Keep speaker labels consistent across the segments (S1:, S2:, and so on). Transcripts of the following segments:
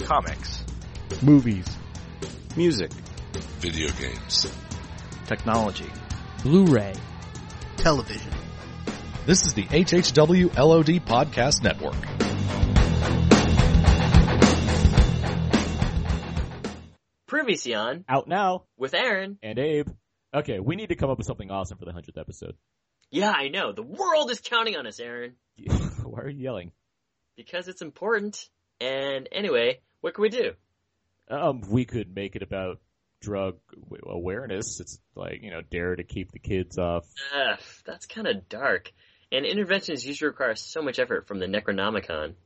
S1: comics,
S2: movies,
S1: music,
S3: video games.
S1: technology.
S4: Blu-ray.
S5: television.
S6: This is the HHW LOD Podcast Network.
S7: Previously on
S4: Out now.
S7: with Aaron.
S4: And Abe. Okay, we need to come up with something awesome for the 100th episode.
S7: Yeah, I know. The world is counting on us, Aaron,
S4: Why are you yelling?
S7: because it's important. And anyway, what can we do?
S4: Um, we could make it about drug w- awareness. It's like, you know, dare to keep the kids off.
S7: Ugh, that's kind of dark. And interventions usually require so much effort from the Necronomicon.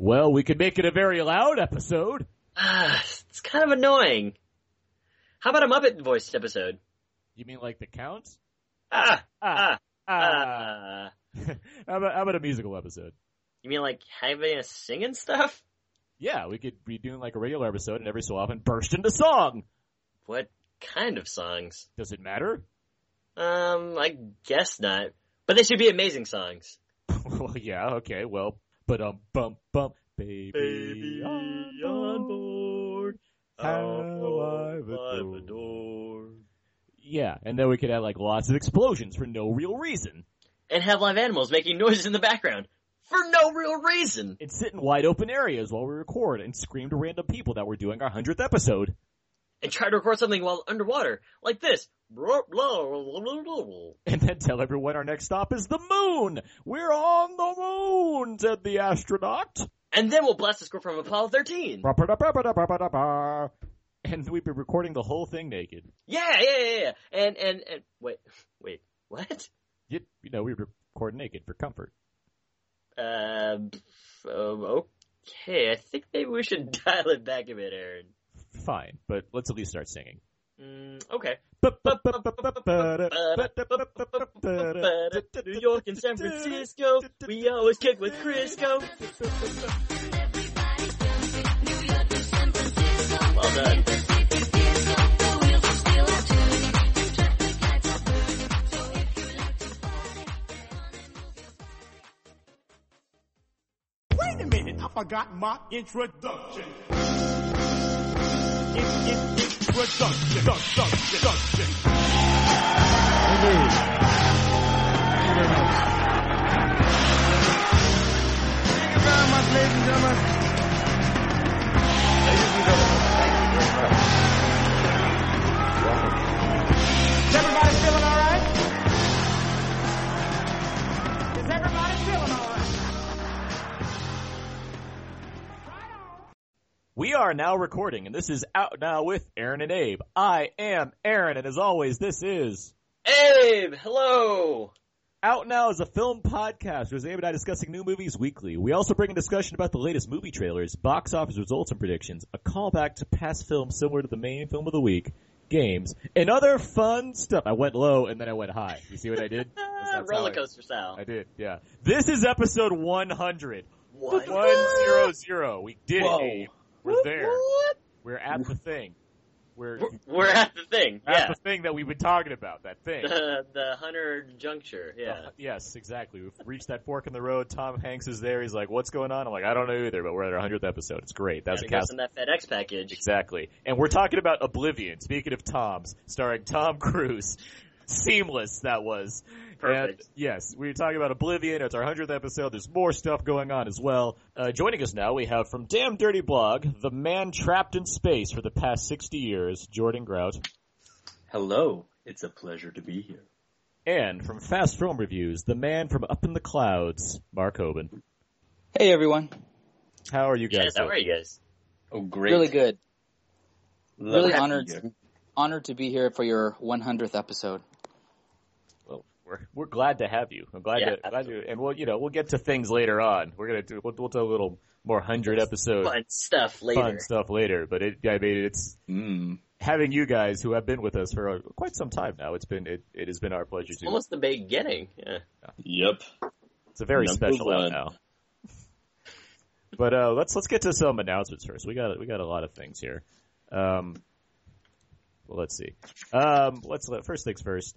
S4: Well, we could make it a very loud episode.
S7: Ah, it's kind of annoying. How about a Muppet voiced episode?
S4: You mean like the count?
S7: Ah,
S4: Ah,
S7: ah, ah.
S4: how, about, how about a musical episode?
S7: You mean like having us singing stuff?
S4: Yeah, we could be doing like a regular episode and every so often burst into song.
S7: What kind of songs?
S4: Does it matter?
S7: Um, I guess not. But they should be amazing songs.
S4: well, yeah, okay, well, but um, bump, bump, baby,
S7: Baby
S4: on
S7: on
S4: board.
S7: board.
S4: How I've
S7: I've
S4: adored.
S7: adored.
S4: Yeah, and then we could have like lots of explosions for no real reason.
S7: And have live animals making noises in the background. For no real reason.
S4: And sit in wide open areas while we record and scream to random people that we're doing our hundredth episode.
S7: And try to record something while underwater. Like this. Blah, blah, blah, blah, blah, blah.
S4: And then tell everyone our next stop is the moon! We're on the moon, said the astronaut.
S7: And then we'll blast the score from Apollo 13.
S4: Ba-ba-da-ba-ba-da-ba-ba-da-ba. And we'd be recording the whole thing naked.
S7: Yeah, yeah, yeah, yeah. And, and, and, wait, wait, what?
S4: You, you know, we'd record naked for comfort.
S7: Uh, um, okay, I think maybe we should dial it back a bit, Aaron.
S4: Fine, but let's at least start singing.
S7: Mm, okay. New
S4: New
S7: York and San Francisco, we always kick with Crisco. Well done.
S8: Wait a minute, I forgot my introduction. In, in, introduction, duck, duck, duction. Is everybody feeling all right? Is everybody feeling all right?
S4: We are now recording, and this is Out Now with Aaron and Abe. I am Aaron, and as always, this is
S7: Abe, hello.
S4: Out Now is a film podcast where Abe and I discussing new movies weekly. We also bring a discussion about the latest movie trailers, box office results and predictions, a callback to past films similar to the main film of the week, games, and other fun stuff. I went low and then I went high. You see what I did? That's
S7: Ah,
S4: not
S7: roller
S4: solid.
S7: coaster style.
S4: I did, yeah. This is episode 100.
S7: What?
S4: 100. We did
S7: Whoa.
S4: it. Abe. We're there.
S7: What?
S4: We're at the thing. We're
S7: We're- We're at the thing.
S4: at
S7: Yeah.
S4: the thing that we've been talking about. That thing.
S7: The, the Hunter Juncture. Yeah.
S4: Uh, yes, exactly. We've reached that fork in the road. Tom Hanks is there. He's like, "What's going on?" I'm like, "I don't know either." But we're at our hundredth episode. It's great. That's a
S7: Gotta go
S4: cast.
S7: send that FedEx package.
S4: Exactly. And we're talking about Oblivion. Speaking of Tom's, starring Tom Cruise. Seamless that was.
S7: Perfect.
S4: And yes, we were talking about Oblivion. It's our hundredth episode. There's more stuff going on as well. Uh, joining us now, we have from Damn Dirty Blog, the man trapped in space for the past sixty years, Jordan Grout.
S9: Hello, it's a pleasure to be here.
S4: And from Fast Film Reviews, the man from up in the clouds, Mark Hoban.
S10: Hey everyone.
S4: How are you guys?
S7: Yes, how
S4: doing?
S7: are you guys?
S9: Oh, great.
S10: Really good.
S9: Love
S10: really
S9: to be
S10: honored
S9: here.
S10: honored to be here for your 100th episode.
S4: Well, we're, we're glad to have you. I'm glad
S7: Yeah,
S4: to glad to, and we'll you know we'll get to things later on. We're gonna do we'll, we'll do a little more hundred episode
S7: Fun stuff later.
S4: fun stuff later. But it I mean it's
S9: Mm.
S4: having you guys who have been with us for uh, quite some time now. It's been it, it has been our pleasure to.
S7: Almost the beginning. Yeah.
S9: Yep.
S4: It's a very
S9: Number
S4: special out
S9: one.
S4: now. But uh, let's let's get to some announcements first. We got we got a lot of things here. Um, well, let's see. Um, let's let, first things first.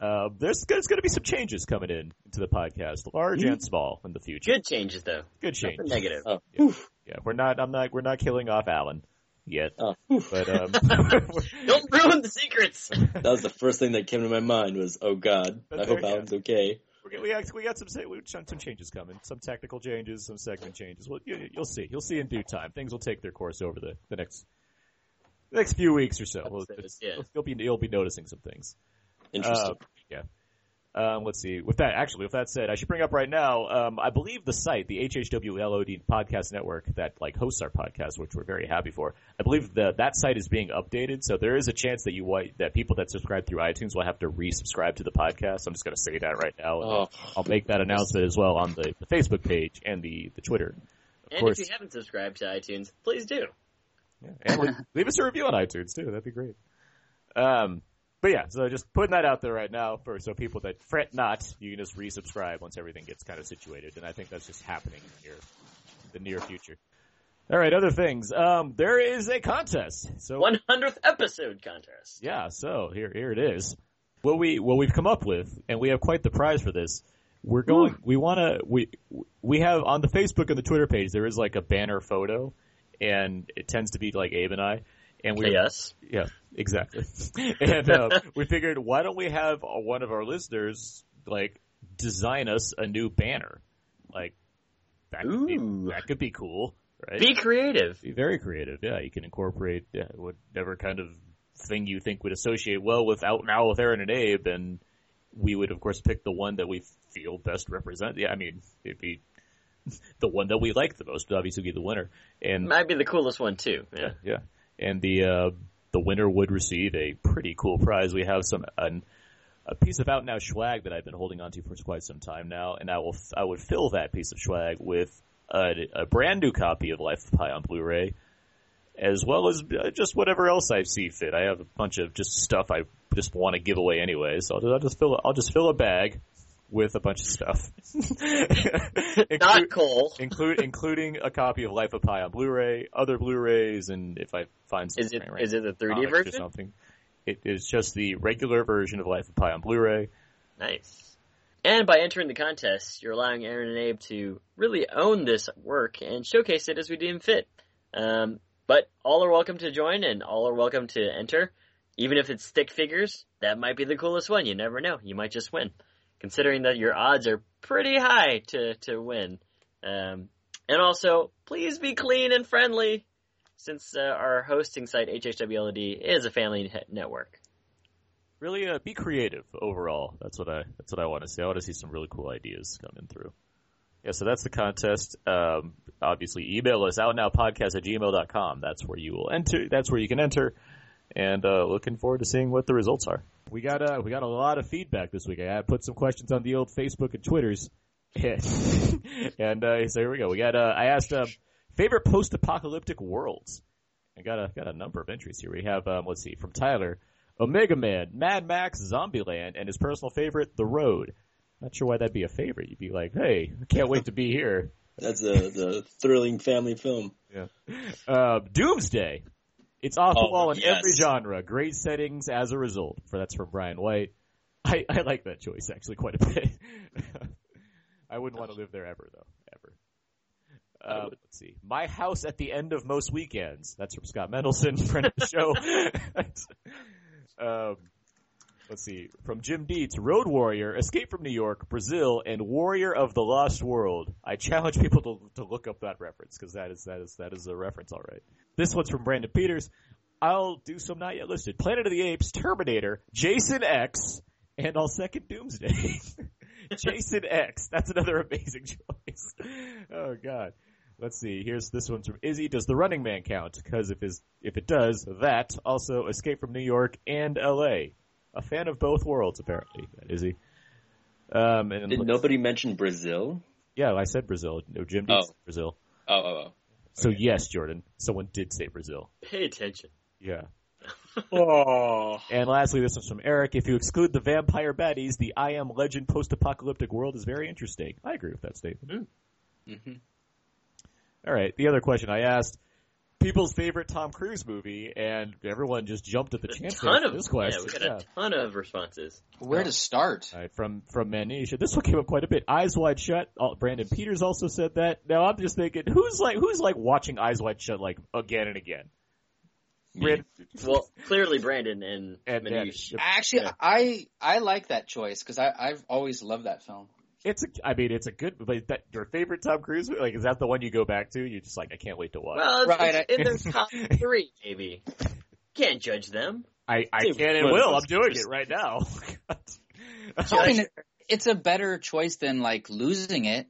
S4: Uh, there's there's going to be some changes coming in to the podcast, large and small, in the future.
S7: Good changes though.
S4: Good
S7: Nothing
S4: change.
S7: negative.
S9: Oh.
S4: Yeah, we're not. I'm not. We're not killing off Alan yet.
S9: Oh.
S4: But um, we're-
S7: Don't ruin the secrets.
S9: That was the first thing that came to my mind was, oh god,
S4: But
S9: I hope
S4: there-
S9: Alan's okay.
S4: we're gonna- we got we got some sa- we got some changes coming, some technical changes, some segment changes. Well, you, you'll see. You'll see in due time. Things will take their course over the, the next the next few weeks or so. We'll-
S7: Episodes, yeah.
S4: You'll be you'll be noticing some things.
S9: Interesting.
S4: Uh, yeah. Um, let's see. With that, actually, with that said, I should bring up right now. Um, I believe the site, the HHWLOD podcast network that like hosts our podcast, which we're very happy for. I believe that that site is being updated, so there is a chance that you wi- that people that subscribe through iTunes will have to resubscribe to the podcast. I'm just going to say that right now. and
S9: oh,
S4: I'll make that announcement as well on the, the Facebook page and the the Twitter.
S7: and
S4: course.
S7: if you haven't subscribed to iTunes, please do.
S4: Yeah. And leave, leave us a review on iTunes too. That'd be great. Um, but yeah, so just putting that out there right now for so people that fret not, you can just resubscribe once everything gets kind of situated, and I think that's just happening in near, the near future. All right, other things. Um, there is a contest. So
S7: 100th episode contest.
S4: yeah, so here here it is. What we what we've come up with, and we have quite the prize for this. We're going. We want to. We we have on the Facebook and the Twitter page. There is like a banner photo, and it tends to be like Abe and I. And we
S7: Yes.
S4: yeah, exactly. and uh, we figured, why don't we have uh, one of our listeners like design us a new banner? Like that could, be,
S7: Ooh.
S4: that could be cool, right?
S7: Be creative.
S4: Be very creative. Yeah, you can incorporate uh, whatever kind of thing you think would associate well with Out Now with Aaron and Abe, and we would of course pick the one that we feel best represent. Yeah, I mean it'd be the one that we like the most. would Obviously, be the winner. And
S7: Might be the coolest one too. Yeah.
S4: yeah. And the uh, the winner would receive a pretty cool prize. We have some an, a piece of out now swag that I've been holding onto for quite some time now, and I will f- I would fill that piece of swag with a, a brand new copy of Life of Pi on Blu-ray, as well as uh, just whatever else I see fit. I have a bunch of just stuff I just want to give away anyway, so I'll, I'll just fill I'll just fill a bag with a bunch of stuff. Inclu-
S7: Not cool.
S4: include including a copy of Life of Pi on Blu-ray, other Blu-rays, and if I find
S7: Is
S4: something
S7: it
S4: right,
S7: is it the 3D
S4: comics or
S7: version?
S4: something, it is just the regular version of Life of Pi on Blu-ray.
S7: Nice. And by entering the contest, you're allowing Aaron and Abe to really own this work and showcase it as we deem fit. Um, but all are welcome to join and all are welcome to enter. Even if it's stick figures, that might be the coolest one. You never know. You might just win. Considering that your odds are pretty high to, to win. Um, and also, please be clean and friendly since uh, our hosting site, HHWLD, E is a family net- network.
S4: Really, uh, be creative overall. That's what I that's what I want to see. I want to see some really cool ideas coming through. Yeah, so that's the contest. Um, obviously, email us outnowpodcast at gmail.com. That's where you will enter. That's where you can enter. And uh, looking forward to seeing what the results are. We got uh, we got a lot of feedback this week. I put some questions on the old Facebook and Twitters. and uh, so here we go. We got uh, I asked uh, favorite post-apocalyptic worlds. I got a got a number of entries here. We have um, let's see from Tyler, Omega Man, Mad Max, Zombieland, and his personal favorite, The Road. Not sure why that'd be a favorite. You'd be like, hey, I can't wait to be here.
S9: that's a the thrilling family film.
S4: Uh, Doomsday. It's off the
S9: Oh,
S4: wall in
S9: yes.
S4: every genre. Great settings as a result. For that's from Brian White. I, I like that choice actually quite a bit. I wouldn't want to live there ever though, ever. Uh, let's see. My house at the end of most weekends. That's from Scott Mendelson, friend of the show. um, let's see. From Jim Dietz, Road Warrior, Escape from New York, Brazil, and Warrior of the Lost World. I challenge people to, to look up that reference because that is that is that is a reference, all right. This one's from Brandon Peters. I'll do some not yet listed. Planet of the Apes, Terminator, Jason X, and I'll second Doomsday. Jason X. That's another amazing choice. Oh God. Let's see. Here's this one's from Izzy. Does the Running Man count? Because if his if it does, that also Escape from New York and L.A. A fan of both worlds, apparently. That Izzy. Um, and
S9: Did nobody mention Brazil?
S4: yeah, I said Brazil. No, Jim did
S9: Oh.
S4: say Brazil.
S9: Oh, oh,
S4: So yes, Jordan, someone did say Brazil.
S7: Pay attention.
S4: Yeah.
S9: oh. oh.
S4: And lastly, this one's from Eric. If you exclude the vampire baddies, the I Am Legend post-apocalyptic world is very interesting.
S7: Mm-hmm.
S4: I agree with that statement.
S10: Mhm.
S4: All right. The other question I asked: people's favorite Tom Cruise movie, and everyone just jumped at the
S7: A
S4: chance to
S7: ton
S4: answer
S7: of
S4: this
S7: yeah,
S4: question.
S7: we got
S4: Yeah.
S7: a ton of responses.
S10: Where to start?
S4: All right, from from Manish. This one came up quite a bit. Eyes wide shut. All, Brandon Peters also said that. Now I'm just thinking, who's like who's like watching Eyes Wide Shut like again and again? Brandon,
S7: Well, clearly Brandon and,
S4: and, and
S7: Manish.
S10: Actually,
S7: Yeah.
S10: I I like that choice because I've always loved that film.
S4: it's a, I mean it's a good but that your favorite Tom Cruise movie? like is that the one you go back to? You're just like I can't wait to watch.
S7: Well, it's,
S10: Right,
S7: it's in their top three, maybe. Can't judge them.
S4: I I
S7: dude,
S4: can and
S7: well,
S4: will. I'm
S7: that's-
S4: doing it right now. God.
S10: I mean, it's a better choice than like losing it.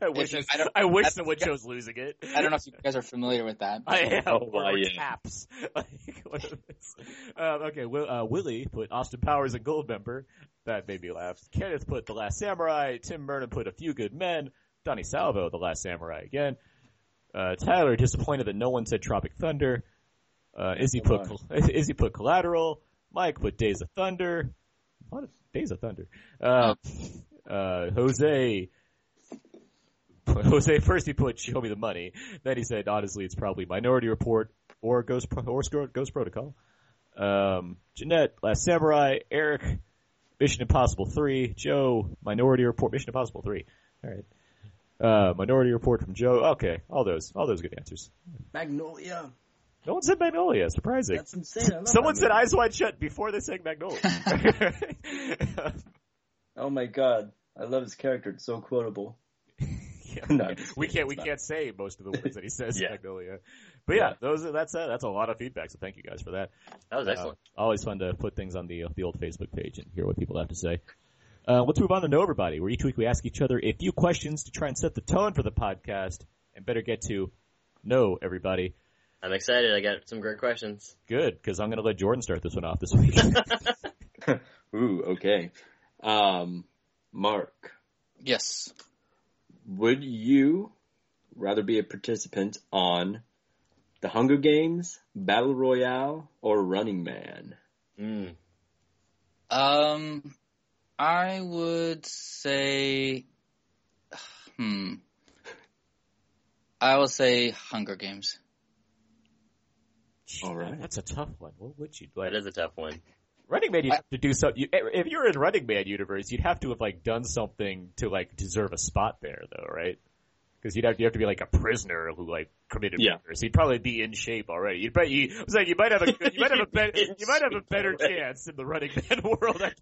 S4: I wish
S10: you-
S4: I,
S10: I don't-
S4: I wish
S10: I-
S4: someone chose losing it.
S10: I don't know if you guys are familiar with that.
S4: I am.
S9: Oh,
S4: Or
S9: why, yeah.
S4: caps. Like, what is this? um, okay, Will, uh, Willie put Austin Powers and Gold member. That made me laugh. Kenneth put The Last Samurai. Tim Vernon put A Few Good Men. Donnie Salvo, The Last Samurai again. Uh, Tyler disappointed that no one said Tropic Thunder. Uh, Izzy put Izzy put Collateral. Mike put Days of Thunder. What is Days of Thunder? Uh, uh, Jose. Jose first he put "Show me the money." Then he said, "Honestly, it's probably Minority Report or Ghost Pro- or Sco- Ghost Protocol." Um, Jeanette, Last Samurai, Eric, Mission Impossible Three, Joe, Minority Report, Mission Impossible Three. All right, uh, Minority Report from Joe. Okay, all those, all those good answers.
S9: Magnolia.
S4: No one said Magnolia. Surprising.
S9: That's insane. I love
S4: Someone
S9: that
S4: said
S9: movie.
S4: Eyes Wide Shut before they sang Magnolia.
S9: Oh my god. I love his character. It's so quotable.
S4: Yeah,
S9: No,
S4: we
S9: I'm
S4: can't-
S9: just
S4: we
S9: kidding,
S4: can't
S9: it's
S4: we
S9: not.
S4: can't say most of the words that he says
S9: Yeah.
S4: Magnolia. But yeah, those are, that's uh, that's a lot of feedback. So thank you guys for that.
S7: That was excellent.
S4: Uh, always fun to put things on the the old Facebook page and hear what people have to say. Uh, let's move on to Know Everybody, where each week we ask each other a few questions to try and set the tone for the podcast and better get to know everybody.
S7: I'm excited. I got some great questions.
S4: Good, because I'm going to let Jordan start this one off this week.
S9: Ooh, okay. Um, Mark,
S10: Yes.
S9: would you rather be a participant on The Hunger Games, Battle Royale, or Running Man?
S7: Mm.
S10: Um, I would say, hmm, I will say Hunger Games.
S9: All right.
S4: that's a tough one. What would you
S7: That
S4: like?
S7: is a tough one.
S4: Running Man, you
S10: I-
S4: have to do something. You, if you're in Running Man universe, you'd have to have like done something to like deserve a spot there, though, right? Because you'd have you have to be like a prisoner who like committed
S9: Yeah.
S4: murder. So you'd probably be in shape already. You'd probably, you, I was like, you might have a good- you might have a better
S7: In
S4: you might have a
S7: shape
S4: better
S7: already.
S4: chance in the Running Man world. I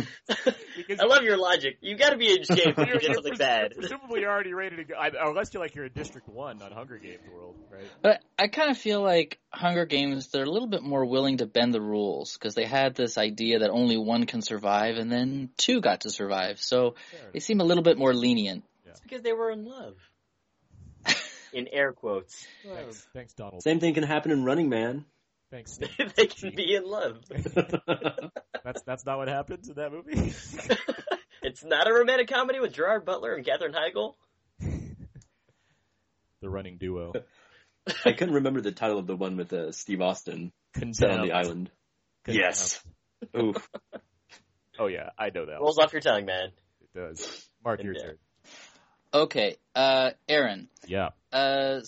S4: guess. because
S7: I love your logic. You got to be in shape for
S4: you're- you're
S7: something
S4: pres-
S7: bad.
S4: Presumably, you're already ready to go, I, unless you're like you're in District One on Hunger Games world, right?
S10: But I kind of feel like Hunger Games, they're a little bit more willing to bend the rules because they had this idea that only one can survive and then two got to survive. So they seem a little bit more lenient.
S7: It's because they were in love. In air quotes.
S4: Thanks, thanks, Donald.
S9: Same thing can happen in Running Man.
S4: Thanks. Steve.
S7: they can be in love.
S4: That's that's not what happens in that movie.
S7: It's not a romantic comedy with Gerard Butler and Katherine Heigl.
S4: the running duo.
S9: I couldn't remember the title of the one with uh, Steve Austin set on the
S4: Contempt.
S9: island.
S4: Contempt.
S9: Oof.
S4: Oh yeah, I know that. one.
S7: Rolls off your tongue, man.
S4: It does. Mark your
S7: Yeah.
S4: turn.
S10: Okay, uh, Aaron.
S4: Yeah.
S10: uh,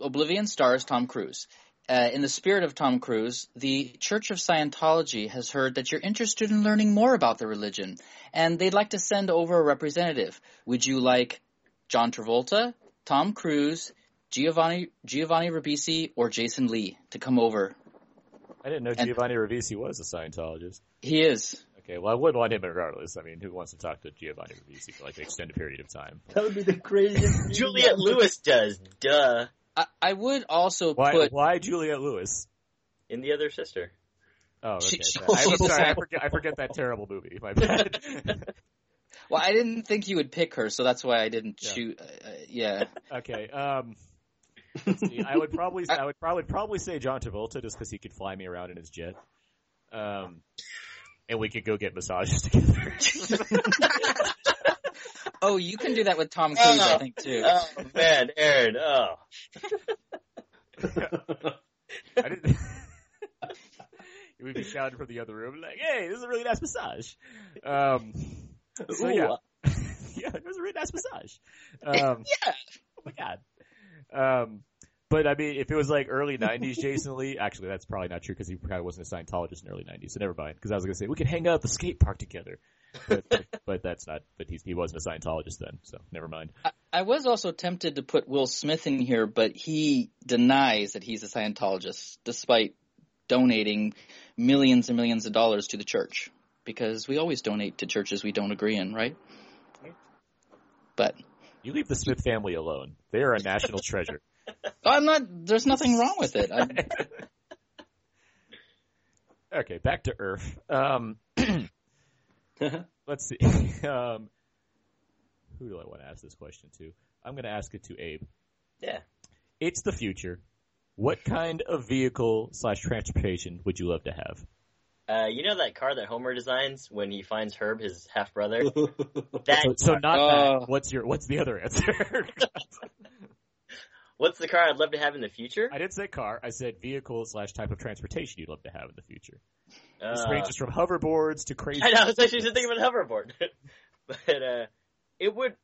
S10: Oblivion stars Tom Cruise. Uh, in the spirit of Tom Cruise, the Church of Scientology has heard that you're interested in learning more about the religion, and they'd like to send over a representative. Would you like John Travolta, Tom Cruise, Giovanni Giovanni Ribisi, or Jason Lee to come over?
S4: I didn't know
S10: And-
S4: Giovanni Ribisi was a Scientologist.
S10: He is.
S4: Okay, well I would want him regardless. I mean, who wants to talk to Giovanni Ribisi for like an extended period of time?
S9: That would be the craziest.
S7: Juliet Lewis does, duh,
S10: I, I would also
S4: Why
S10: put.
S4: why Juliet Lewis?
S7: in The Other Sister.
S4: Oh, okay.
S10: She- she
S4: I, am
S10: also-
S4: sorry, I forget, I forget that terrible movie. My bad.
S10: Well, I didn't think you would pick her, so that's why I didn't
S4: Yeah.
S10: choose. Uh, uh, yeah.
S4: okay. Um let's see. I would probably I would probably probably say John Travolta just because he could fly me around in his jet. Um and we could go get massages together.
S10: Oh, you can do that with Tom Cruise, I think too.
S7: Oh man, Aaron. Oh,
S4: I didn't. it would be shouted from the other room, like, "Hey, this is a really nice massage." Um, so yeah, yeah, it was a really nice massage. Um,
S10: Yeah.
S4: Oh my god. Um, but I mean, if it was like early '90s Jason Lee, actually, that's probably not true because he probably wasn't a Scientologist in early '90s. So never mind. Because I was gonna say we could hang out at the skate park together, but, but, but that's not. But he's, he wasn't a Scientologist then, so never mind.
S10: I was also tempted to put Will Smith in here, but he denies that he's a Scientologist, despite donating millions and millions of dollars to the church. Because we always donate to churches we don't agree in, right? But
S4: You leave the Smith family alone; they are a national treasure.
S10: I'm not. There's nothing wrong with it. I,
S4: Okay, back to Earth. Um, let's see. Um, who do I want to ask this question to? I'm going to ask it to Abe.
S7: Yeah.
S4: It's the future. What kind of vehicle slash transportation would you love to have?
S7: Uh, you know that car that Homer designs when he finds Herb, his half brother. That
S4: So, so not
S10: Oh.
S7: Uh.
S4: that. What's your What's the other answer?
S7: what's the car I'd love to have in the future?
S4: I didn't say car. I said vehicle slash type of transportation you'd love to have in the future.
S7: Uh,
S4: This ranges from hoverboards to crazy.
S7: I know, I was actually just thinking about hoverboard. but uh, it would,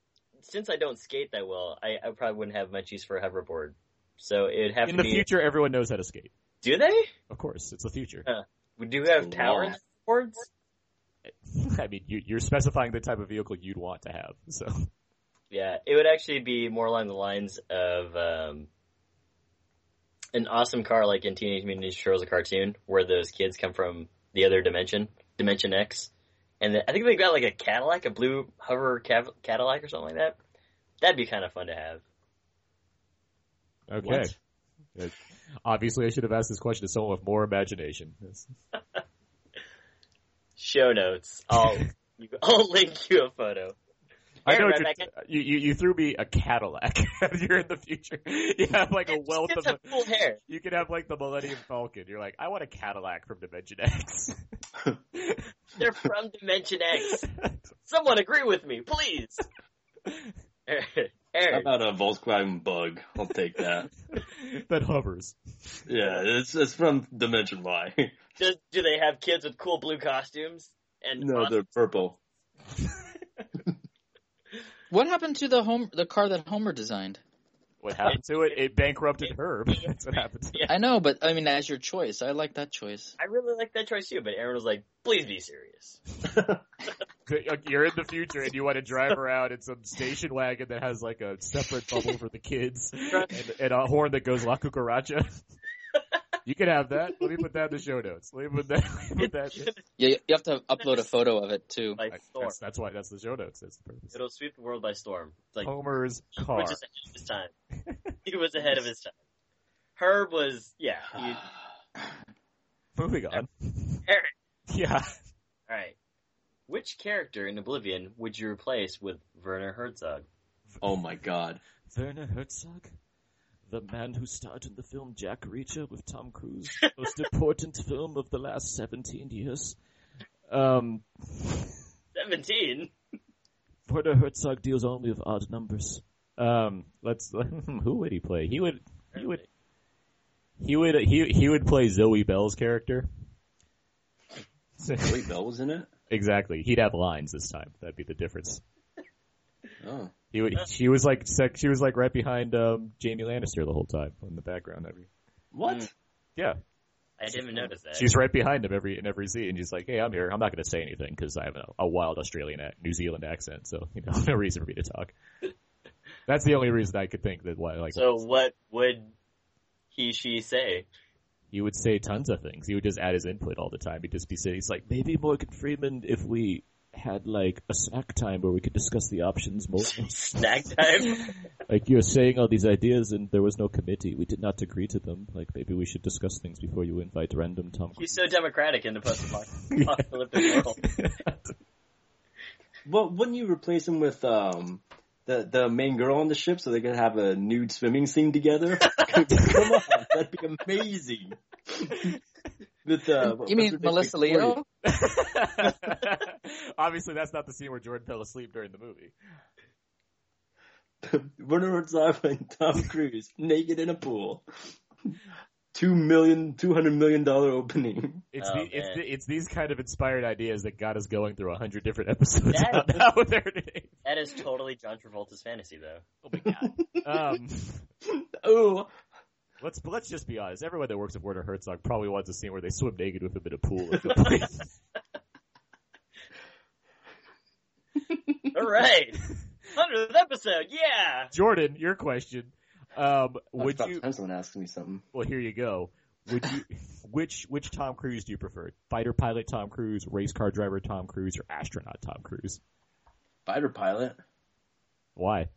S7: since I don't skate that well, I, I probably wouldn't have much use for a hoverboard. So it'd have
S4: In
S7: to
S4: the
S7: be.
S4: future, everyone knows how to skate.
S7: Do they?
S4: Of course, it's the future.
S7: We do have
S9: Wow.
S7: towers hoverboards.
S4: I mean, you, you're specifying the type of vehicle you'd want to have. So
S7: Yeah, it would actually be more along the lines of um, an awesome car like in Teenage Mutant Ninja Turtles, a cartoon where those kids come from the other dimension, Dimension X, and the, I think they got like a Cadillac, a blue hover cav- Cadillac or something like that. That'd be kind of fun to have.
S4: okay.
S9: What?
S4: It- Obviously, I should have asked this question to someone with more imagination. That's-
S7: Show notes. I'll I'll link you a photo.
S4: I
S7: Hey,
S4: know what you're,
S7: Rebecca.
S4: you, you you threw me a Cadillac. you're in the future. You have like a wealth
S7: Get
S4: of.
S7: some cool hair.
S4: You could have like the Millennium Falcon. You're like, I want a Cadillac from Dimension X.
S7: They're from Dimension X. Someone agree with me, please. Eric,
S9: How
S7: Eric,
S9: about a Volkswagen Bug? I'll take that.
S4: that hovers.
S9: yeah, it's it's from Dimension Y.
S7: does, do they have kids with cool blue costumes? And
S9: no, they're purple.
S10: what happened to the home the car that Homer designed?
S4: What happened to it? It bankrupted Herb. That's what happened. To
S10: I know, but I mean, as your choice, I like that choice.
S7: I really like that choice too, but Aaron was like, please be serious.
S4: it. You're in the future and you want to drive around in some station wagon that has like a separate bubble for the kids and, and a horn that goes La Cucaracha. You can have that. Let me put that in the show notes. Let me put that. Let me put that.
S10: You, you have to upload a photo of it too.
S7: By storm.
S4: That's, that's why. That's the show notes. That's the purpose.
S7: It'll sweep the world by storm. It's like,
S4: Homer's
S7: he
S4: car.
S7: was just ahead of his time. he was ahead of his time. Herb was, yeah. he-
S4: Moving on.
S7: Eric,
S4: Yeah.
S7: alright. Which character in Oblivion would you replace with Werner Herzog?
S9: Oh my god.
S4: Werner Herzog, the man who starred in the film Jack Reacher with Tom Cruise, the most important film of the last 17 years. Um,
S7: 17?
S4: Werner Herzog deals only with odd numbers. Um, let's, who would he play? He would, he would, he would, he, he would play Zoe Bell's character.
S9: Wait, Bell was in it?
S4: exactly. He'd have lines this time. That'd be the difference.
S9: Oh.
S4: He would, she was like, sec, she was like right behind, um, Jamie Lannister the whole time in the background. Every,
S9: What?
S4: yeah.
S7: I didn't even notice that.
S4: She's right behind him every in every scene. She's like, "Hey, I'm here. I'm not going to say anything because I have a, a wild Australian, ac- New Zealand accent, so you know, no reason for me to talk." That's the only reason I could think that why like
S7: So what would he, she say?
S4: he would say tons of things. He would just add his input all the time. He'd just be sitting. He's like, "Maybe Morgan Freeman, if we had like a snack time where we could discuss the options more."
S7: Snack time?
S4: like you're saying all these ideas, and there was no committee. We did not agree to them. Like maybe we should discuss things before you invite random Tom.
S7: He's so democratic in the post-apocalyptic world.
S9: Well, wouldn't you replace him with um the the main girl on the ship so they could have a nude swimming scene together? Come on, that'd be amazing. with uh, what-
S10: You
S9: what's her
S10: mean
S9: name,
S10: Melissa
S9: Victoria?
S10: Leo?
S4: Obviously, that's not the scene where Jordan fell asleep during the movie.
S9: Werner Herzog and Tom Cruise naked in a pool. Two million, two hundred million dollar opening.
S4: It's
S7: Oh,
S4: the, it's
S7: man.
S4: the, it's these kind of inspired ideas that got us going through a hundred different episodes
S7: That-
S4: about how they're named.
S7: That is totally John Travolta's fantasy, though.
S4: Um,
S9: Oh,
S7: Ooh.
S4: Let's but let's just be honest. Everyone that works at Werner Herzog probably wants a scene where they swim naked with him in a pool at the place.
S7: All right. 100th episode. Yeah.
S4: Jordan, your question. Um,
S9: Would
S4: would you?
S9: Time someone asks me something.
S4: Well, here you go. Would you? Which which Tom Cruise do you prefer? Fighter pilot Tom Cruise, race car driver Tom Cruise, or astronaut Tom Cruise?
S9: Fighter pilot?
S4: Why?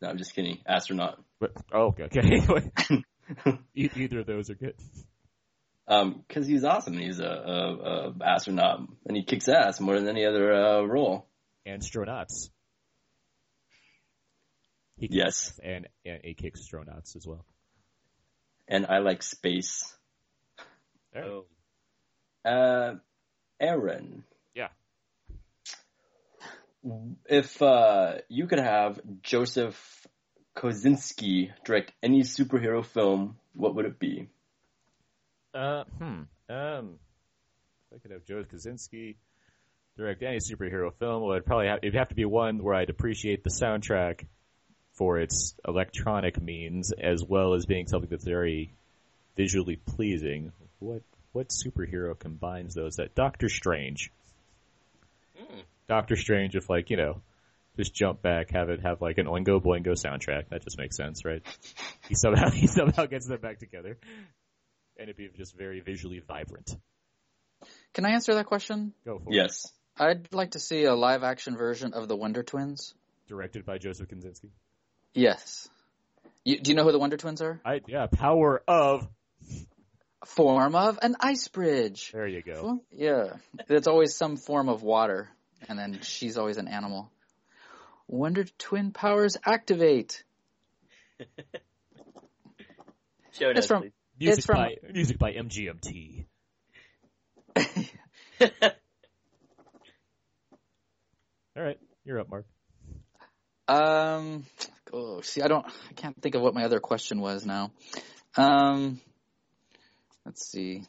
S9: No, I'm just kidding. Astronaut.
S4: But, oh, okay. okay. Anyway, E- either of those are good.
S9: Um, because he's awesome. He's a, a, a astronaut, and he kicks ass more than any other uh, role.
S4: Astronauts. He kicks
S9: Yes.
S4: ass and and he kicks astronauts as well.
S9: And I like space.
S4: There.
S7: Oh.
S9: Uh, Aaron.
S4: Yeah.
S9: If uh, you could have Joseph Kosinski direct any superhero film, what would it be?
S4: Uh, hmm. Um, if I could have Joe Kaczynski direct any superhero film, well, it'd probably have, it'd have to be one where I'd appreciate the soundtrack for its electronic means, as well as being something that's very visually pleasing. What what superhero combines those? That Doctor Strange. Doctor Strange, if like you know, just jump back, have it have like an Oingo Boingo soundtrack. That just makes sense, right? he somehow he somehow gets them back together and it'd be just very visually vibrant.
S10: Can I answer that question?
S4: Go for it.
S9: Yes.
S10: I'd like to see a live action version of the Wonder Twins.
S4: Directed by Joseph Kaczynski.
S10: Yes. You, do you know who the Wonder Twins are?
S4: I yeah, power of
S10: Form of an ice bridge.
S4: there you go.
S10: Well, yeah. It's always some form of water, and then she's always an animal. Wonder Twin powers activate.
S7: Show
S10: It's
S7: notes,
S10: from-
S7: please.
S4: Music
S10: from-
S4: by music by MGMT. All right, you're up, Mark.
S10: Um, oh, see, I don't, I can't think of what my other question was now. Um, let's see.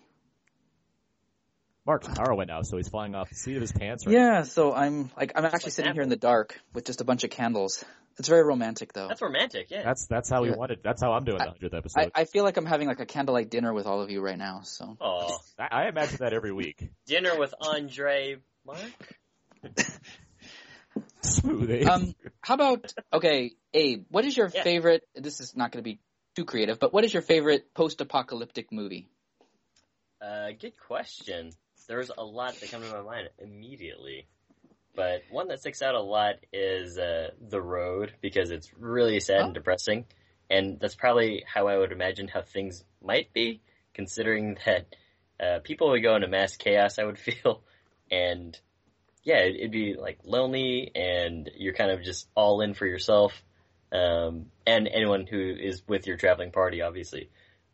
S4: Mark's power went out, so he's flying off the seat of his pants. Right
S10: Yeah, so I'm like, I'm actually
S7: like
S10: sitting here
S7: that.
S10: in the dark with just a bunch of candles. It's very romantic, though.
S7: That's romantic, yeah.
S4: That's that's how we
S10: Yeah.
S4: wanted. That's how I'm doing the hundredth
S10: I,
S4: episode.
S10: I feel like I'm having like a candlelight dinner with all of you right now. So
S7: Aw.
S4: I, I imagine that every week.
S7: Dinner with Andre Mark?
S4: Smooth. eh?
S10: Um, how about okay, Abe? What is your
S7: Yeah.
S10: favorite? This is not going to be too creative, but what is your favorite post-apocalyptic movie?
S7: Uh, good question. There's a lot that come to my mind immediately. But one that sticks out a lot is uh, The Road because it's really sad
S4: Oh.
S7: and depressing. And that's probably how I would imagine how things might be, considering that uh, people would go into mass chaos, I would feel. And yeah, it- it'd be like lonely and you're kind of just all in for yourself. Um, and anyone who is with your traveling party, obviously.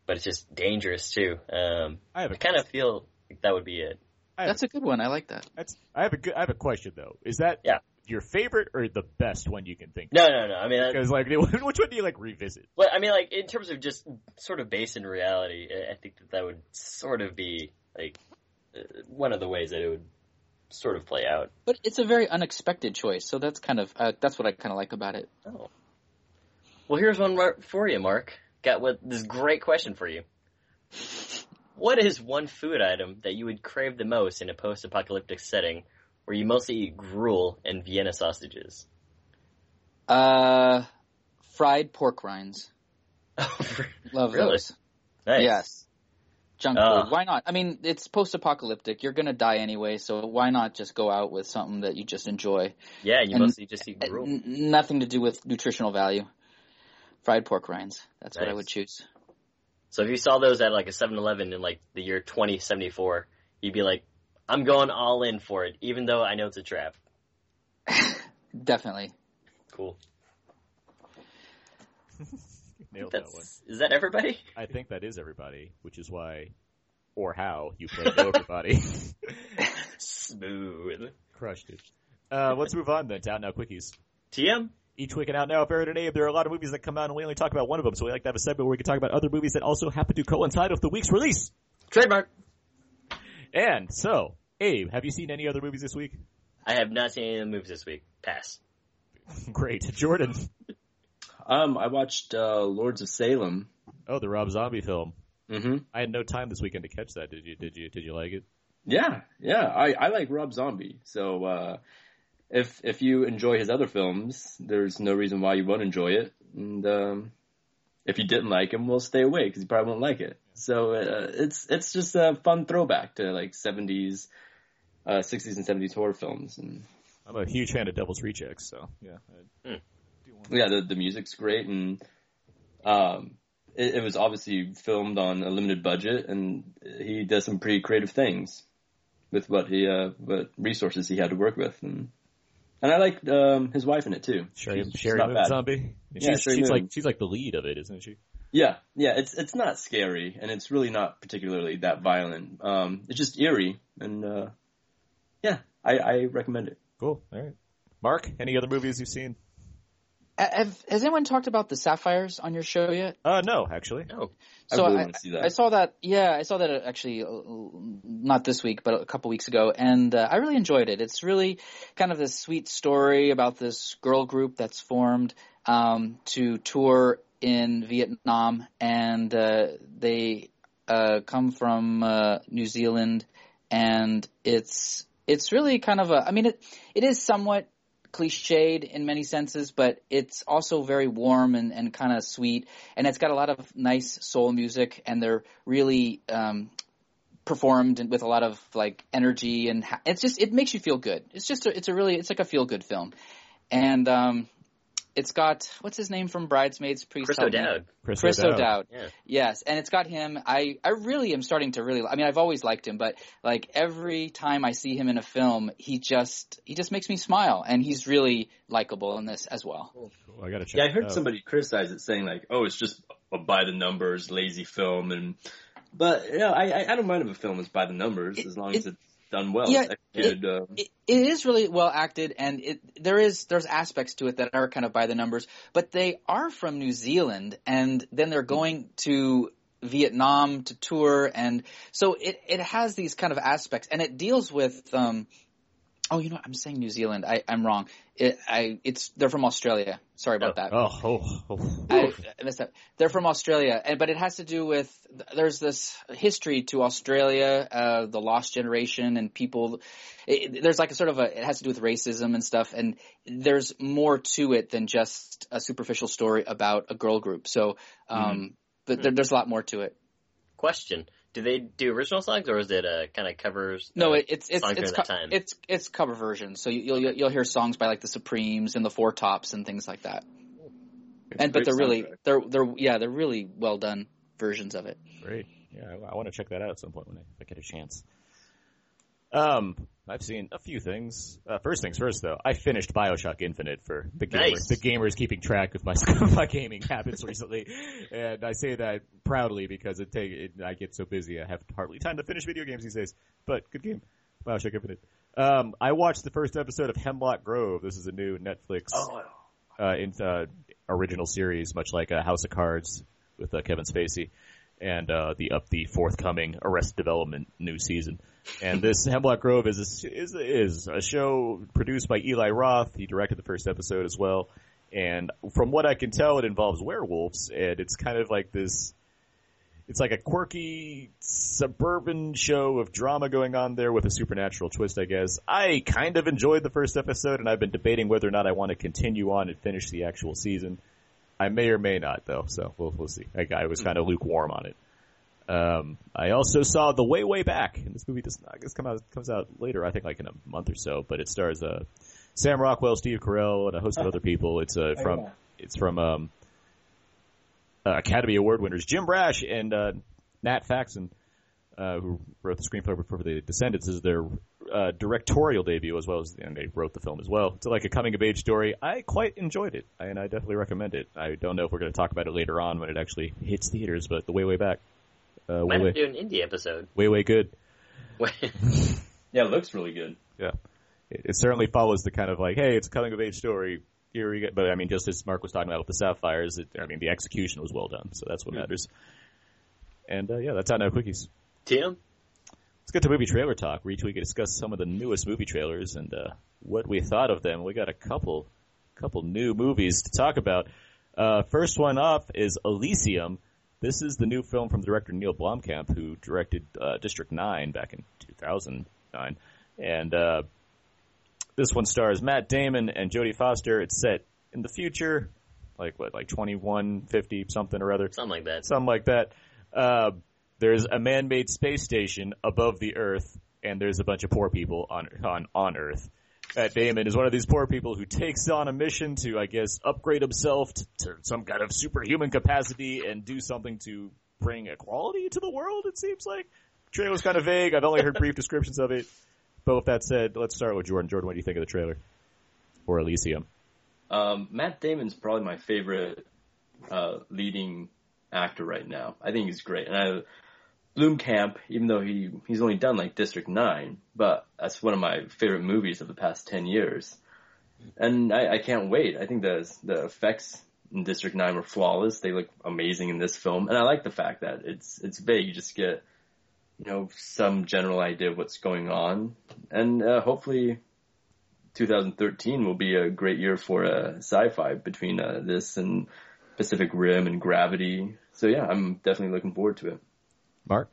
S7: But it's just dangerous too. Um,
S4: I have a
S7: I kind of feel like that would be it.
S4: I-
S10: That's a good one. I like that.
S4: that's, I have a good. I have a question though. Is that
S7: Yeah.
S4: your favorite or the best one you can think?
S7: No, no, no. I mean, that,
S4: Because like, which one do you like revisit?
S7: well, I mean, like in terms of just sort of base in reality, I- I think that that would sort of be like uh, one of the ways that it would sort of play out.
S10: But it's a very unexpected choice, so that's kind of uh, that's what I kind of like about it.
S7: Oh. Well, here's one mar- for you, Mark. Got what this great question for you. What is one food item that you would crave the most in a post-apocalyptic setting where you mostly eat gruel and Vienna sausages?
S10: Uh, fried pork rinds. Love
S7: Really?
S10: those.
S7: nice. Uh.
S10: Yes. Junk
S7: Ugh.
S10: food. Why not? I mean, it's post-apocalyptic. You're gonna die anyway, so why not just go out with something that you just enjoy?
S7: Yeah, you
S10: And-
S7: mostly just eat gruel.
S10: N- nothing to do with nutritional value. Fried pork rinds. That's what I
S7: Nice.
S10: would choose.
S7: So if you saw those at like a 7-Eleven in like the year 2074, you'd be like, I'm going all in for it, even though I know it's a trap.
S10: Definitely.
S7: Cool.
S4: Nailed that one.
S7: That's, is that everybody?
S4: I think that is everybody, which is why or how you played everybody.
S7: Smooth.
S4: Crushed it. Uh, let's move on then to Out Now Quickies.
S7: TM?
S4: Each week and Out Now, if Aaron and Abe, there are a lot of movies that come out and we only talk about one of them, so we like to have a segment where we can talk about other movies that also happen to coincide with the week's release.
S7: Trademark.
S4: And so, Abe, have you seen any other movies this week?
S7: I have not seen any of the moves this week. Pass.
S4: Great. Jordan.
S9: Um, I watched uh, Lords of Salem.
S4: Oh, the Rob Zombie film.
S9: Mm-hmm.
S4: I had no time this weekend to catch that. Did you? Did you? Did you like it?
S9: Yeah, yeah. I, I like Rob Zombie. So uh, if if you enjoy his other films, there's no reason why you won't enjoy it. And um, if you didn't like him, well, stay away because you probably won't like it. So uh, it's it's just a fun throwback to like 70s, uh, 60s and 70s horror films. And
S4: I'm a huge fan of Devil's Rejects, so yeah.
S9: yeah, the the music's great and um, it, it was obviously filmed on a limited budget, and he does some pretty creative things with what he uh, what resources he had to work with, and and I liked um, his wife in it too.
S4: Sherry,
S9: She's- she's
S4: Sherry
S9: not
S4: Moon
S9: bad.
S4: Zombie. And
S9: Yeah,
S4: she's
S9: Sherry
S4: she's
S9: Moon.
S4: like she's like the lead of it, isn't she?
S9: Yeah, yeah, it's it's not scary, and it's really not particularly that violent. Um, it's just eerie, and uh, yeah, I, I recommend it.
S4: Cool. All right. Mark, any other movies you've seen?
S10: A- Have, has anyone talked about the sapphires on your show yet?
S4: Uh, no, actually.
S7: No.
S9: I
S10: So
S9: really
S10: I-
S9: want to see that.
S10: I saw that. Yeah, I saw that uh, actually uh, not this week, but a couple weeks ago, and uh, I really enjoyed it. It's really kind of this sweet story about this girl group that's formed um, to tour in Vietnam, and uh, they uh, come from uh, New Zealand, and it's it's really kind of a. I mean, it it is somewhat cliched in many senses, but it's also very warm and, and kind of sweet. And it's got a lot of nice soul music, and they're really um, performed and with a lot of like energy, and ha- it's just it makes you feel good. It's just a, it's a really it's like a feel good film, and um, it's got what's his name from Bridesmaids, Priest
S7: Chris
S10: help me.
S7: O'Dowd.
S4: Chris,
S10: Chris O'Dowd.
S7: Yeah.
S10: Yes, and it's got him. I I really am starting to really. I mean, I've always liked him, but like every time I see him in a film, he just he just makes me smile, and he's really likable in this as well.
S4: Cool, Oh, I gotta check.
S9: Yeah, I
S4: it
S9: heard
S4: out.
S9: somebody criticize it, saying like, "Oh, it's just a by the numbers, lazy film." And but you know, I I- I don't mind if a film is by the numbers
S10: It-
S9: as long
S10: it-
S9: as it's done well.
S10: Yeah,
S9: It's executed, um,
S10: It, it is really well acted, and it there is there's aspects to it that are kind of by the numbers, but they are from New Zealand, and then they're going to Vietnam to tour, and so it it has these kind of aspects, and it deals with. Um, Oh, you know, what? I'm saying New Zealand. I, I'm wrong. It, I, it's they're from Australia. Sorry about that.
S4: Oh, oh, oh.
S10: I, I messed up. They're from Australia, and but it has to do with there's this history to Australia, uh, the lost generation, and people. It, there's like a sort of a it has to do with racism and stuff, and there's more to it than just a superficial story about a girl group. So,
S9: Mm-hmm.
S10: um, but
S7: Hmm.
S10: there, there's a lot more to it.
S7: Question: Do they do original songs, or is it uh, kind of covers?
S10: No,
S7: uh,
S10: it, it's it's
S7: songs
S10: it's,
S7: during that
S10: co-
S7: time.
S10: it's it's cover versions. So you, you'll you'll you'll hear songs by like the Supremes and the Four Tops and things like that. And but
S9: great
S10: they're really
S9: soundtrack.
S10: they're they're yeah they're really well done versions of it.
S4: Great. Yeah, I, I want to check that out at some point when I, if I get a chance. Um, I've seen a few things. Uh, first things first, though, I finished Bioshock Infinite for the gamer.
S7: Nice.
S4: The gamer is keeping track of my of my gaming habits recently, and I say that proudly because it take it, I get so busy I have hardly time to finish video games these days. But good game, Bioshock Infinite. Um, I watched the first episode of Hemlock Grove. This is a new Netflix uh, in, uh, original series, much like uh, House of Cards with uh, Kevin Spacey, and uh, the up the forthcoming Arrest Development new season. And this Hemlock Grove is a, is is a show produced by Eli Roth. He directed the first episode as well. And from what I can tell, it involves werewolves, and it's kind of like this it's like a quirky suburban show of drama going on there with a supernatural twist, I guess. I kind of enjoyed the first episode, and I've been debating whether or not I want to continue on and finish the actual season. I may or may not, though, so we'll, we'll see. I, I was kind of lukewarm on it. Um, I also saw The Way Way Back, and this movie does not, I guess come out, comes out later, I think like in a month or so, but it stars uh, Sam Rockwell, Steve Carell, and a host of other people. It's uh, from, it's from um, uh, Academy Award winners Jim Brash and uh, Nat Faxon, uh, who wrote the screenplay for The Descendants, is their uh, directorial debut as well as, and they wrote the film as well. It's like a coming of age story. I quite enjoyed it, and I definitely recommend it. I don't know if we're going to talk about it later on when it actually hits theaters, but the way way back, uh, way
S7: Might have
S4: way
S7: to do an indie episode.
S4: way way good.
S9: yeah, it looks really good.
S4: Yeah, it, it certainly follows the kind of like, hey, it's a coming of age story. Here we go. But I mean, just as Mark was talking about with the sapphires, it, I mean, the execution was well done, so that's what matters. And uh, yeah, that's out now quickies.
S7: Tim,
S4: Let's get to movie trailer talk, where each week we discuss some of the newest movie trailers and uh, what we thought of them. We got a couple, couple new movies to talk about. Uh, first one up is Elysium. This is the new film from director Neil Blomkamp, who directed uh, District 9 back in 2009. And uh, this one stars Matt Damon and Jodie Foster. It's set in the future, like what, like 2150 something or other
S7: Something like that.
S4: something like that. Uh, there's a man-made space station above the Earth, and there's a bunch of poor people on on on Earth. Matt Damon is one of these poor people who takes on a mission to, I guess, upgrade himself t- to some kind of superhuman capacity and do something to bring equality to the world. It seems like trailer was kind of vague. I've only heard brief descriptions of it. But with that said, let's start with Jordan. Jordan, what do you think of the trailer? Or Elysium?
S9: Um, Matt Damon's probably my favorite uh, leading actor right now. I think he's great, and I Bloomkamp, even though he he's only done like District Nine, but that's one of my favorite movies of the past ten years, and I, I can't wait. I think the the effects in District Nine were flawless. They look amazing in this film, and I like the fact that it's it's vague. You just get you know some general idea of what's going on, and uh, hopefully 2013 will be a great year for uh, sci-fi between uh, this and Pacific Rim and Gravity. So yeah, I'm definitely looking forward to it.
S4: Mark?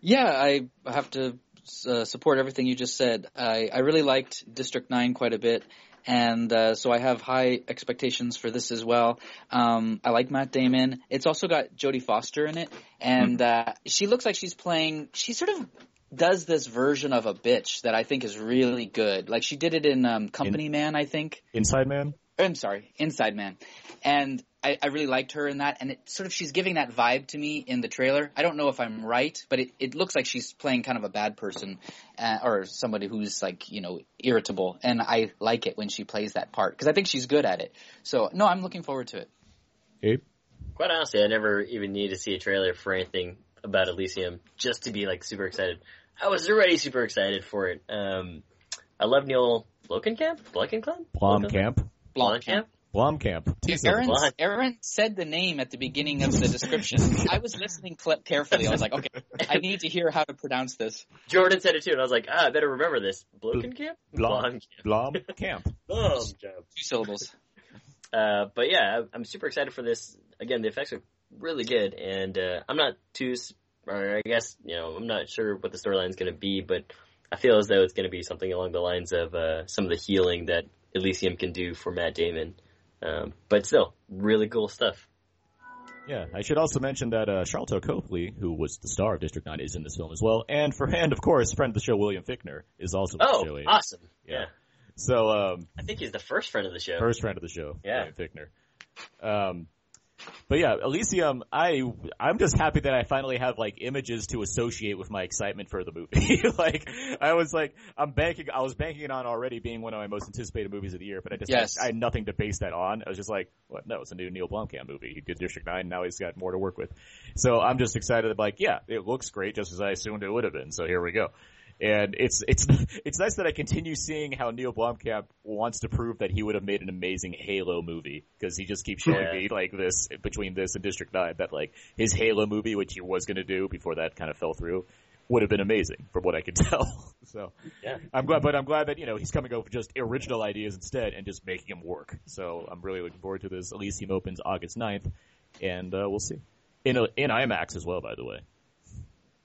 S10: Yeah, I have to uh, support everything you just said. I, I really liked District 9 quite a bit, and uh, so I have high expectations for this as well. Um, I like Matt Damon. It's also got Jodie Foster in it, and uh, she looks like she's playing, she sort of does this version of a bitch that I think is really good. Like she did it in um, Company Man, I think.
S4: Inside Man?
S10: I'm sorry, Inside Man. And I, I really liked her in that, and it sort of she's giving that vibe to me in the trailer. I don't know if I'm right, but it, it looks like she's playing kind of a bad person, uh, or somebody who's like you know irritable, and I like it when she plays that part because I think she's good at it. So no, I'm looking forward to it.
S4: Abe?
S7: Quite honestly, I never even need to see a trailer for anything about Elysium just to be like super excited. I was already super excited for it. Um, I love Neil Blomkamp. Blomkamp.
S4: Blomkamp?
S7: Blomkamp.
S4: Blomkamp.
S10: Aaron,
S7: Blonde.
S10: Aaron said the name at the beginning of the description. I was listening cle- carefully. I was like, okay, I need to hear how to pronounce this.
S7: Jordan said it too, and I was like, ah, I better remember this. Blomkamp.
S4: Blom- Blomkamp.
S7: Blomkamp.
S10: Two syllables.
S7: Uh, but yeah, I'm- I'm super excited for this. Again, the effects are really good, and uh, I'm not too, s- or I guess you know, I'm not sure what the storyline's going to be, but I feel as though it's going to be something along the lines of uh, some of the healing that Elysium can do for Matt Damon. Um, but still, really cool stuff.
S4: Yeah, I should also mention that uh, Charlton Copley, who was the star of District 9, is in this film as well. And for and of course, friend of the show William Fickner is also in
S7: Oh,
S4: the show. Abe.
S7: awesome!
S4: Yeah.
S7: Yeah.
S4: So um,
S7: I think he's the first friend of the show.
S4: first friend of the show,
S7: Yeah.
S4: William Fickner. Um, but yeah, Elysium, I I'm just happy that I finally have like images to associate with my excitement for the movie. like I was like I'm banking I was banking it on already being one of my most anticipated movies of the year, but I just
S10: Yes.
S4: I had nothing to base that on. I was just like, what? No, it's a new Neil Blomkamp movie. He did District Nine, now he's got more to work with. So I'm just excited. Like, yeah, it looks great, just as I assumed it would have been. So here we go. And it's it's it's nice that I continue seeing how Neil Blomkamp wants to prove that he would have made an amazing Halo movie because he just keeps showing
S7: Yeah.
S4: me like this between this and District Nine that like his Halo movie, which he was going to do before that kind of fell through, would have been amazing from what I could tell. so
S7: Yeah.
S4: I'm glad, but I'm glad that you know he's coming up with just original ideas instead and just making them work. So I'm really looking forward to this. Elysium opens August 9th, and uh, we'll see in a, in IMAX as well. By the way,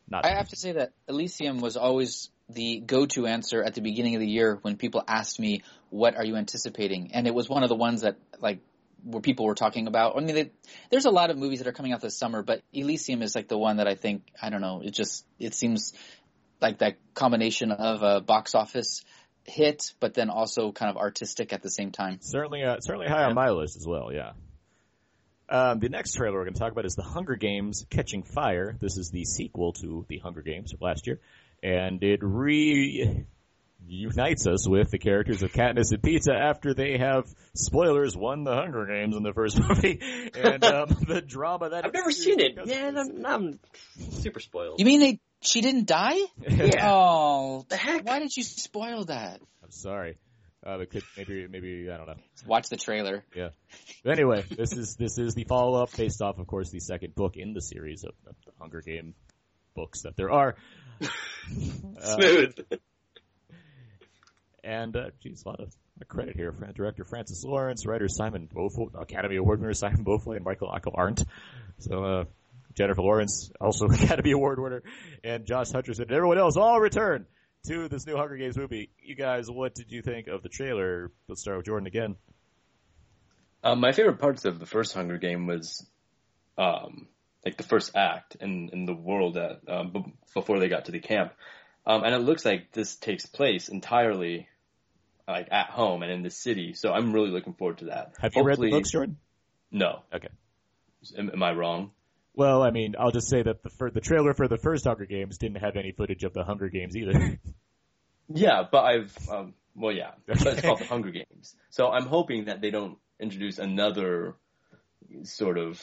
S4: not
S10: I have to say that Elysium was always the go-to answer at the beginning of the year when people asked me, "What are you anticipating?" And it was one of the ones that like where people were talking about. I mean, they, there's a lot of movies that are coming out this summer, but Elysium is like the one that I think I don't know. It just it seems like that combination of a box office hit, but then also kind of artistic at the same time.
S4: certainly uh, certainly high on my list as well. Yeah. Um, the next trailer we're going to talk about is The Hunger Games: Catching Fire. This is the sequel to The Hunger Games of last year, and it reunites us with the characters of Katniss and Pizza after they have spoilers won the Hunger Games in the first movie, and um, the drama that
S7: I've never
S4: ensues
S7: seen it,
S4: because of
S7: man.
S4: this.
S7: I'm, I'm super spoiled.
S10: You mean they she didn't die?
S7: Yeah.
S10: Oh,
S7: The heck?
S10: why did you spoil that?
S4: I'm sorry. Uh, it could, maybe, maybe I don't know.
S10: Watch the trailer.
S4: But anyway, this is this is the follow up based off, of course, the second book in the series of, of the Hunger Game books that there are. Uh,
S7: Smooth.
S4: And, uh, geez, a lot of credit here. Fran- Director Francis Lawrence, writer Simon Beaufort, Academy Award winner Simon Beaufort, and Michael Ockel aren't. So, uh, Jennifer Lawrence, also Academy Award winner, and Josh Hutcherson, and everyone else all return to this new Hunger Games movie. You guys, what did you think of the trailer? Let's start with Jordan again.
S9: Um, my favorite parts of the first Hunger Game was, um, like the first act in in the world that um, b- before they got to the camp, um, and it looks like this takes place entirely, like at home and in the city. So I'm really looking forward to that.
S4: Have you
S9: Hopefully-
S4: read the books, Jordan?
S9: No.
S4: Okay.
S9: Am, am I wrong?
S4: Well, I mean, I'll just say that the fir- the trailer for the first Hunger Games didn't have any footage of the Hunger Games either.
S9: Yeah, but I've um, well, yeah, but
S4: Okay.
S9: it's called the Hunger Games. So I'm hoping that they don't introduce another sort of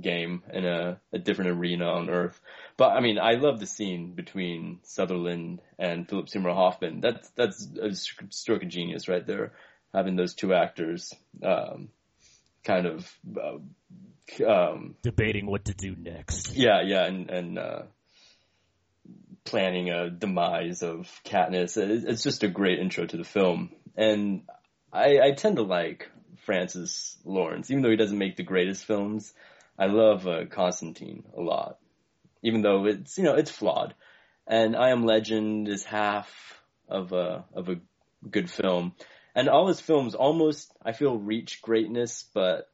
S9: game in a, a different arena on Earth. But I mean, I love the scene between Sutherland and Philip Seymour Hoffman. That's that's a st- stroke of genius right there, having those two actors um, kind of. Uh, c- um,
S4: Debating what to do next.
S9: yeah, yeah, and and uh, planning a demise of Katniss. It- It's just a great intro to the film, and I, I tend to like Francis Lawrence, even though he doesn't make the greatest films. I love uh, Constantine a lot, even though it's you know it's flawed, and I Am Legend is half of a of a good film, and all his films almost I feel reach greatness, but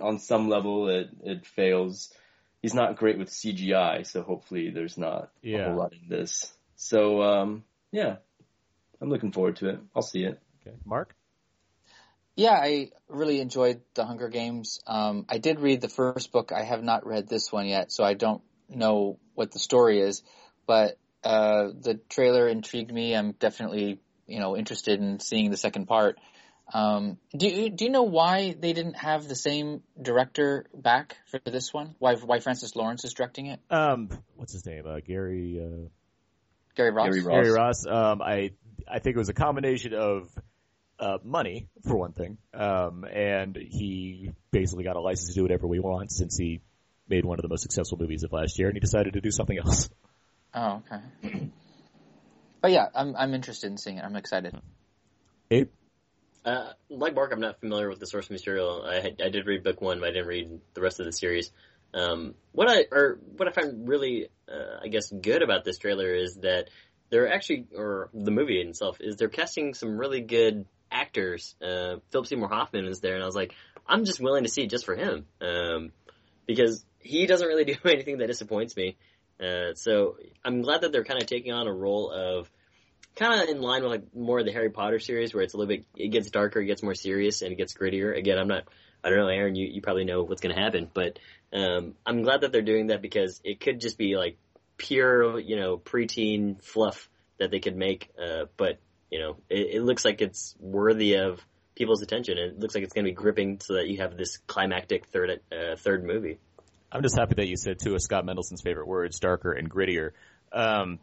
S9: on some level it it fails. He's not great with CGI, so hopefully there's not a
S4: Yeah.
S9: whole lot in this. So um, yeah, I'm looking forward to it. I'll see it.
S4: Okay. Mark?
S10: Yeah, I really enjoyed The Hunger Games. Um, I did read the first book. I have not read this one yet, so I don't know what the story is. But uh, the trailer intrigued me. I'm definitely, you know, interested in seeing the second part. Um, do you, do you know why they didn't have the same director back for this one? Why why Francis Lawrence is directing it?
S4: Um, what's his name? Uh, Gary, uh,
S10: Gary Ross.
S9: Gary Ross.
S4: Gary Ross. Um, I I think it was a combination of uh, money for one thing, um, and he basically got a license to do whatever we want since he made one of the most successful movies of last year, and he decided to do something else.
S10: Oh, okay. but yeah, I'm I'm interested in seeing it. I'm excited.
S4: Abe,
S7: Uh, like Mark, I'm not familiar with the source material. I had- I did read book one, but I didn't read the rest of the series. Um, what I or what I find really, uh, I guess, good about this trailer is that they're actually, or the movie itself, is they're casting some really good actors. Uh, Philip Seymour Hoffman is there, and I was like, I'm just willing to see it just for him, um, because he doesn't really do anything that disappoints me. Uh, so I'm glad that they're kind of taking on a role of kind of in line with like more of the Harry Potter series, where it's a little bit it gets darker, it gets more serious, and it gets grittier. Again, I'm not, I don't know, Aaron, you, you probably know what's going to happen, but um, I'm glad that they're doing that because it could just be like pure, you know, preteen fluff that they could make, uh, but you know, it, it looks like it's worthy of people's attention, and it looks like it's going to be gripping, so that you have this climactic third uh, third movie.
S4: I'm just happy that you said two of Scott Mendelsohn's favorite words, darker and grittier. Um,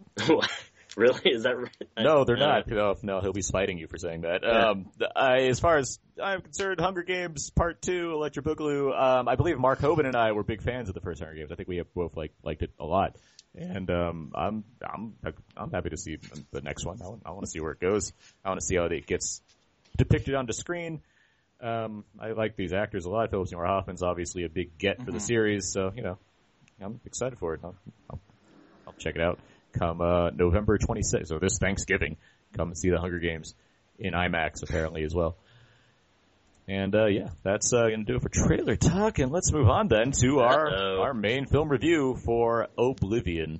S7: really? Is that uh, right?
S4: No, they're
S7: I don't know.
S4: not. No, no, he'll be spiting you for saying that. Um, th- I, as far as I'm concerned, Hunger Games Part Two, Electric Boogaloo. Um, I believe Mark Hoban and I were big fans of the first Hunger Games. I think we have both like liked it a lot, and um, I'm I'm I'm happy to see the next one. I, want- I want to see where it goes. I want to see how it gets depicted onto screen. Um, I like these actors a lot. Philip Seymour Hoffman's obviously a big get
S7: Mm-hmm.
S4: for the series, so you know I'm excited for it. I'll, I'll, I'll check it out come uh, November 26th, so this Thanksgiving. Come and see the Hunger Games in IMAX apparently as well. And uh, yeah, that's uh, gonna do it for trailer talk, and let's move on then to our
S7: Uh-oh.
S4: our main film review for Oblivion.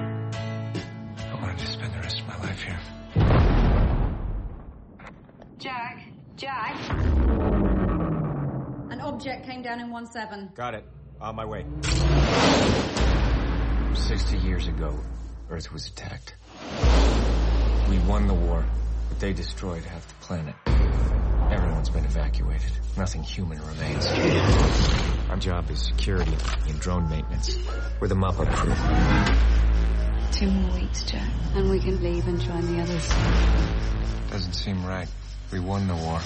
S3: I wanted to spend the rest of my life here.
S2: Jack, Jack. An object came down in 1 7.
S5: Got it. On my way. 60 years ago, Earth was attacked. We won the war, but they destroyed half the planet. Everyone's been evacuated. Nothing human remains. Our job is security and drone maintenance. We're the mop up crew.
S2: Two more weeks, Jack. And we can leave and join the others.
S5: Doesn't seem right. We won the war.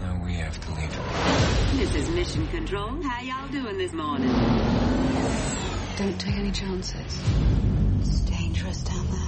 S5: Now we have to leave.
S11: This is Mission Control. How y'all doing this morning?
S2: Don't take any chances. It's dangerous down there.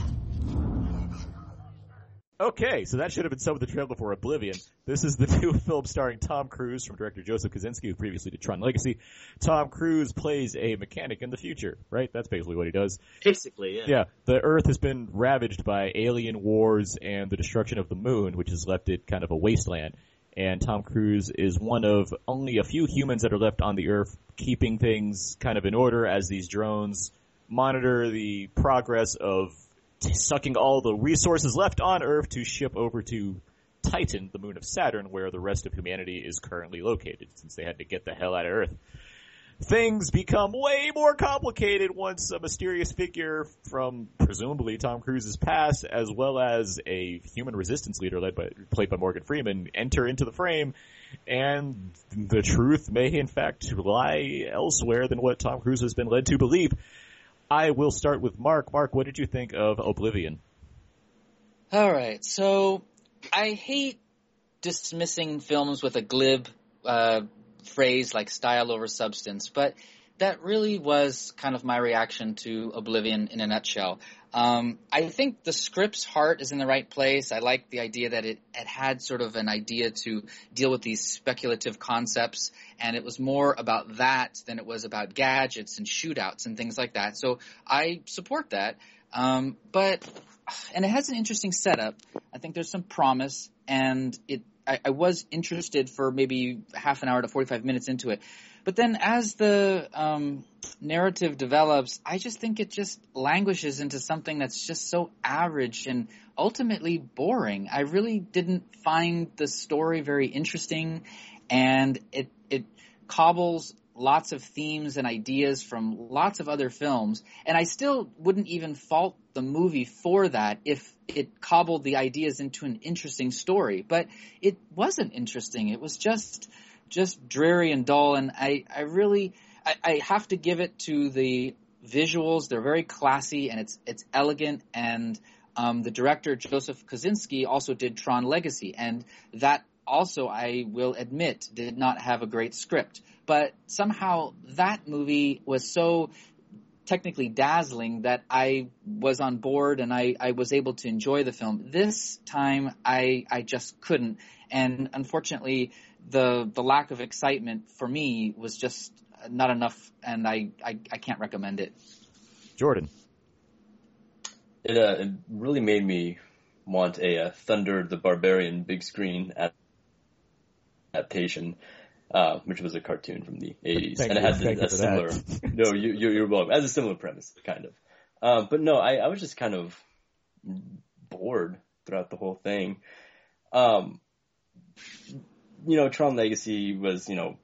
S4: Okay, so that should have been some of the trailer before Oblivion. This is the new film starring Tom Cruise from director Joseph Kosinski, who previously did Tron Legacy. Tom Cruise plays a mechanic in the future, right? That's basically what he does.
S7: Basically, yeah.
S4: Yeah, the Earth has been ravaged by alien wars and the destruction of the moon, which has left it kind of a wasteland. And Tom Cruise is one of only a few humans that are left on the Earth keeping things kind of in order as these drones monitor the progress of sucking all the resources left on Earth to ship over to Titan, the moon of Saturn, where the rest of humanity is currently located, since they had to get the hell out of Earth. Things become way more complicated once a mysterious figure from presumably Tom Cruise's past, as well as a human resistance leader led by, played by Morgan Freeman, enter into the frame, and the truth may in fact lie elsewhere than what Tom Cruise has been led to believe. I will start with Mark. Mark, what did you think of Oblivion?
S10: All right. So I hate dismissing films with a glib uh, phrase like style over substance, but that really was kind of my reaction to Oblivion in a nutshell. Um, I think the script's heart is in the right place. I like the idea that it, it had sort of an idea to deal with these speculative concepts, and it was more about that than it was about gadgets and shootouts and things like that. So I support that. Um, but, and it has an interesting setup. I think there's some promise, and it I, I, was interested for maybe half an hour to 45 minutes into it. But then as the um, narrative develops, I just think it just languishes into something that's just so average and ultimately boring. I really didn't find the story very interesting, and it, it cobbles lots of themes and ideas from lots of other films, and I still wouldn't even fault the movie for that if it cobbled the ideas into an interesting story. But it wasn't interesting. It was just just dreary and dull, and I I really I, I have to give it to the visuals. They're very classy and it's it's elegant and um, the director Joseph Kosinski also did Tron Legacy, and that also, I will admit, did not have a great script. But somehow that movie was so technically dazzling that I was on board and I, I was able to enjoy the film. This time I, I just couldn't. And unfortunately, the, the lack of excitement for me was just not enough and I, I, I can't recommend it.
S4: Jordan.
S9: It, uh, it really made me want a uh, Thunder the Barbarian big screen at adaptation, uh, which was a cartoon from the 80s.
S4: Thank
S9: and
S4: you-
S9: it had
S4: thank
S9: a,
S4: you for
S9: a similar,
S4: that.
S9: no, you, you, you're welcome. As a similar premise, kind of. Um, but no, I, I was just kind of bored throughout the whole thing. Um, you know, Tron Legacy was, you know,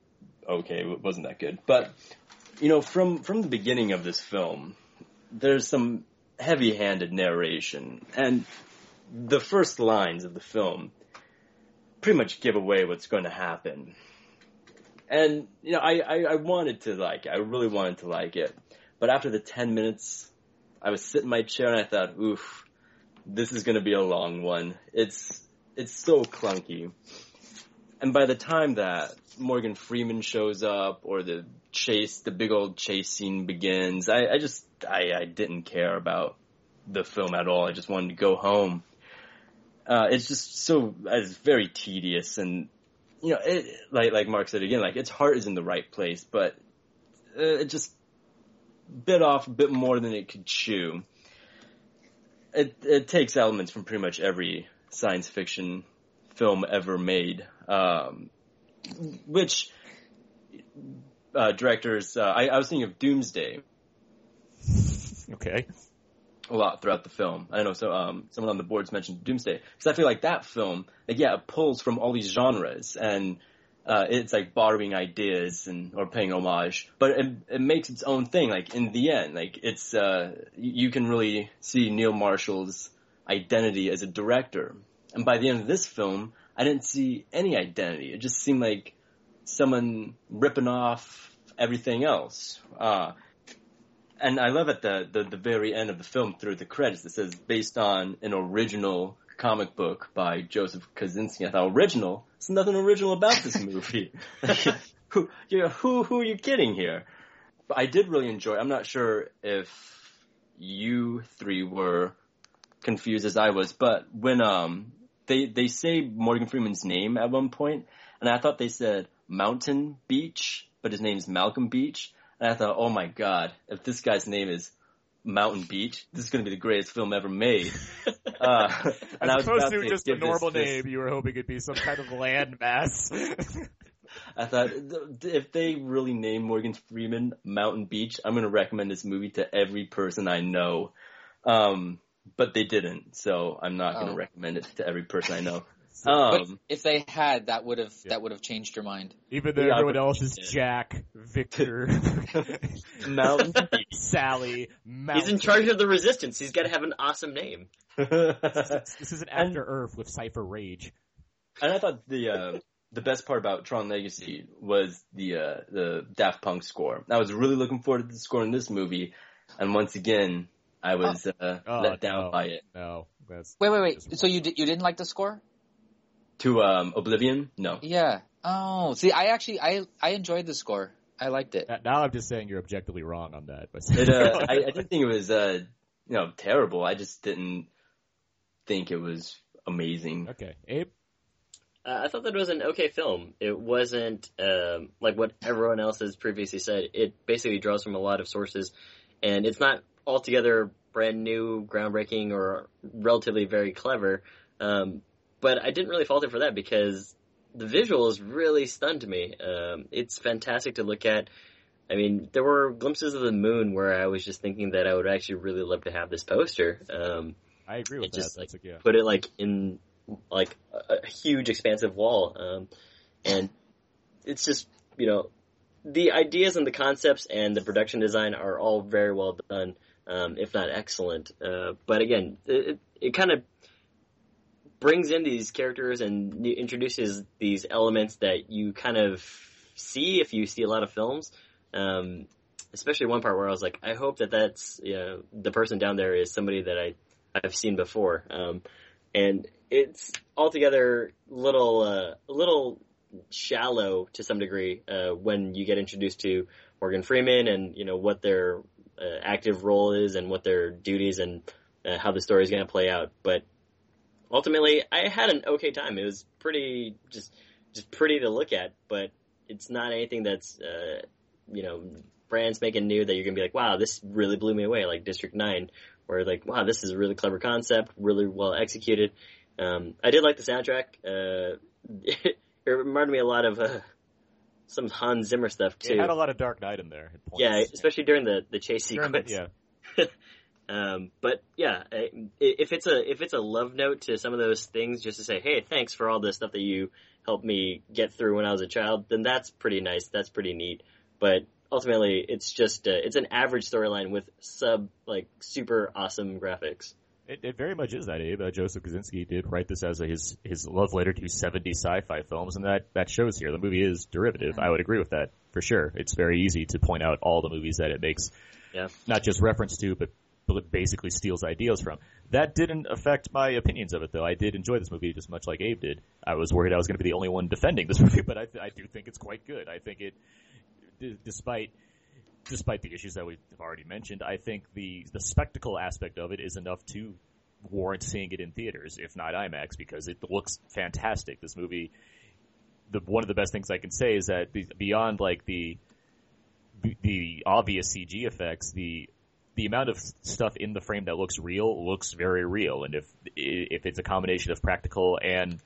S9: okay, it wasn't that good. But, you know, from, from the beginning of this film, there's some heavy handed narration. And the first lines of the film pretty much give away what's going to happen. And you know, I, I, I wanted to like it. I really wanted to like it. But after the ten minutes, I was sitting in my chair and I thought, oof, this is going to be a long one. It's it's so clunky. And by the time that Morgan Freeman shows up or the chase, the big old chase scene begins, I, I just I, I didn't care about the film at all. I just wanted to go home uh, it's just so it's very tedious and you know it like like Mark said again like its heart is in the right place but uh, it just bit off a bit more than it could chew. It it takes elements from pretty much every science fiction film ever made, um, which uh, directors uh, I, I was thinking of Doomsday
S4: Okay.
S9: a lot throughout the film. I know so um, someone on the boards mentioned Doomsday because I feel like that film, like yeah, it pulls from all these genres and uh, it's like borrowing ideas and or paying homage, but it, it makes its own thing. Like in the end, like it's uh, you can really see Neil Marshall's identity as a director. And by the end of this film, I didn't see any identity. It just seemed like someone ripping off everything else. Uh, and I love at the, the the very end of the film through the credits it says based on an original comic book by Joseph Kaczynski. I thought original. There's nothing original about this movie. who, you know, who, who are you kidding here? But I did really enjoy. I'm not sure if you three were confused as I was, but when um they they say Morgan Freeman's name at one point, and I thought they said Mountain Beach, but his name's Malcolm Beach, and I thought, oh my god, if this guy's name is Mountain Beach, this is going to be the greatest film ever made.
S4: Uh, and As opposed to, to just a normal this, name, this... you were hoping it'd be some kind of landmass.
S9: I thought if they really name Morgan Freeman Mountain Beach, I'm going to recommend this movie to every person I know. Um, but they didn't, so I'm not going to oh. recommend it to every person I know. so,
S10: um, if they had, that would have yeah. that would have changed your mind.
S4: Even though yeah, everyone else is Jack, Victor,
S9: Mountain,
S4: Sally. Mountain.
S7: Um, He's in charge of the resistance. He's got to have an awesome name.
S4: this, this is an after Earth with Cipher Rage.
S9: And I thought the uh, the best part about Tron Legacy was the uh, the Daft Punk score. I was really looking forward to the score in this movie, and once again, I was uh, uh, oh, let down
S4: no,
S9: by it.
S4: No,
S10: wait, wait, wait. So you di- you didn't like the score
S9: to um, Oblivion? No.
S10: Yeah. Oh, see, I actually I I enjoyed the score. I liked it.
S4: Now I'm just saying you're objectively wrong on that. But
S9: it, uh, I, I, didn't think it was uh, you know terrible. I just didn't think it was amazing.
S4: Okay, Abe.
S7: Uh, I thought that was an okay film. It wasn't um, like what everyone else has previously said. It basically draws from a lot of sources, and it's not altogether brand new, groundbreaking, or relatively very clever. Um, but I didn't really fault it for that because the visuals really stunned me. Um, it's fantastic to look at. I mean, there were glimpses of the moon where I was just thinking that I would actually really love to have this poster. Um,
S4: I agree with that.
S7: Just
S4: That's
S7: like
S4: a, yeah.
S7: put it like in like a, huge expansive wall, um, and it's just you know the ideas and the concepts and the production design are all very well done. Um, if not excellent. Uh, but again, it, it kind of brings in these characters and introduces these elements that you kind of see if you see a lot of films. Um, especially one part where I was like, I hope that that's you know, the person down there is somebody that I I've seen before. Um, and it's altogether little uh, little shallow to some degree uh, when you get introduced to Morgan Freeman and you know what their uh, active role is and what their duties and uh, how the story is going to play out. But ultimately, I had an okay time. It was pretty just just pretty to look at, but it's not anything that's uh, you know brands making new that you're going to be like, wow, this really blew me away. Like District Nine, where like wow, this is a really clever concept, really well executed. Um, I did like the soundtrack. Uh, it reminded me a lot of uh, some Hans Zimmer stuff too.
S4: It had a lot of Dark Knight in there.
S7: Yeah, especially during the the chase sequence.
S4: During,
S7: yeah. um, but yeah, if it's a if it's a love note to some of those things, just to say, hey, thanks for all the stuff that you helped me get through when I was a child, then that's pretty nice. That's pretty neat. But ultimately, it's just uh, it's an average storyline with sub like super awesome graphics.
S4: It, it, very much is that, Abe. Uh, Joseph Kaczynski did write this as a, his his love letter to 70 sci-fi films, and that, that shows here. The movie is derivative. I would agree with that for sure. It's very easy to point out all the movies that it makes,
S7: yeah.
S4: not just reference to, but, but basically steals ideas from. That didn't affect my opinions of it, though. I did enjoy this movie just much like Abe did. I was worried I was going to be the only one defending this movie, but I, I do think it's quite good. I think it, d- despite despite the issues that we've already mentioned, I think the the spectacle aspect of it is enough to warrant seeing it in theaters, if not IMAX, because it looks fantastic. This movie, the one of the best things I can say is that beyond like the the obvious CG effects, the the amount of stuff in the frame that looks real looks very real, and if if it's a combination of practical and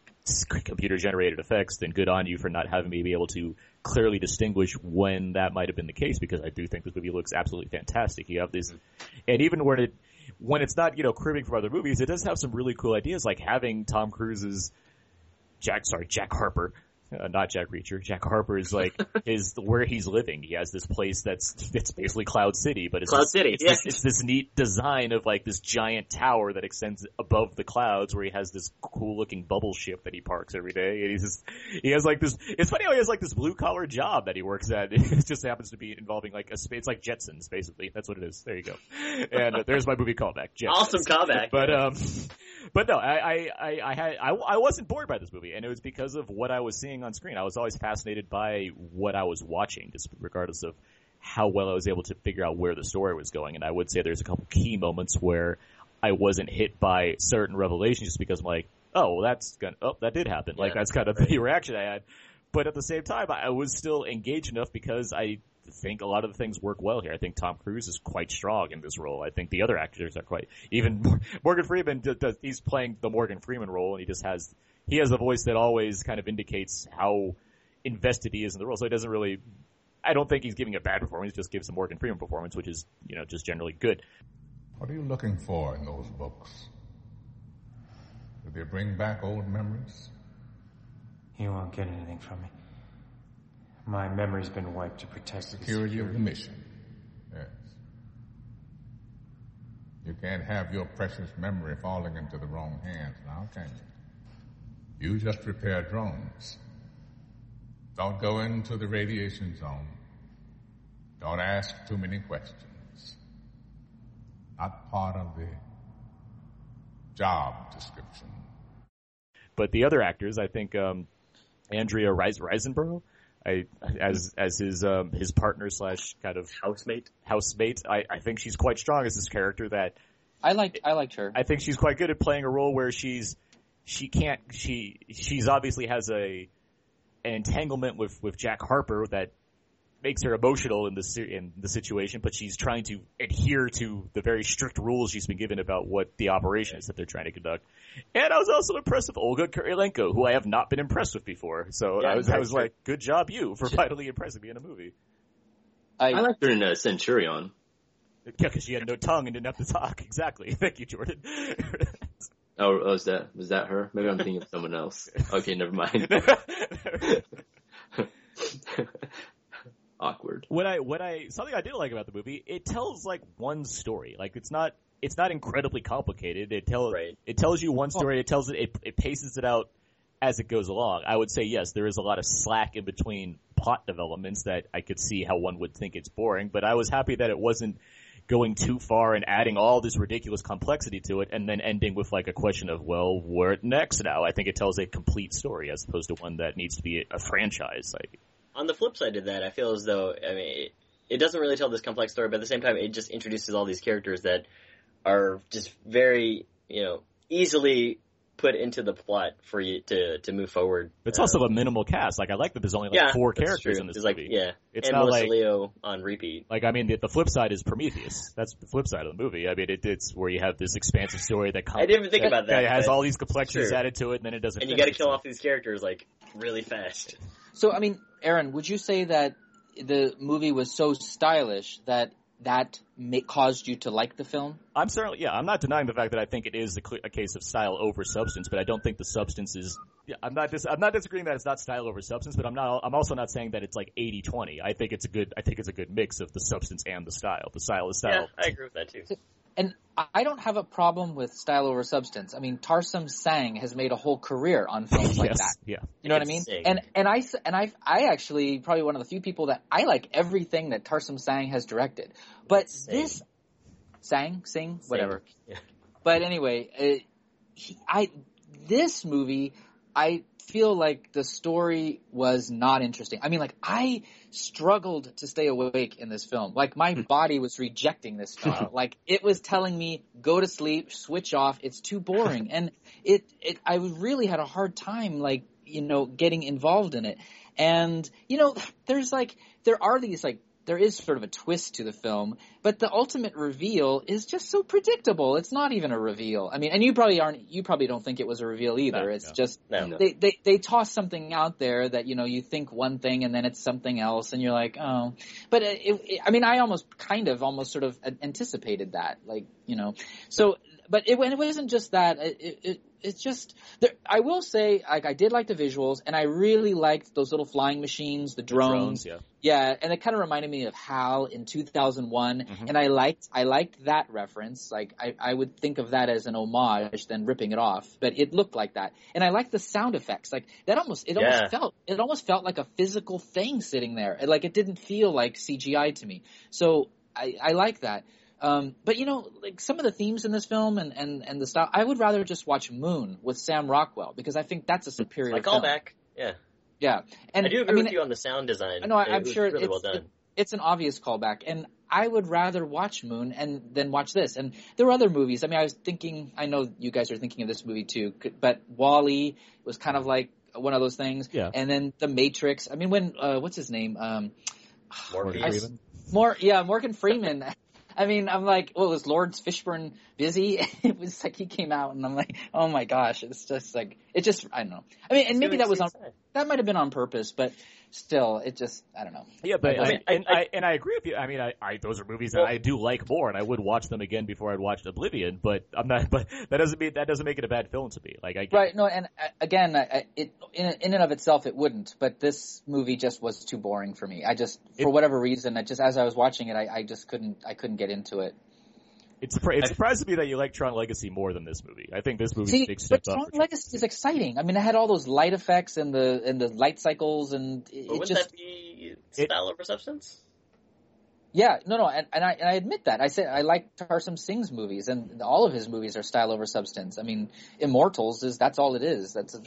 S4: computer generated effects, then good on you for not having me be able to clearly distinguish when that might have been the case because I do think this movie looks absolutely fantastic. You have these, and even when it, when it's not, you know, cribbing from other movies, it does have some really cool ideas like having Tom Cruise's Jack, sorry, Jack Harper, uh, not Jack Reacher. Jack Harper is like is where he's living. He has this place that's it's basically Cloud City, but it's
S7: Cloud
S4: this,
S7: City.
S4: It's,
S7: yeah.
S4: this, it's this neat design of like this giant tower that extends above the clouds, where he has this cool looking bubble ship that he parks every day, and he's just he has like this. It's funny how he has like this blue collar job that he works at. It just happens to be involving like a it's like Jetsons basically. That's what it is. There you go. And uh, there's my movie callback. Jetsons.
S7: Awesome callback.
S4: But um, but no, I, I, I, had, I, I wasn't bored by this movie, and it was because of what I was seeing on screen. I was always fascinated by what I was watching, just regardless of how well I was able to figure out where the story was going. And I would say there's a couple key moments where I wasn't hit by certain revelations just because I'm like, oh, well, that's gonna, oh, that did happen. like, yeah, that's kind of right. the reaction I had. But at the same time, I was still engaged enough because I think a lot of the things work well here. I think Tom Cruise is quite strong in this role. I think the other actors are quite even. Morgan Freeman does he's playing the Morgan Freeman role, and he just has he has a voice that always kind of indicates how invested he is in the role. So he doesn't really. I don't think he's giving a bad performance. He just gives a Morgan Freeman performance, which is you know just generally good.
S12: What are you looking for in those books? Do they bring back old memories?
S5: You won't get anything from me. My memory's been wiped to protect
S12: the security, security, of the mission. Yes. You can't have your precious memory falling into the wrong hands now, can you? You just repair drones. Don't go into the radiation zone. Don't ask too many questions. Not part of the job description.
S4: But the other actors, I think um, Andrea Reis- Reisenborough, I, as as his um, his partner slash kind of
S7: housemate
S4: housemate. I, I think she's quite strong as this character that
S10: I liked I liked her.
S4: I think she's quite good at playing a role where she's she can't she she's obviously has a an entanglement with with Jack Harper that makes her emotional in the in the situation, but she's trying to adhere to the very strict rules she's been given about what the operation is that they're trying to conduct. And I was also impressed with Olga Kurylenko, who I have not been impressed with before. So yeah, I was I was like, good job you for finally impressing me in a movie.
S9: I, I liked her in uh, Centurion.
S4: Yeah, because she had no tongue and didn't have to talk. Exactly. Thank you, Jordan.
S9: oh, was that was that her? Maybe I'm thinking of someone else. Okay, never mind. awkward.
S4: What I what I something I did like about the movie, it tells like one story. Like it's not it's not incredibly complicated. It tells
S7: right.
S4: it tells you one story. It tells it, it it paces it out as it goes along. I would say yes, there is a lot of slack in between plot developments that I could see how one would think it's boring. But I was happy that it wasn't going too far and adding all this ridiculous complexity to it and then ending with like a question of well where next now i think it tells a complete story as opposed to one that needs to be a franchise like,
S7: on the flip side of that, I feel as though I mean it, it, doesn't really tell this complex story, but at the same time, it just introduces all these characters that are just very you know easily put into the plot for you to to move forward.
S4: It's um, also a minimal cast. Like I like that there's only like
S7: yeah,
S4: four characters in this
S7: it's like,
S4: movie.
S7: Yeah, it's and not Melissa like Leo on repeat.
S4: Like I mean, the, the, flip side is Prometheus. That's the flip side of the movie. I mean, it, it's where you have this expansive story that
S7: comes, I didn't even think
S4: that,
S7: about that.
S4: It has all these complexities sure. added to it, and then it doesn't.
S7: And you got to kill off these characters like really fast.
S10: So I mean, Aaron, would you say that the movie was so stylish that that may, caused you to like the film?
S4: I'm certainly, yeah, I'm not denying the fact that I think it is a, cl- a case of style over substance, but I don't think the substance is. Yeah, I'm not dis- I'm not disagreeing that it's not style over substance, but I'm not. I'm also not saying that it's like 80-20. I think it's a good. I think it's a good mix of the substance and the style. The style is style.
S7: Yeah, I agree with that too.
S10: And I don't have a problem with style over substance. I mean, Tarsem Sang has made a whole career on films like
S4: yes,
S10: that.
S4: Yeah,
S10: you know it's what I mean. Sang. And and I and I I actually probably one of the few people that I like everything that Tarsem Sang has directed. But Sang. this Sang Sing whatever.
S7: Sang. Yeah.
S10: But anyway, it, he, I this movie I feel like the story was not interesting. I mean, like I struggled to stay awake in this film. Like my body was rejecting this film. like it was telling me go to sleep, switch off. It's too boring, and it it I really had a hard time like you know getting involved in it. And you know, there's like there are these like there is sort of a twist to the film, but the ultimate reveal is just so predictable. It's not even a reveal. I mean, and you probably aren't, you probably don't think it was a reveal either. No, it's no, just,
S7: no.
S10: They, they, they toss something out there that, you know, you think one thing and then it's something else and you're like, oh, but it, it, I mean, I almost kind of almost sort of anticipated that, like, you know, so, but it, it wasn't just that, it, it it's just there, I will say like I did like the visuals and I really liked those little flying machines, the drones.
S4: The drones
S10: yeah. yeah, and it kind of reminded me of HAL in 2001 mm-hmm. and I liked I liked that reference. Like I I would think of that as an homage than ripping it off, but it looked like that. And I liked the sound effects. Like that almost it yeah. almost felt it almost felt like a physical thing sitting there. Like it didn't feel like CGI to me. So I I like that. Um, but you know, like some of the themes in this film and, and, and the style, I would rather just watch Moon with Sam Rockwell because I think that's a superior.
S7: Like
S10: film.
S7: callback, yeah,
S10: yeah. And
S7: I do agree
S10: mean,
S7: with you on the sound design.
S10: I know, I-
S7: It
S10: I'm
S7: was
S10: sure
S7: really
S10: it's,
S7: well done.
S10: it- it's an obvious callback, and I would rather watch Moon and than watch this. And there were other movies. I mean, I was thinking. I know you guys are thinking of this movie too, c- but Wally was kind of like one of those things.
S4: Yeah.
S10: And then The Matrix. I mean, when uh, what's his name? Um,
S7: Morpheus.
S10: I s- more yeah, Morgan Freeman. I mean, I'm like, well, was Lawrence Fishburne busy? it was like he came out, and I'm like, oh my gosh, it's just like it just I don't know. I mean, and maybe
S7: Doing
S10: that was on
S7: CSI.
S10: that might have been on purpose, but still, it just I don't know.
S4: Yeah, but
S7: I
S4: I,
S7: mean,
S4: and
S7: I-
S4: I, and I agree with you. I mean, I, I those are movies
S7: Well-
S4: that I do like more, and I would watch them again before I'd watched Oblivion. But I'm not. But that doesn't mean that doesn't make it a bad film to me. Like I
S10: Right. No, and uh, again, I- I- it in in and of itself it wouldn't, but this movie just was too boring for me. I just for
S4: It-
S10: whatever reason, I just as I was watching it, I, I just couldn't I couldn't get into it.
S4: It's surpri- it surprises me that you like Tron Legacy more than this movie. I think this movie's a
S10: See,
S4: big step
S10: but Tron
S4: up. for
S10: Legacy is exciting. I mean, it had all those light effects and the and the light cycles, and it,
S7: But
S10: it
S7: wouldn't
S10: just
S7: that be
S4: It-
S7: style over substance?
S10: yeah, no, no, and, and I and I admit that I said I like Tarsem Singh's movies, and all of his movies are style over substance. I mean, Immortals is that's all it is. That's a,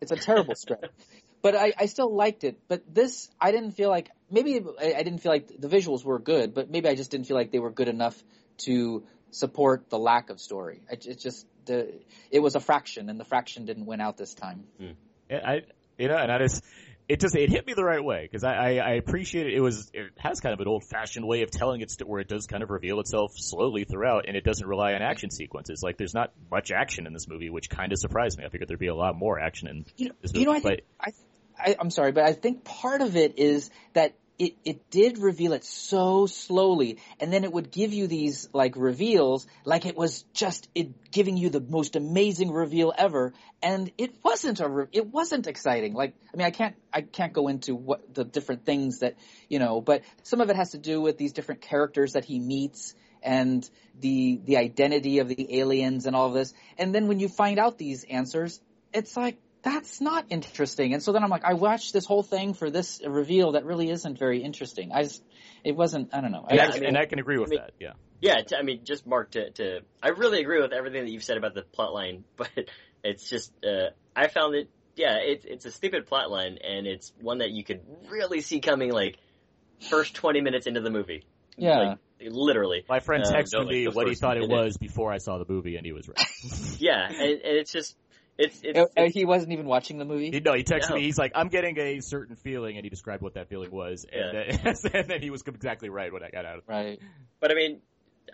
S10: it's a terrible script, but I, I still liked it. But this, I didn't feel like maybe I, I didn't feel like the visuals were good, but maybe I just didn't feel like they were good enough to support the lack of story. I, it's just the it was a fraction, and the fraction didn't win out this time.
S4: And I, you know, and I just, it just, it hit me the right way because I, I, I appreciate it. It was, it has kind of an old fashioned way of telling it st- where it does kind of reveal itself slowly throughout and it doesn't rely on action sequences. Like there's not much action in this movie, which kind of surprised me. I figured there'd be a lot more action in
S10: You know,
S4: this movie.
S10: you know I think
S4: but
S10: I, I, I'm sorry, but I think part of it is that it, it did reveal it so slowly, and then it would give you these like reveals, like it was just it giving you the most amazing reveal ever, and it wasn't a re- it wasn't exciting. Like I mean, I can't I can't go into what the different things that you know, but some of it has to do with these different characters that he meets and the the identity of the aliens and all of this. And then when you find out these answers, it's like that's not interesting. And so then I'm like, I watched this whole thing for this reveal that really isn't very interesting. I just it wasn't. I don't know.
S4: and,
S7: Yeah,
S4: I,
S7: I mean-
S4: and I can agree with
S7: I mean-
S4: that. Yeah.
S7: Yeah, t- I mean, just Mark to, to I really agree with everything that you've said about the plot line, but it's just uh, I found it. Yeah, it's it's a stupid plot line, and it's one that you could really see coming like first twenty minutes into the movie.
S10: Yeah.
S7: like, literally.
S4: My friend
S7: Um,
S4: texted
S7: no, like,
S4: me
S7: the
S4: what he
S7: first
S4: thought it
S7: minute.
S4: was before I saw the movie, and he was right.
S7: Yeah, and, and it's just it's it's,
S10: Uh,
S7: it's
S10: he wasn't even watching the
S4: He,
S10: movie.
S4: no, he texted
S7: No.
S4: me. He's like, "I'm getting a certain feeling," and he described what that feeling was, and, then, and then he was exactly right when I got out. of
S10: Right.
S7: but I mean,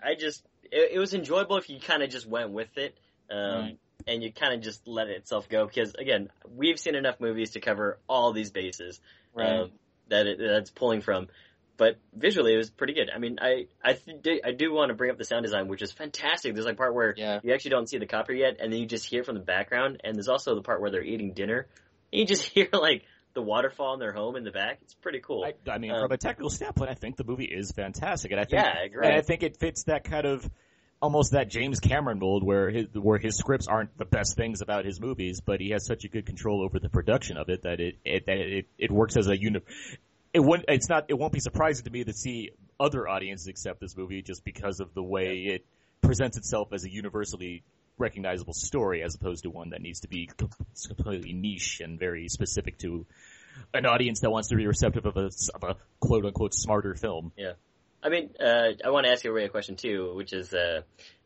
S7: I just it, it was enjoyable if you kind of just went with it, um,
S10: Right.
S7: and you kind of just let it itself go. Because again, we've seen enough movies to cover all these bases
S10: Right.
S7: um, that it, that's pulling from. But visually, it was pretty good. I mean, I I th- do- I do want to bring up the sound design, which is fantastic. There's like part where
S10: Yeah.
S7: you actually don't see the copter yet, and then you just hear it from the background. And there's also the part where they're eating dinner, and you just hear like the waterfall in their home in the back. It's pretty cool.
S4: I, I mean,
S7: Um,
S4: from a technical standpoint, I think the movie is fantastic, and I think
S7: yeah, I agree.
S4: and I think it fits that kind of almost that James Cameron mold where his where his scripts aren't the best things about his movies, but he has such a good control over the production of it that it, it that it, it works as a unit. It won't. It's not. It won't be surprising to me to see other audiences accept this movie just because of the way it presents itself as a universally recognizable story as opposed to one that needs to be com- completely niche and very specific to an audience that wants to be receptive of a, of a quote unquote smarter film.
S7: I mean, uh, I want to ask everybody a question too, which is, uh,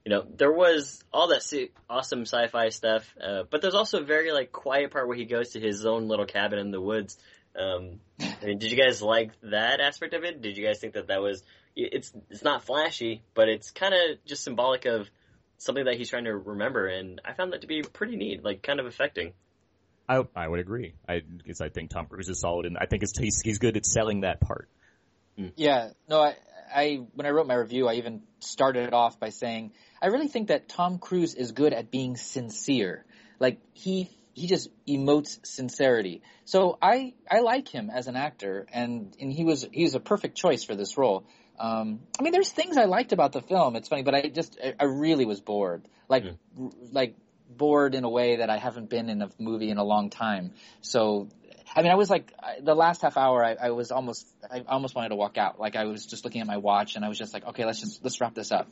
S7: you know, there was all that se- awesome sci-fi stuff, uh, but there's also a very like quiet part where he goes to his own little cabin in the woods. Um, I mean, did you guys like that aspect of it? Did you guys think that that was? It's it's not flashy, but it's kind of just symbolic of something that he's trying to remember, and I found that to be pretty neat, like kind of affecting.
S4: I I would agree. I because I think Tom Cruise is solid, and I think it's, he's he's good at selling that part.
S10: Yeah. No. I, I when I wrote my review, I even started it off by saying I really think that Tom Cruise is good at being sincere. Like he he just emotes sincerity. So I I like him as an actor, and and he was he was a perfect choice for this role. Um, I mean, there's things I liked about the film. It's funny, but I just I, I really was bored. Like r- like bored in a way that I haven't been in a movie in a long time. So I mean, I was like I- the last half hour, I, I was almost, I almost wanted to walk out. Like I was just looking at my watch, and I was just like, okay, let's just let's wrap this up.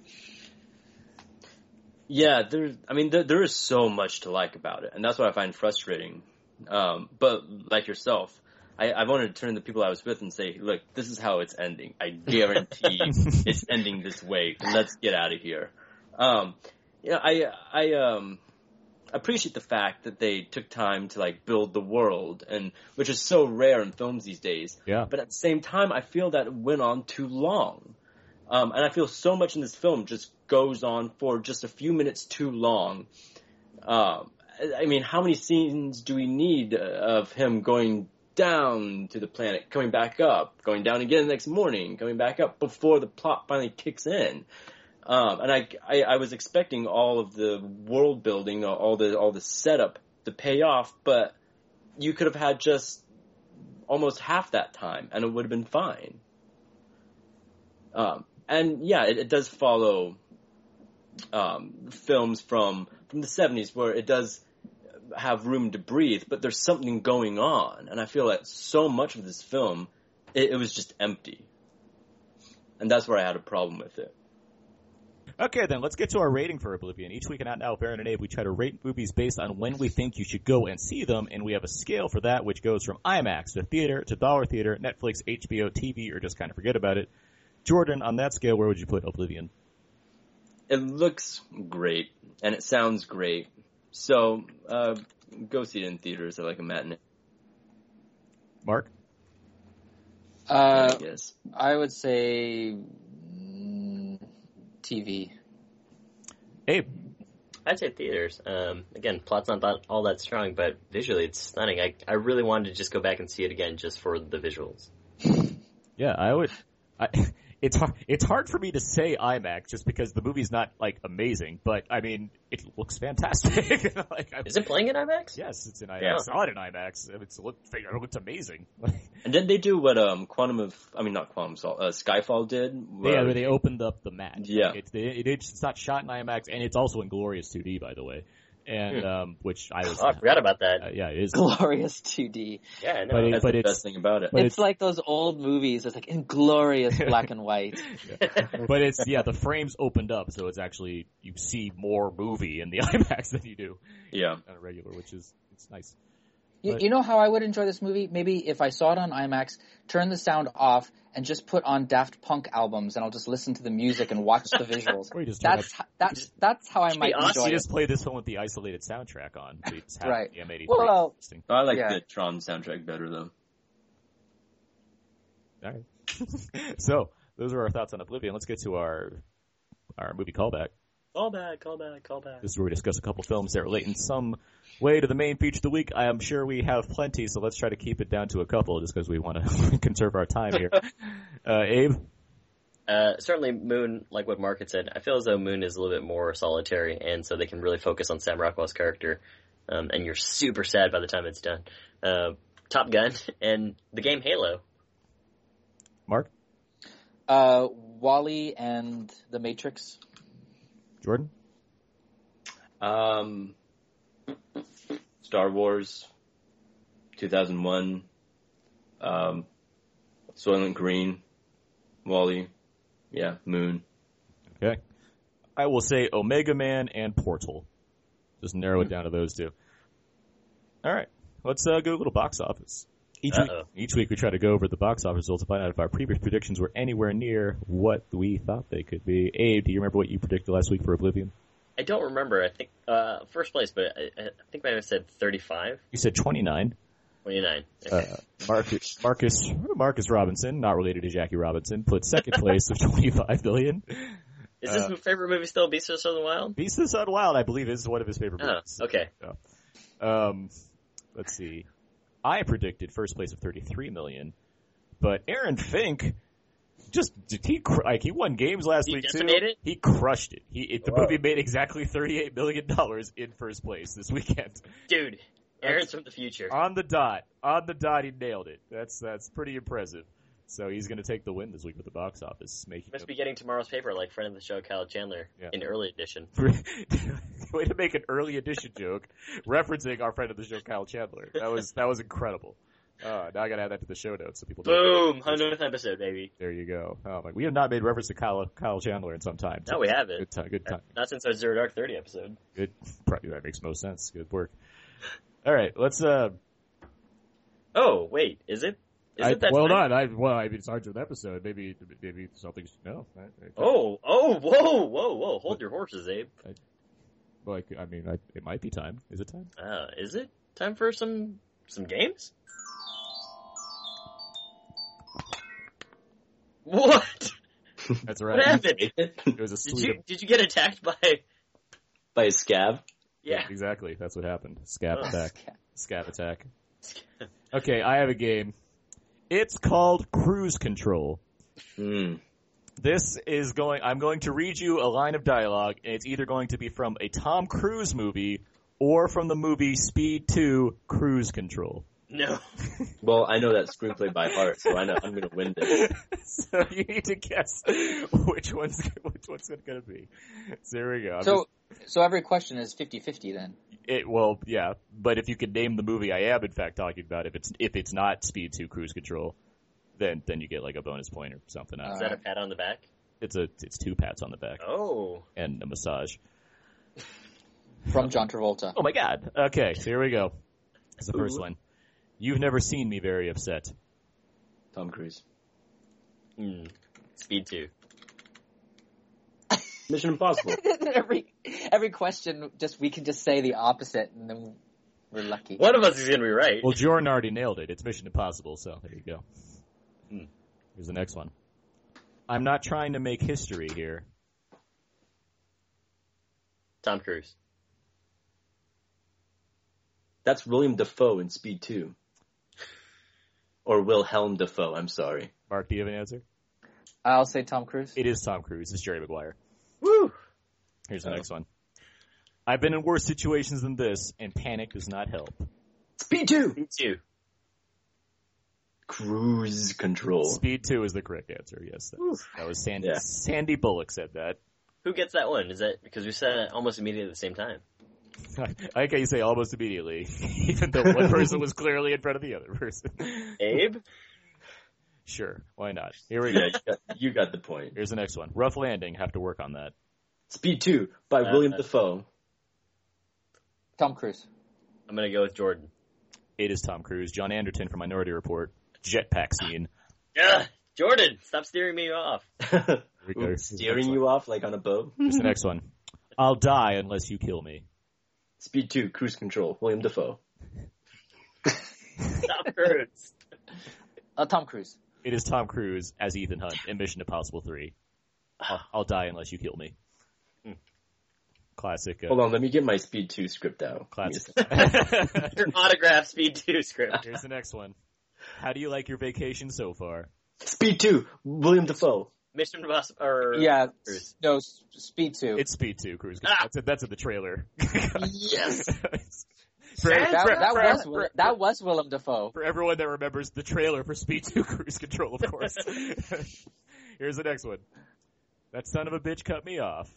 S9: Yeah, there. I mean, there, there is so much to like about it, and that's what I find frustrating. Um, but like yourself, I, I wanted to turn to the people I was with and say, "Look, this is how it's ending. I guarantee it's ending this way. Let's get out of here." Um, yeah, I I um appreciate the fact that they took time to like build the world, and which is so rare in films these days.
S4: Yeah.
S9: But at the same time, I feel that it went on too long. Um, and I feel so much in this film just goes on for just a few minutes too long. Um, I- I mean, how many scenes do we need uh, of him going down to the planet, coming back up, going down again the next morning, coming back up before the plot finally kicks in? Um, and I, I, I was expecting all of the world building, all the all the setup, the payoff, but you could have had just almost half that time, and it would have been fine. Um, and yeah, it, it does follow um, films from from the seventies where it does have room to breathe, but there's something going on, and I feel that so much of this film, it, it was just empty, and that's where I had a problem with it.
S4: Okay, then let's get to our rating for Oblivion. Each week in Out Now, Baron and Abe, we try to rate movies based on when we think you should go and see them, and we have a scale for that, which goes from IMAX to theater to dollar theater, Netflix, HBO, TV, or just kind of forget about it. Jordan, on that scale, where would you put Oblivion?
S9: It looks great, and it sounds great, so uh, go see it in theaters at like a matinee.
S4: Mark,
S10: Uh,
S9: Yes.
S10: I would say mm, TV.
S4: Abe,
S7: I'd say theaters. Um, again, plot's not that, all that strong, but visually it's stunning. I, I really wanted to just go back and see it again just for the visuals.
S4: Yeah, I would. I, it's hard. It's hard for me to say IMAX just because the movie's not like amazing, but I mean, it looks fantastic. like, I,
S7: Is it playing in IMAX?
S4: Yes, it's in IMAX.
S7: Yeah.
S4: I saw it in IMAX. It's looked, it looked amazing.
S9: And did they do what um Quantum of I mean not Quantum of Sol- uh, Skyfall did?
S4: yeah,
S9: Where-
S4: where they opened up the match.
S9: Yeah.
S4: it's, it, it's it's not shot in IMAX, and it's also in glorious 2D, by the way, and
S7: Hmm.
S4: um, which I was.
S7: Oh, I forgot about that.
S4: uh, yeah, it is.
S10: Glorious 2D.
S7: Yeah, I know.
S4: But it-
S9: that's the
S4: it's-
S9: best thing about it.
S4: But
S10: it's, like those old movies. It's like inglorious black and white.
S4: but it's yeah, the frames opened up, so it's actually you see more movie in the IMAX than you do
S9: yeah,
S4: on a regular, which is it's nice.
S10: You,
S4: But-
S10: you know how I would enjoy this movie? Maybe if I saw it on IMAX, turn the sound off and just put on Daft Punk albums, and I'll just listen to the music and watch the visuals.
S4: Or you just turn
S10: that's ho- that's that's how I
S7: Should be
S10: might
S7: awesome.
S10: enjoy
S4: you
S10: it.
S4: just play this one with the isolated soundtrack on. so you just have
S10: Right.
S4: the M83.
S10: Well-
S4: Interesting.
S9: I like
S10: Yeah.
S9: the Tron soundtrack better though.
S4: All right. so those are our thoughts on Oblivion. Let's get to our our movie callback.
S7: Call back, call back, call back.
S4: This is where we discuss a couple films that relate in some way to the main feature of the week. I am sure we have plenty, so let's try to keep it down to a couple, just because we want to conserve our time here. Uh, Abe,
S7: Uh, certainly, Moon, like what Mark had said, I feel as though Moon is a little bit more solitary, and so they can really focus on Sam Rockwell's character, um, and you're super sad by the time it's done. Uh, Top Gun and the game Halo.
S4: Mark,
S10: Uh, Wally and the Matrix.
S4: Jordan,
S9: Um, Star Wars, two thousand one, um, Soylent Green, Wally, yeah, Moon.
S4: Okay. I will say Omega Man and Portal. Just narrow
S7: Hmm.
S4: it down to those two. All right. Let's uh, go a little box office. Each week,
S7: Uh-oh.
S4: each week we try to go over the box office results to find out if our previous predictions were anywhere near what we thought they could be. Abe, do you remember what you predicted last week for Oblivion?
S7: I don't remember. I think uh, first place, but I, I think I said 35,
S4: You said 29.
S7: 29. Okay.
S4: Uh, Marcus, Marcus, Marcus Robinson, not related to Jackie Robinson, put second place with 25 billion.
S7: is
S4: uh,
S7: his favorite movie still Beast of the Southern Wild?
S4: Beast of the Sun Wild, I believe, is one of his favorite
S7: Oh,
S4: movies.
S7: okay.
S4: Um, let's see. I predicted first place of 33 million, but Aaron Fink just did he cr- like he won games last
S7: He
S4: week too.
S7: decimated?
S4: He crushed it. He it, the
S7: Wow.
S4: movie made exactly 38 million dollars in first place this weekend
S7: Dude, Aaron's from the future.
S4: on the dot. On the dot, he nailed it. That's that's pretty impressive. So he's going to take the win this week with the box office, making
S7: Must be getting tomorrow's paper like friend of the show Kyle Chandler
S4: Yeah.
S7: in early edition.
S4: way to make an early edition joke referencing our friend of the show Kyle Chandler. That was that was incredible. Oh, now I gotta add that to the show notes so people.
S7: Boom, hundredth episode, baby.
S4: There you go. Oh my, we have not made reference to Kyle, Kyle Chandler in some time.
S7: No, so we haven't.
S4: Good time. Good time.
S7: Not since our Zero Dark Thirty episode.
S4: Good. Probably that makes most sense. Good work. All right, let's. uh
S7: Oh wait, is it? Is
S4: I,
S7: it that
S4: well,
S7: time?
S4: not. I, well, I mean, it's hard to an episode. Maybe, maybe something's no. I, I,
S7: Oh, oh, whoa, whoa, whoa! Hold your horses, Abe.
S4: I, like, I mean, I, it might be time. Is it time?
S7: Uh, is it time for some some games? What?
S4: That's right.
S7: What happened?
S4: It was a
S7: Did
S4: sleep.
S7: you did you get attacked by?
S9: By a scab.
S7: Yeah.
S4: exactly. That's what happened. Scab
S7: Oh,
S4: attack.
S7: scab.
S4: Scab attack. Okay, I have a game. It's called Cruise Control.
S9: Hmm.
S4: This is going. I'm going to read you a line of dialogue, and it's either going to be from a Tom Cruise movie or from the movie Speed 2 Cruise Control.
S7: No.
S9: Well, I know that screenplay by heart, so I know I'm gonna win this.
S4: so you need to guess which one's which one's it going to be. So here we go. I'm
S10: So, so every question is 50-50 then.
S4: just- it, well, yeah, but if you could name the movie I am in fact talking about, if it's if it's not Speed 2 Cruise Control, then then you get like a bonus point or something. I don't
S7: Is
S4: know.
S7: that a pat on the back?
S4: it's a it's two pats on the back
S7: Oh.
S4: and a massage.
S10: From John Travolta.
S4: Oh my god. Okay, so here we go. That's the first
S9: Ooh.
S4: one. You've never seen me very upset.
S9: Tom Cruise.
S7: Hmm. Speed two.
S9: Mission Impossible.
S10: every every question, just we can just say the opposite, and then we're lucky.
S7: One of us is gonna be right.
S4: Well, Jordan already nailed it. It's Mission Impossible, so there you go.
S7: Hmm.
S4: Here's the next one. I'm not trying to make history here.
S7: Tom Cruise.
S9: That's William Defoe in Speed Two. Or Wilhelm Defoe. I'm sorry.
S4: Mark, do you have an answer?
S10: I'll say Tom Cruise.
S4: It is Tom Cruise. It's Jerry Maguire.
S7: Woo.
S4: Here's the
S9: Oh.
S4: next one. I've been in worse situations than this, and panic does not help.
S9: Speed Two.
S7: Speed two.
S9: Cruise Control.
S4: Speed 2 is the correct answer, yes. That was, that was Sandy.
S9: Yeah.
S4: Sandy Bullock said that.
S7: Who gets that one? Is that because we said it almost immediately at the same time?
S4: I like how you say almost immediately, even though one person was clearly in front of the other person.
S7: Abe.
S4: Sure, why not? Here we
S9: Yeah,
S4: go.
S9: you got, you got the point.
S4: Here's the next one. Rough landing. Have to work on that.
S9: Speed Two by
S7: Uh,
S9: William
S7: uh,
S9: Defoe.
S10: Tom Cruise.
S7: I'm gonna go with Jordan.
S4: It is Tom Cruise, John Anderton from Minority Report. Jetpack scene.
S7: Ugh, Ah, Jordan, stop steering me off.
S4: Here we go. Here's the next
S9: Steering
S4: one.
S9: you off like on a boat.
S4: Here's the next one. I'll die unless you kill me.
S9: Speed Two. Cruise Control. William Defoe.
S7: Tom Cruise.
S10: Uh, Tom Cruise.
S4: It is Tom Cruise as Ethan Hunt in Mission Impossible Three. I'll, I'll die unless you kill me.
S7: Hmm.
S4: Classic. Uh,
S9: Hold on, let me get my Speed Two script out.
S4: Classic.
S7: Your autograph Speed two script.
S4: Here's the next one. How do you like your vacation so far?
S9: Speed Two. William Defoe.
S7: Mission Impossible. Or
S10: Yeah.
S7: Cruise.
S10: No, S- Speed 2.
S4: It's Speed Two Cruise.
S7: Ah!
S4: That's, it, that's in the trailer.
S7: Yes.
S4: for,
S10: that,
S4: for-
S10: that
S4: for-
S10: was,
S4: for-
S10: Will- that was Willem Dafoe.
S4: for everyone that remembers the trailer for Speed 2 Cruise Control, of course. Here's the next one. That son of a bitch cut me off.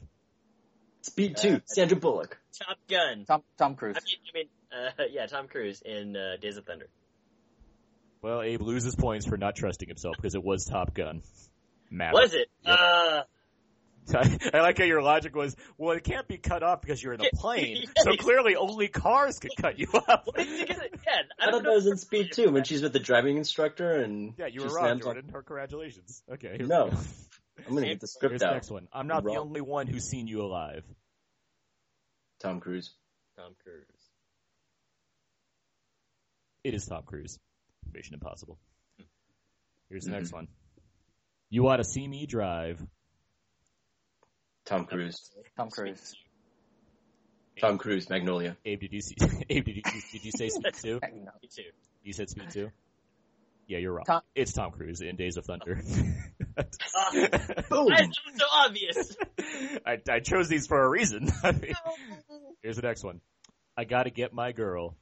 S9: Speed
S4: Uh,
S9: Two. Sandra Bullock.
S7: Top Gun.
S10: Tom, Tom Cruise.
S7: I mean, I mean uh, yeah, Tom Cruise in uh, Days of Thunder.
S4: Well, Abe loses points for not trusting himself because it was Top Gun. Maverick.
S7: Was it?
S4: Yep.
S7: Uh,
S4: I like how your logic was, well, it can't be cut off because you're in a plane,
S7: Yes.
S4: so clearly only cars could cut you off.
S7: what did you get it? Yeah,
S9: I thought that was in Speed Two when she's with the driving instructor and
S4: Yeah, you
S9: she
S4: were wrong,
S9: slams on-
S4: Jordan. Congratulations. Okay, here we
S9: No,
S4: go.
S9: I'm gonna get the
S4: Here's
S9: script
S4: the
S9: out.
S4: next one. I'm not the
S9: Wrong.
S4: only one who's seen you alive.
S9: Tom Cruise.
S7: Tom Cruise.
S4: It is Tom Cruise. Mission Impossible. Here's the next one. You ought to see me drive.
S9: Tom Cruise.
S10: Tom Cruise.
S9: Tom Cruise. Magnolia.
S4: Abe, did you see? Abe, did you, did you say Speed Two?
S10: No.
S7: Me too.
S4: You said Speed Two. Yeah, you're wrong.
S10: Tom-
S4: it's Tom Cruise in Days of Thunder.
S7: Ah,
S9: Boom.
S7: why is that so obvious?
S4: I, I chose these for a reason. I mean, here's the next one. I gotta get my girl.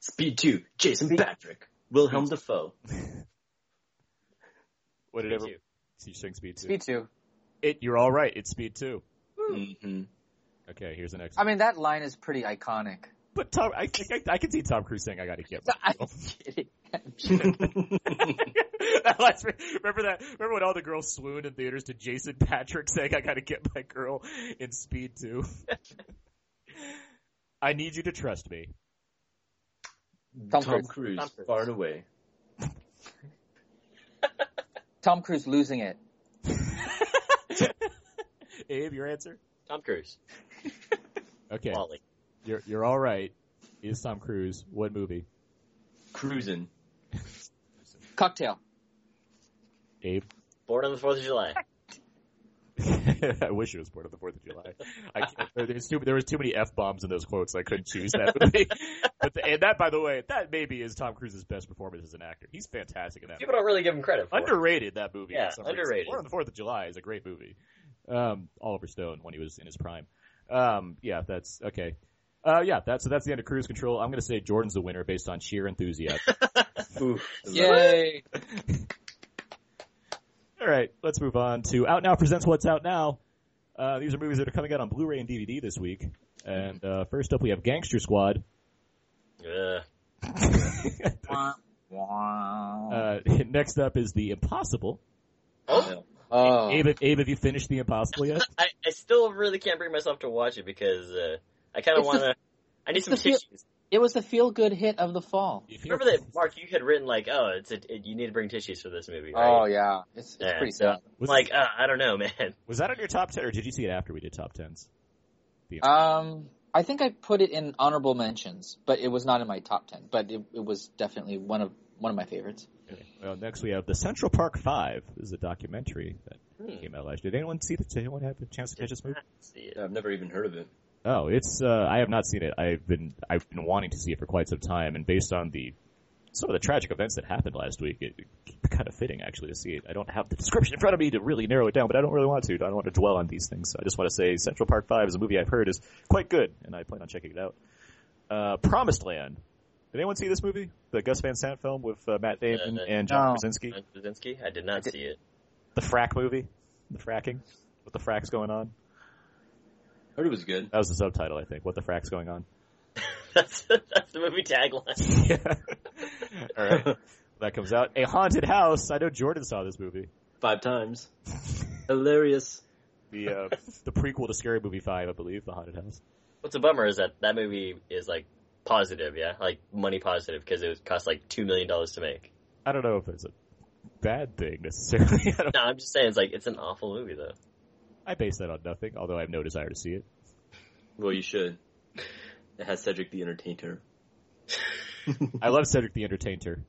S9: Speed Two. Jason Patrick. Wilhelm Dafoe.
S4: What did
S7: Me
S4: everyone?
S7: too.
S4: You saying Speed Two?
S10: Speed 2.
S4: It. You're all right. It's Speed Two.
S9: hmm
S4: Okay, here's the next.
S10: I
S4: one.
S10: mean, that line is pretty iconic.
S4: But Tom, I think I, I can see Tom Cruise saying, "I gotta get my
S10: I'm
S4: girl."
S10: kidding.
S4: that last, remember that? Remember when all the girls swooned in theaters to Jason Patrick saying, "I got to get my girl in Speed 2. I need you to trust me.
S9: Tom, Tom Cruise, Cruise, Tom Cruise. far and away.
S10: Tom Cruise losing it.
S4: Abe, your answer?
S7: Tom Cruise.
S4: Okay.
S7: Wally.
S4: You're you're all right. Is Tom Cruise what movie?
S9: Cruising.
S10: Cocktail.
S4: Abe.
S7: Born on the Fourth of July.
S4: I wish it was born on the Fourth of July. I, there's too, there was too many f bombs in those quotes. I couldn't choose that movie. but the, and that, by the way, that maybe is Tom Cruise's best performance as an actor. He's fantastic in that.
S7: People movie. don't really give him credit.
S4: underrated
S7: it.
S4: that movie.
S7: Yeah,
S4: underrated. Born on the Fourth of July is a great movie. Um, Oliver Stone when he was in his prime. Um, yeah, that's okay. Uh, yeah, that's so that's the end of Cruise Control. I'm gonna say Jordan's the winner based on sheer enthusiasm.
S10: Oof, Yay!
S4: All right, let's move on to Out Now presents What's Out Now. Uh, these are movies that are coming out on Blu-ray and DVD this week. And uh, first up, we have Gangster Squad.
S7: Yeah.
S4: uh, next up is The Impossible.
S7: Oh.
S10: Oh.
S4: Abe, Abe, have you finished The Impossible yet?
S7: I, I still really can't bring myself to watch it because uh, I kind of want to. I need some tissues.
S10: Feel, it was the feel-good hit of the fall.
S7: Remember that, Mark? You had written like, "Oh, it's a, it, you need to bring tissues for this movie." Right?
S10: Oh yeah, it's, it's
S7: Yeah,
S10: pretty
S7: so-
S10: sad.
S7: I'm like, uh, I don't know, man.
S4: Was that on your top ten, or did you see it after we did top tens?
S10: Um, I think I put it in honorable mentions, but it was not in my top ten. But it, it was definitely one of one of my favorites.
S4: Well, next we have the Central Park Five. This is a documentary that
S7: Hmm.
S4: came out last year. Did anyone see it? Did anyone have a chance to catch this movie?
S7: See it.
S9: I've never even heard of it.
S4: Oh, it's uh, I have not seen it. I've been I've been wanting to see it for quite some time, and based on the some of the tragic events that happened last week, it, it kind of fitting actually to see it. I don't have the description in front of me to really narrow it down, but I don't really want to. I don't want to dwell on these things. So I just want to say Central Park Five is a movie I've heard is quite good, and I plan on checking it out. Uh, Promised Land. Did anyone see this movie? The Gus Van Sant film with uh, Matt Damon
S7: Uh,
S4: and John
S10: no.
S4: Krasinski.
S7: John Krasinski? I did not see it.
S4: The frack movie. The fracking. What the frack's going on.
S9: Heard it was good.
S4: That was the subtitle, I think. What the frack's going on.
S7: That's that's the movie tagline.
S4: yeah. All right. That comes out. A haunted house. I know Jordan saw this movie.
S9: Five times. Hilarious.
S4: The uh, the prequel to Scary Movie Five, I believe. The haunted house.
S7: What's a bummer is that that movie is like positive, yeah, like money positive because it was cost like two million dollars to make.
S4: I don't know if it's a bad thing necessarily. I, don't,
S7: No, I'm just saying it's like it's an awful movie though.
S4: I base that on nothing, although I have no desire to see it.
S9: Well, you should. It has Cedric the Entertainer.
S4: I love Cedric the Entertainer.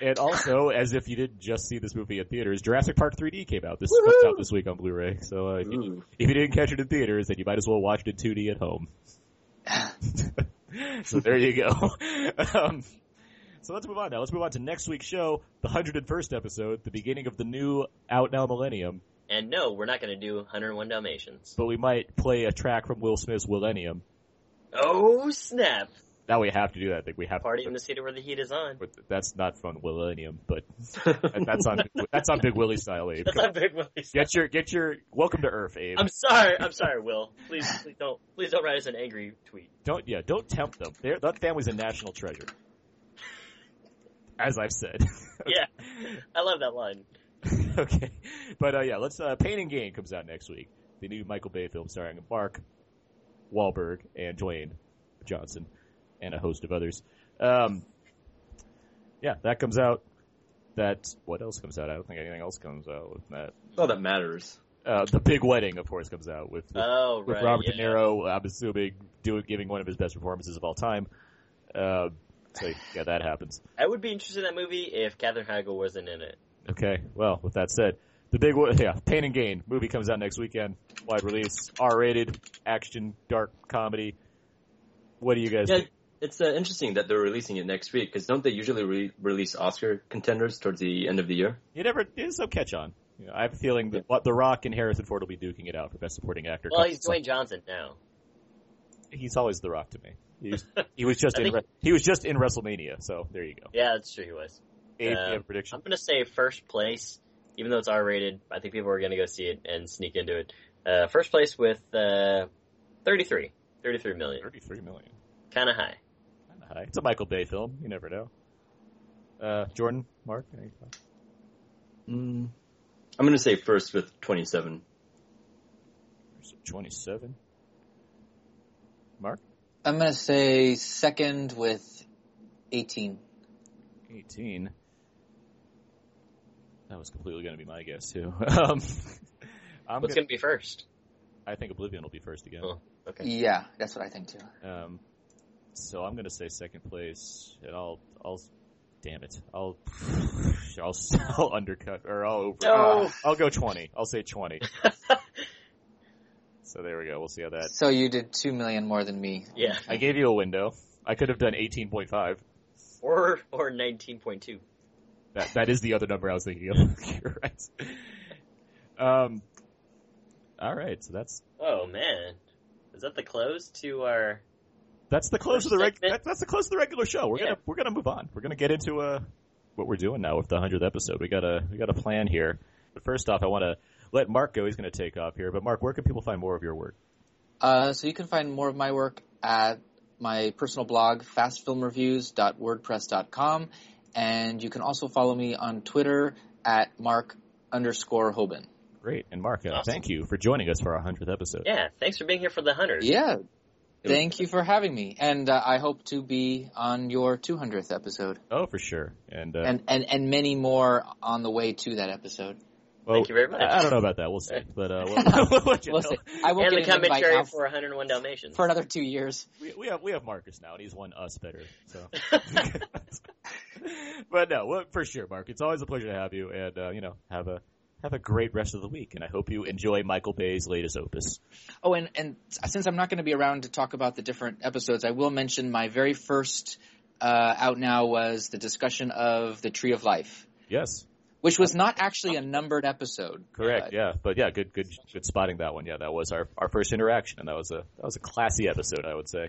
S4: and also, as if you didn't just see this movie in theaters, Jurassic Park 3D came out this comes out this week on Blu-ray. So uh, if, you,
S9: Ooh.
S4: if you didn't catch it in theaters, then you might as well watch it in 2D at home. so there you go. um, so let's move on now. Let's move on to next week's show, the 101st episode, the beginning of the new Out Now Millennium.
S7: And no, we're not going to do 101 Dalmatians.
S4: But we might play a track from Will Smith's Millennium.
S7: Oh snap!
S4: Now we have to do that. I think we have
S7: Party
S4: to.
S7: in the city where the heat is on.
S4: but that's not from Millennium, but that's on that's on Big Willie style, Abe.
S7: That's not Big Willie's.
S4: Get your get your welcome to Earth, Abe.
S7: I'm sorry. I'm sorry, Will. Please, please don't, please don't write us an angry tweet.
S4: Don't yeah, don't tempt them. They're, that family's a national treasure, as I've said.
S7: Yeah, I love that line.
S4: okay, but uh, yeah, let's. Uh, Pain and Gain comes out next week. The new Michael Bay film starring Mark Wahlberg and Dwayne Johnson and a host of others. Um, yeah, that comes out. That what else comes out? I don't think anything else comes out with that.
S9: All that matters.
S4: Uh, the Big Wedding, of course, comes out with, with,
S7: Oh
S4: with
S7: right,
S4: Robert De
S7: yeah.
S4: Niro. I'm assuming doing giving one of his best performances of all time. Uh, so yeah, that happens.
S7: I would be interested in that movie if Katherine Heigl wasn't in it.
S4: Okay. Well, with that said, the big one, yeah, Pain and Gain movie comes out next weekend. Wide release, R-rated, action, dark comedy. What do you guys?
S9: Yeah,
S4: think?
S9: it's uh, interesting that they're releasing it next week because don't they usually re- release Oscar contenders towards the end of the year?
S4: You never. There's no catch on. You know, I have a feeling that what The Rock and Harrison Ford will be duking it out for best supporting actor.
S7: Well, he's Dwayne Johnson now.
S4: He's always The Rock to me. He was, he was just
S7: I
S4: in.
S7: think-
S4: Re- he was just in WrestleMania. So there you go.
S7: Yeah, that's true. He was.
S4: Abe, do
S7: Uh,
S4: you have a prediction.
S7: I'm gonna say first place, even though it's R-rated. I think people are gonna go see it and sneak into it. Uh, first place with uh, 33, 33 million,
S4: Thirty-three million.
S7: kind of high.
S4: Kinda high. It's a Michael Bay film. You never know. Uh, Jordan, Mark, any thoughts?
S9: Mm, I'm going to say first with 27.
S4: First with 27. Mark?
S10: I'm going to say second with 18.
S4: 18. That was completely going to be my guess, too. um,
S7: I'm What's going to be first?
S4: I think Oblivion will be first again.
S7: Oh, okay.
S10: Yeah, that's what I think, too.
S4: Um, so I'm going to say second place, and I'll, I'll damn it. I'll, I'll, I'll undercut, or I'll over,
S7: no.
S4: I'll go 20. I'll say 20. so there we go. We'll see how that.
S10: So you did 2 million more than me.
S7: Yeah.
S4: I gave you a window. I could have done 18.5.
S7: Or, or 19.2.
S4: That, that is the other number I was thinking of. You're right. Um, alright, so that's.
S7: Oh man. Is that the close to our
S4: that's the close of the reg- that, that's the close of the regular show. We're yeah. gonna we're gonna move on. We're gonna get into uh, what we're doing now with the hundredth episode. We got a we got a plan here. But first off, I want to let Mark go. He's gonna take off here. But Mark, where can people find more of your work?
S10: Uh, so you can find more of my work at my personal blog, fastfilmreviews.wordpress.com, and you can also follow me on Twitter at mark underscore hoban.
S4: Great, and Mark, uh, awesome. thank you for joining us for our hundredth episode.
S7: Yeah, thanks for being here for the hundred.
S10: Yeah, Thank you for having me, and uh, I hope to be on your 200th episode.
S4: Oh, for sure, and uh,
S10: and, and and many more on the way to that episode.
S7: Well, Thank you very much.
S4: I, I don't know about that. We'll see, but uh, we'll, we'll,
S10: we'll, we'll see. I will
S7: and
S10: get
S7: the
S10: an
S7: commentary
S10: invite
S7: for 101 Dalmatians
S10: for another two years.
S4: We, we, have we have Marcus now, and he's won us better. So, but no, well, for sure, Mark. It's always a pleasure to have you, and uh, you know, have a have a great rest of the week, and I hope you enjoy Michael Bay's latest opus.
S10: Oh, and, and since I'm not going to be around to talk about the different episodes, I will mention my very first uh, out now was the discussion of the Tree of Life.
S4: Yes.
S10: Which was not actually a numbered episode.
S4: Correct. But. Yeah, but yeah, good, good, good spotting that one. Yeah, that was our, our first interaction, and that was a that was a classy episode, I would say.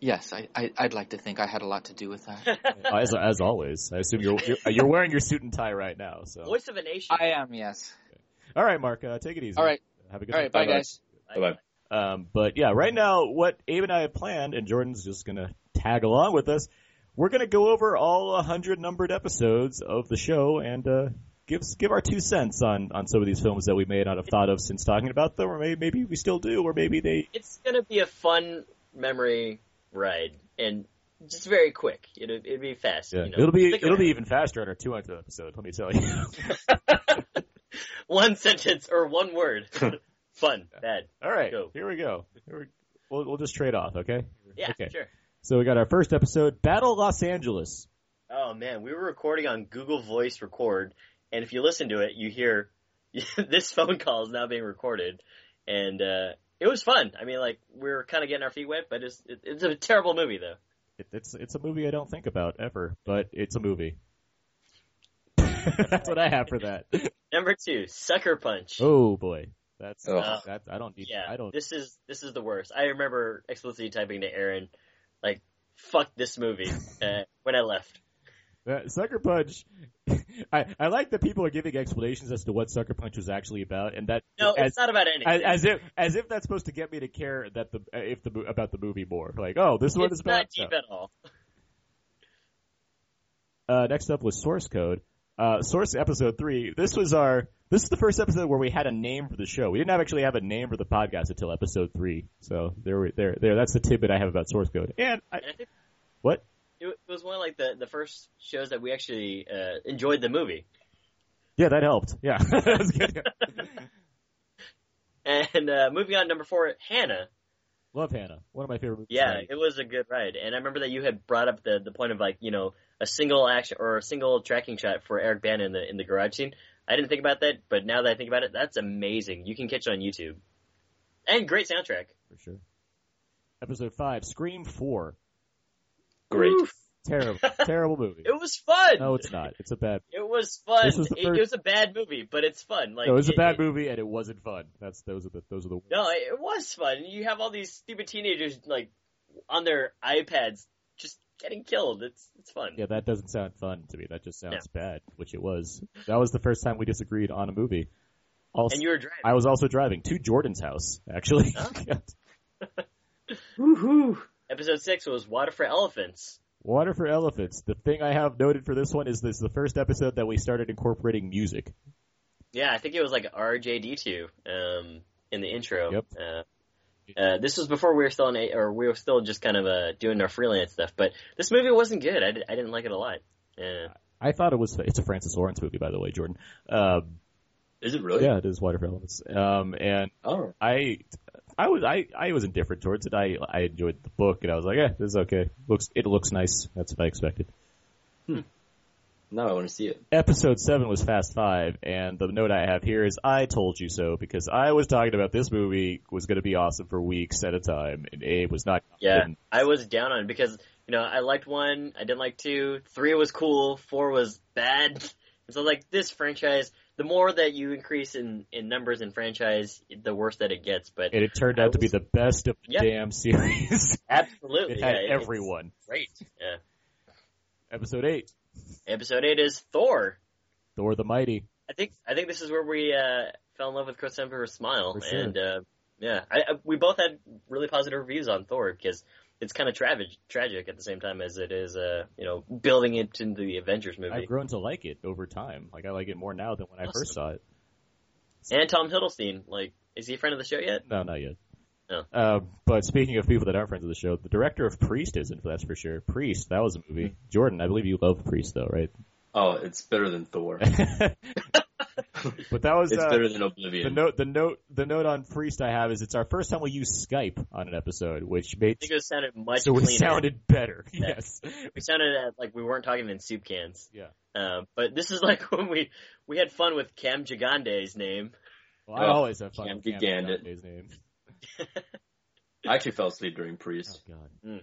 S10: Yes, I, I, would like to think I had a lot to do with that.
S4: as, as always, I assume you're, you're, you're wearing your suit and tie right now. So
S7: voice of a nation.
S10: I am. Yes.
S4: Okay. All right, Mark. Uh, take it easy.
S10: All right.
S4: Have a good.
S10: All
S4: right.
S10: Bye, bye, guys.
S9: Bye bye.
S4: Um, but yeah, right now what Abe and I have planned, and Jordan's just gonna tag along with us. We're gonna go over all 100 numbered episodes of the show and uh, give give our two cents on on some of these films that we may not have thought of since talking about them, or maybe, maybe we still do, or maybe they.
S7: It's gonna be a fun memory Right, and just very quick. It'd, it'd be fast.
S4: Yeah.
S7: You know?
S4: It'll be it'll be even faster on our 200th episode. Let me tell you.
S7: one sentence or one word. Fun. Yeah. Bad.
S4: All right.
S7: Go.
S4: Here we go. Here we, we'll we'll just trade off. Okay.
S7: Yeah.
S4: Okay.
S7: Sure.
S4: So we got our first episode, Battle Los Angeles.
S7: Oh man, we were recording on Google Voice Record, and if you listen to it, you hear this phone call is now being recorded, and. uh it was fun. I mean, like we were kind of getting our feet wet, but it's it, it's a terrible movie though.
S4: It, it's it's a movie I don't think about ever, but it's a movie. That's what I have for that.
S7: Number two, Sucker Punch.
S4: Oh boy, that's uh, that, I don't need.
S7: Oh. Yeah,
S4: I don't.
S7: This is this is the worst. I remember explicitly typing to Aaron, like, "Fuck this movie," uh, when I left.
S4: That uh, Sucker Punch. I, I like that people are giving explanations as to what Sucker Punch was actually about, and that
S7: no,
S4: as,
S7: it's not about anything.
S4: As, as, if as if that's supposed to get me to care that the if the about the movie more. Like, oh, this one
S7: it's
S4: is about.
S7: It's not deep at all.
S4: Uh, next up was Source Code. Uh, Source episode three. This was our. This is the first episode where we had a name for the show. We didn't have actually have a name for the podcast until episode three. So there, there, there. That's the tidbit I have about Source Code. And, I, and I what?
S7: it was one of like the, the first shows that we actually uh, enjoyed the movie.
S4: Yeah, that helped. Yeah, that was good.
S7: and uh, moving on, number four, Hannah.
S4: Love Hannah. One of my favorite movies.
S7: Yeah, it was a good ride, and I remember that you had brought up the the point of like you know a single action or a single tracking shot for Eric Bana in the in the garage scene. I didn't think about that, but now that I think about it, that's amazing. You can catch it on YouTube, and great soundtrack
S4: for sure. Episode five, Scream Four.
S9: Great.
S4: Oof. Terrible, terrible movie.
S7: It was fun.
S4: No, it's not. It's a bad.
S7: It was fun.
S4: This was
S7: the
S4: first...
S7: it, it was a bad movie, but it's fun. Like
S4: no, it was
S7: it,
S4: a bad
S7: it,
S4: movie, and it wasn't fun. That's those are the those are the. Words.
S7: No, it was fun. You have all these stupid teenagers like on their iPads just getting killed. It's it's fun.
S4: Yeah, that doesn't sound fun to me. That just sounds no. bad, which it was. That was the first time we disagreed on a movie.
S7: Also, and you were driving.
S4: I was also driving to Jordan's house, actually.
S7: Huh? Woohoo! Episode six was Water for Elephants.
S4: Water for Elephants. The thing I have noted for this one is this is the first episode that we started incorporating music.
S7: Yeah, I think it was like RJD2 um, in the intro. Yep. Uh, uh, this was before we were still in a, or we were still just kind of uh, doing our freelance stuff. But this movie wasn't good. I, did, I didn't like it a lot. Uh,
S4: I thought it was. It's a Francis Lawrence movie, by the way, Jordan. Um,
S7: is it really?
S4: Yeah, it is Water for Elephants. Um, and
S7: oh.
S4: I, I was I, I was indifferent towards it. I I enjoyed the book, and I was like, yeah, this is okay. Looks it looks nice. That's what I expected.
S7: Hmm. No, I want to see it.
S4: Episode 7 was Fast 5, and the note I have here is I told you so because I was talking about this movie was going to be awesome for weeks at a time, and Abe was not.
S7: Yeah, didn't. I was down on it because, you know, I liked 1, I didn't like 2, 3 was cool, 4 was bad. And so, like, this franchise, the more that you increase in, in numbers in franchise, the worse that it gets. But
S4: and it turned I out was, to be the best of the yeah, damn series.
S7: Absolutely.
S4: it had yeah, everyone.
S7: Great, yeah.
S4: Episode 8.
S7: Episode eight is Thor.
S4: Thor the Mighty.
S7: I think I think this is where we uh, fell in love with Chris Hemsworth's smile, sure. and uh, yeah, I, I, we both had really positive reviews on Thor because it's kind of tragic, tragic at the same time as it is, uh, you know, building it into the Avengers movie.
S4: I've grown to like it over time. Like I like it more now than when awesome. I first saw it.
S7: And Tom Hiddleston, like, is he a friend of the show yet?
S4: No, not yet.
S7: No.
S4: Uh, but speaking of people that aren't friends of the show, the director of Priest isn't. That's for sure. Priest, that was a movie. Jordan, I believe you love Priest, though, right?
S9: Oh, it's better than Thor.
S4: but that was
S9: it's
S4: uh,
S9: better than Oblivion.
S4: The note, the note, the note on Priest I have is it's our first time we use Skype on an episode, which made
S7: I think it sounded much
S4: so
S7: cleaner.
S4: it sounded better. Yeah. Yes,
S7: we sounded like we weren't talking in soup cans.
S4: Yeah.
S7: Uh, but this is like when we we had fun with Cam Gigande's name.
S4: Well, I always have fun Cam with Cam Gigande's name.
S9: I actually fell asleep during Priest.
S4: Oh, God.
S7: Mm.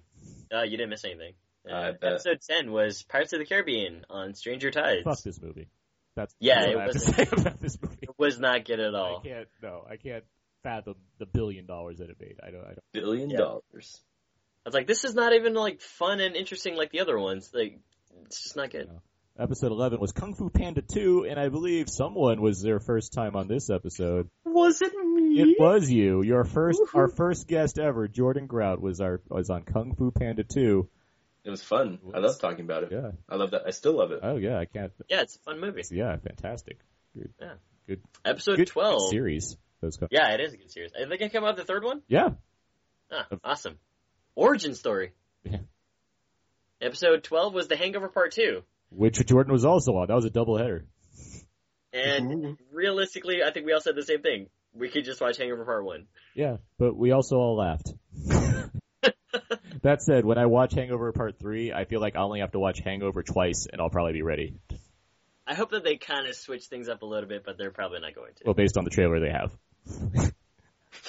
S7: Uh, you didn't miss anything.
S9: Uh,
S7: episode 10 was Pirates of the Caribbean on Stranger Tides.
S4: Fuck this movie. That's
S7: yeah,
S4: that's
S7: it
S4: I was, have to say about this movie.
S7: It was not good at all.
S4: I can't, no, I can't fathom the billion dollars that it made. I don't, I don't.
S9: Billion yeah. dollars.
S7: I was like, this is not even like fun and interesting like the other ones. Like, it's just not good.
S4: No. Episode 11 was Kung Fu Panda 2, and I believe someone was their first time on this episode.
S7: Was it me?
S4: It was you. Your 1st our first guest ever, Jordan Grout, was our was on Kung Fu Panda 2.
S9: It was fun. I love talking about it.
S4: Yeah.
S9: I love that. I still love it.
S4: Oh, yeah, I can't.
S7: Yeah, it's a fun movie.
S4: Yeah, fantastic. Good.
S7: Yeah.
S4: Good.
S7: Episode
S4: good,
S7: 12.
S4: Good series. Those
S7: co- yeah, it is a good series. Are they going to come out the third one?
S4: Yeah.
S7: Ah, of- awesome. Origin story.
S4: Yeah.
S7: Episode 12 was The Hangover Part 2
S4: which Jordan was also on. That was a double header.
S7: And realistically, I think we all said the same thing. We could just watch Hangover Part One.
S4: Yeah, but we also all laughed. that said, when I watch Hangover Part Three, I feel like I only have to watch Hangover twice, and I'll probably be ready.
S7: I hope that they kind of switch things up a little bit, but they're probably not going to.
S4: Well, based on the trailer, they have.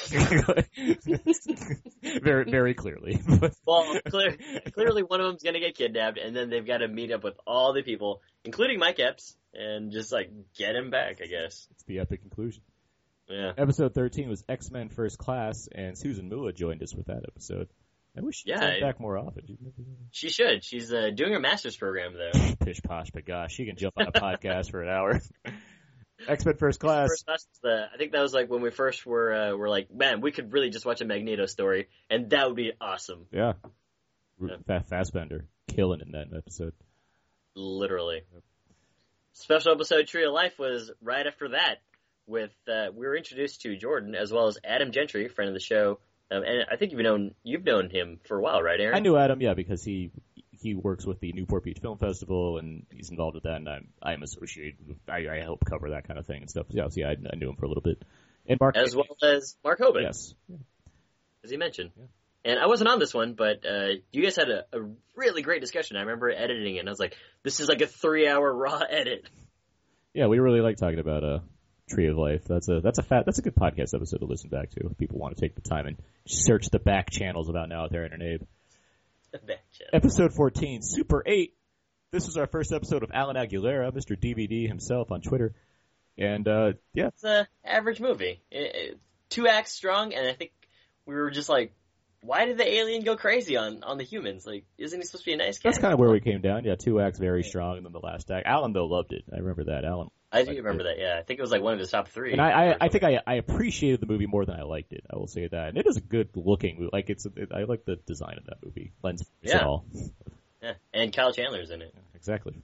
S4: very, very clearly.
S7: well, clear, clearly one of them's gonna get kidnapped, and then they've got to meet up with all the people, including Mike Epps, and just like get him back. I guess
S4: it's the epic conclusion.
S7: Yeah.
S4: Episode thirteen was X Men First Class, and Susan Mua joined us with that episode. I wish she
S7: yeah,
S4: it, back more often.
S7: She should. She's uh, doing her master's program though.
S4: Pish posh, but gosh, she can jump on a podcast for an hour. X Men First Class.
S7: First class the, I think that was like when we first were uh, were like, man, we could really just watch a Magneto story, and that would be awesome.
S4: Yeah, yeah. Fastbender killing in that episode.
S7: Literally. Yep. Special episode Tree of Life was right after that. With uh, we were introduced to Jordan as well as Adam Gentry, friend of the show, um, and I think you've known you've known him for a while, right, Aaron?
S4: I knew Adam, yeah, because he he works with the Newport Beach Film Festival and he's involved with that, and I'm I'm associated. With, I, I help cover that kind of thing and stuff. Yeah, so yeah, I, I knew him for a little bit. And Mark,
S7: as well as Mark Hoban,
S4: yes, yeah.
S7: as he mentioned.
S4: Yeah.
S7: And I wasn't on this one, but uh, you guys had a, a really great discussion. I remember editing it, and I was like, "This is like a three-hour raw edit."
S4: Yeah, we really like talking about uh, Tree of Life. That's a that's a fat that's a good podcast episode to listen back to if people want to take the time and search the back channels about now out there in an Abe. Episode 14, Super 8. This was our first episode of Alan Aguilera, Mr. DVD himself on Twitter. And, uh, yeah.
S7: It's an average movie. It, it, two acts strong, and I think we were just like, why did the alien go crazy on, on the humans? Like, isn't he supposed to be a nice guy?
S4: That's kind of where we came down. Yeah, two acts very yeah. strong, and then the last act. Alan, though, loved it. I remember that. Alan.
S7: I do remember it. that, yeah. I think it was like one of his top three.
S4: And I, I, I think I, I appreciated the movie more than I liked it. I will say that. And it is a good looking movie. Like, it's, it, I like the design of that movie. Lens
S7: yeah.
S4: all.
S7: Yeah. And Kyle Chandler's in it.
S4: Exactly.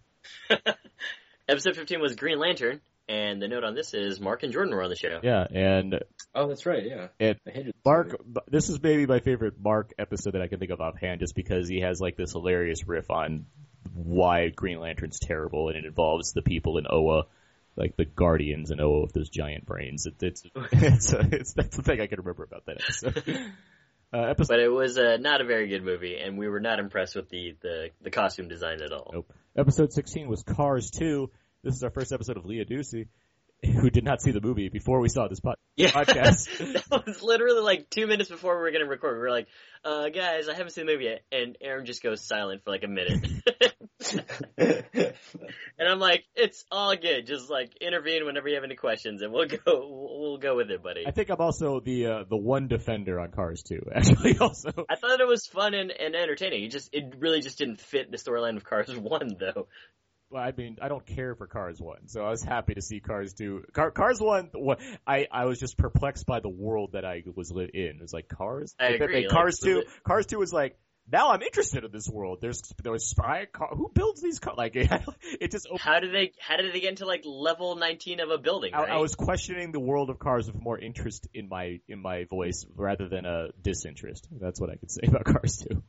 S7: Episode 15 was Green Lantern, and the note on this is Mark and Jordan were on the show.
S4: Yeah, and
S9: oh, that's right. Yeah,
S4: it, Mark. This is maybe my favorite Mark episode that I can think of offhand, just because he has like this hilarious riff on why Green Lantern's terrible, and it involves the people in Oa, like the Guardians in Oa with those giant brains. It, it's, it's, it's that's the thing I can remember about that episode.
S7: Uh, episode... But it was uh, not a very good movie, and we were not impressed with the, the, the costume design at all.
S4: Nope. Episode 16 was Cars 2. This is our first episode of Leah Ducey, who did not see the movie before we saw this po-
S7: yeah.
S4: podcast.
S7: that was literally like two minutes before we were going to record. We were like, uh, guys, I haven't seen the movie yet. And Aaron just goes silent for like a minute. and I'm like, it's all good. Just like intervene whenever you have any questions, and we'll go. We'll go with it, buddy.
S4: I think I'm also the uh, the one defender on Cars too. Actually, also.
S7: I thought it was fun and, and entertaining. It just it really just didn't fit the storyline of Cars One though.
S4: Well, I mean, I don't care for Cars One, so I was happy to see Cars Two. Car, Cars One, I I was just perplexed by the world that I was lit in. It was like Cars.
S7: I agree.
S4: Like, Cars
S7: like,
S4: Two. It... Cars Two was like now I'm interested in this world. There's there's spy car. Who builds these cars? Like it just. Opened.
S7: How did they? How did they get into like level 19 of a building? Right? I,
S4: I, was questioning the world of cars with more interest in my in my voice rather than a disinterest. That's what I could say about Cars too.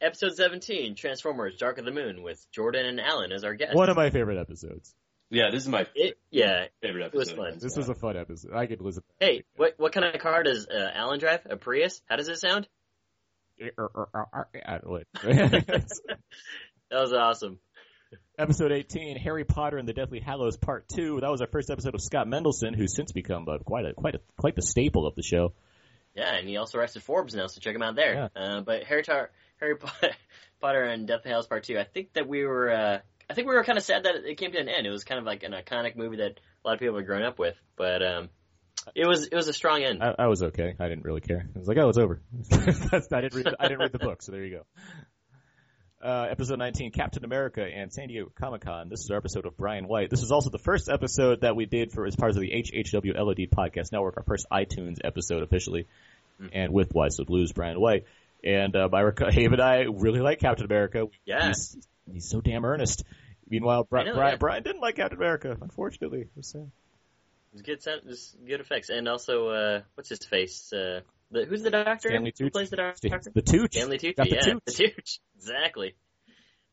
S7: Episode 17, Transformers: Dark of the Moon, with Jordan and Alan as our guests.
S4: One of my favorite episodes.
S9: Yeah, this is my
S7: it, yeah
S9: favorite episode. It was
S7: fun.
S4: This yeah. was a fun episode. I could listen.
S7: Hey, again. what what kind of car does uh, Alan drive? A Prius? How does it sound?
S4: that
S7: was awesome.
S4: Episode 18, Harry Potter and the Deathly Hallows Part 2. That was our first episode of Scott Mendelson, who's since become uh, quite a quite a quite the staple of the show.
S7: Yeah, and he also writes at Forbes now, so check him out there. Yeah. Uh, but Harry, Tar- Harry Potter and Deathly Hallows Part 2, I think that we were uh, I think we were kind of sad that it came to an end. It was kind of like an iconic movie that a lot of people had grown up with, but um, it was it was a strong end.
S4: I, I, was okay. I didn't really care. I was like, oh, it's over. I didn't read. I didn't read the book, so there you go. Uh, episode 19, Captain America and San Diego Comic Con. This is our episode of Brian White. This was also the first episode that we did for as part of the HHW LOD podcast network, our first iTunes episode officially, mm-hmm. and with Wise the Blues, Brian White. And uh, my Dave and I really like Captain America.
S7: Yeah.
S4: He's, he's so damn earnest. Meanwhile, Bri- know, Brian, yeah. Brian didn't like Captain America, unfortunately.
S7: It's good sound, it's good effects, and also uh, what's his face? Uh, the, who's the doctor?
S4: Stanley
S7: Who Tucci. plays the doctor?
S4: The Tooch.
S7: Stanley Tucci.
S4: Got
S7: the yeah,
S4: Tooch.
S7: the Tooch. Exactly.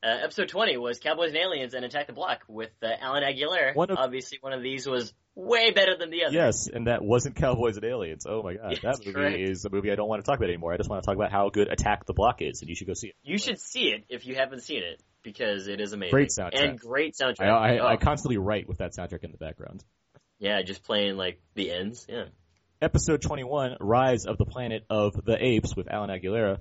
S7: Uh, episode twenty was Cowboys and Aliens and Attack the Block with uh, Alan Aguilera.
S4: One of,
S7: Obviously, one of these was way better than the other.
S4: Yes, and that wasn't Cowboys and Aliens. Oh my god,
S7: yes,
S4: that movie
S7: correct.
S4: is a movie I don't want to talk about anymore. I just want to talk about how good Attack the Block is, and you should go see it.
S7: You should see it if you haven't seen it because it is amazing.
S4: Great soundtrack
S7: and great soundtrack.
S4: I, I, oh. I constantly write with that soundtrack in the background.
S7: Yeah, just playing like the ends. Yeah.
S4: Episode 21, Rise of the Planet of the Apes with Alan Aguilera.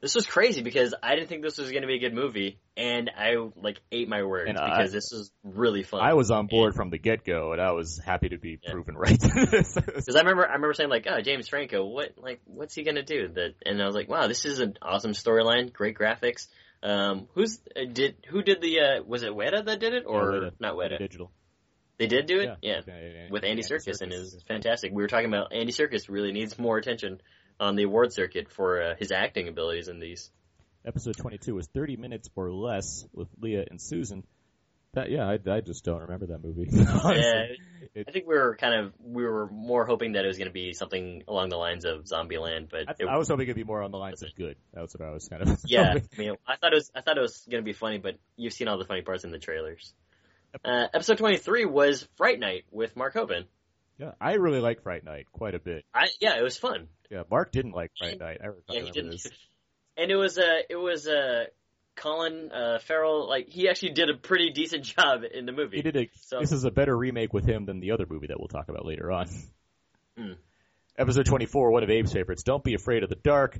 S7: This was crazy because I didn't think this was going to be a good movie, and I like ate my words
S4: and
S7: because
S4: I,
S7: this was really fun.
S4: I was on board and, from the get go, and I was happy to be yeah. proven right. Because
S7: I remember, I remember saying like, "Oh, James Franco, what like what's he going to do?" That, and I was like, "Wow, this is an awesome storyline, great graphics." Um, who's uh, did who did the uh, was it Weta that did it or
S4: yeah, Weta.
S7: not Weta?
S4: Digital.
S7: They did do it,
S4: yeah,
S7: yeah. yeah with Andy, Andy Circus, and is fantastic. We were talking about Andy Circus really needs more attention on the award circuit for uh, his acting abilities in these.
S4: Episode twenty-two was thirty minutes or less with Leah and Susan. That yeah, I, I just don't remember that movie.
S7: yeah, it, I think we were kind of we were more hoping that it was going to be something along the lines of Zombieland, but
S4: I,
S7: it,
S4: I was hoping it'd be more on the lines of good. That's what I was kind of.
S7: yeah, I, mean, I thought it was I thought it was going to be funny, but you've seen all the funny parts in the trailers. Uh, episode 23 was Fright Night with Mark Hoban.
S4: Yeah, I really like Fright Night quite a bit.
S7: I, yeah, it was fun.
S4: Yeah, Mark didn't like Fright Night. I remember,
S7: yeah, he
S4: remember
S7: didn't. This. And it was uh, it was uh, Colin uh, Farrell. Like he actually did a pretty decent job in the movie.
S4: He did. A,
S7: so,
S4: this is a better remake with him than the other movie that we'll talk about later on.
S7: Mm.
S4: Episode 24, one of Abe's favorites. Don't be afraid of the dark.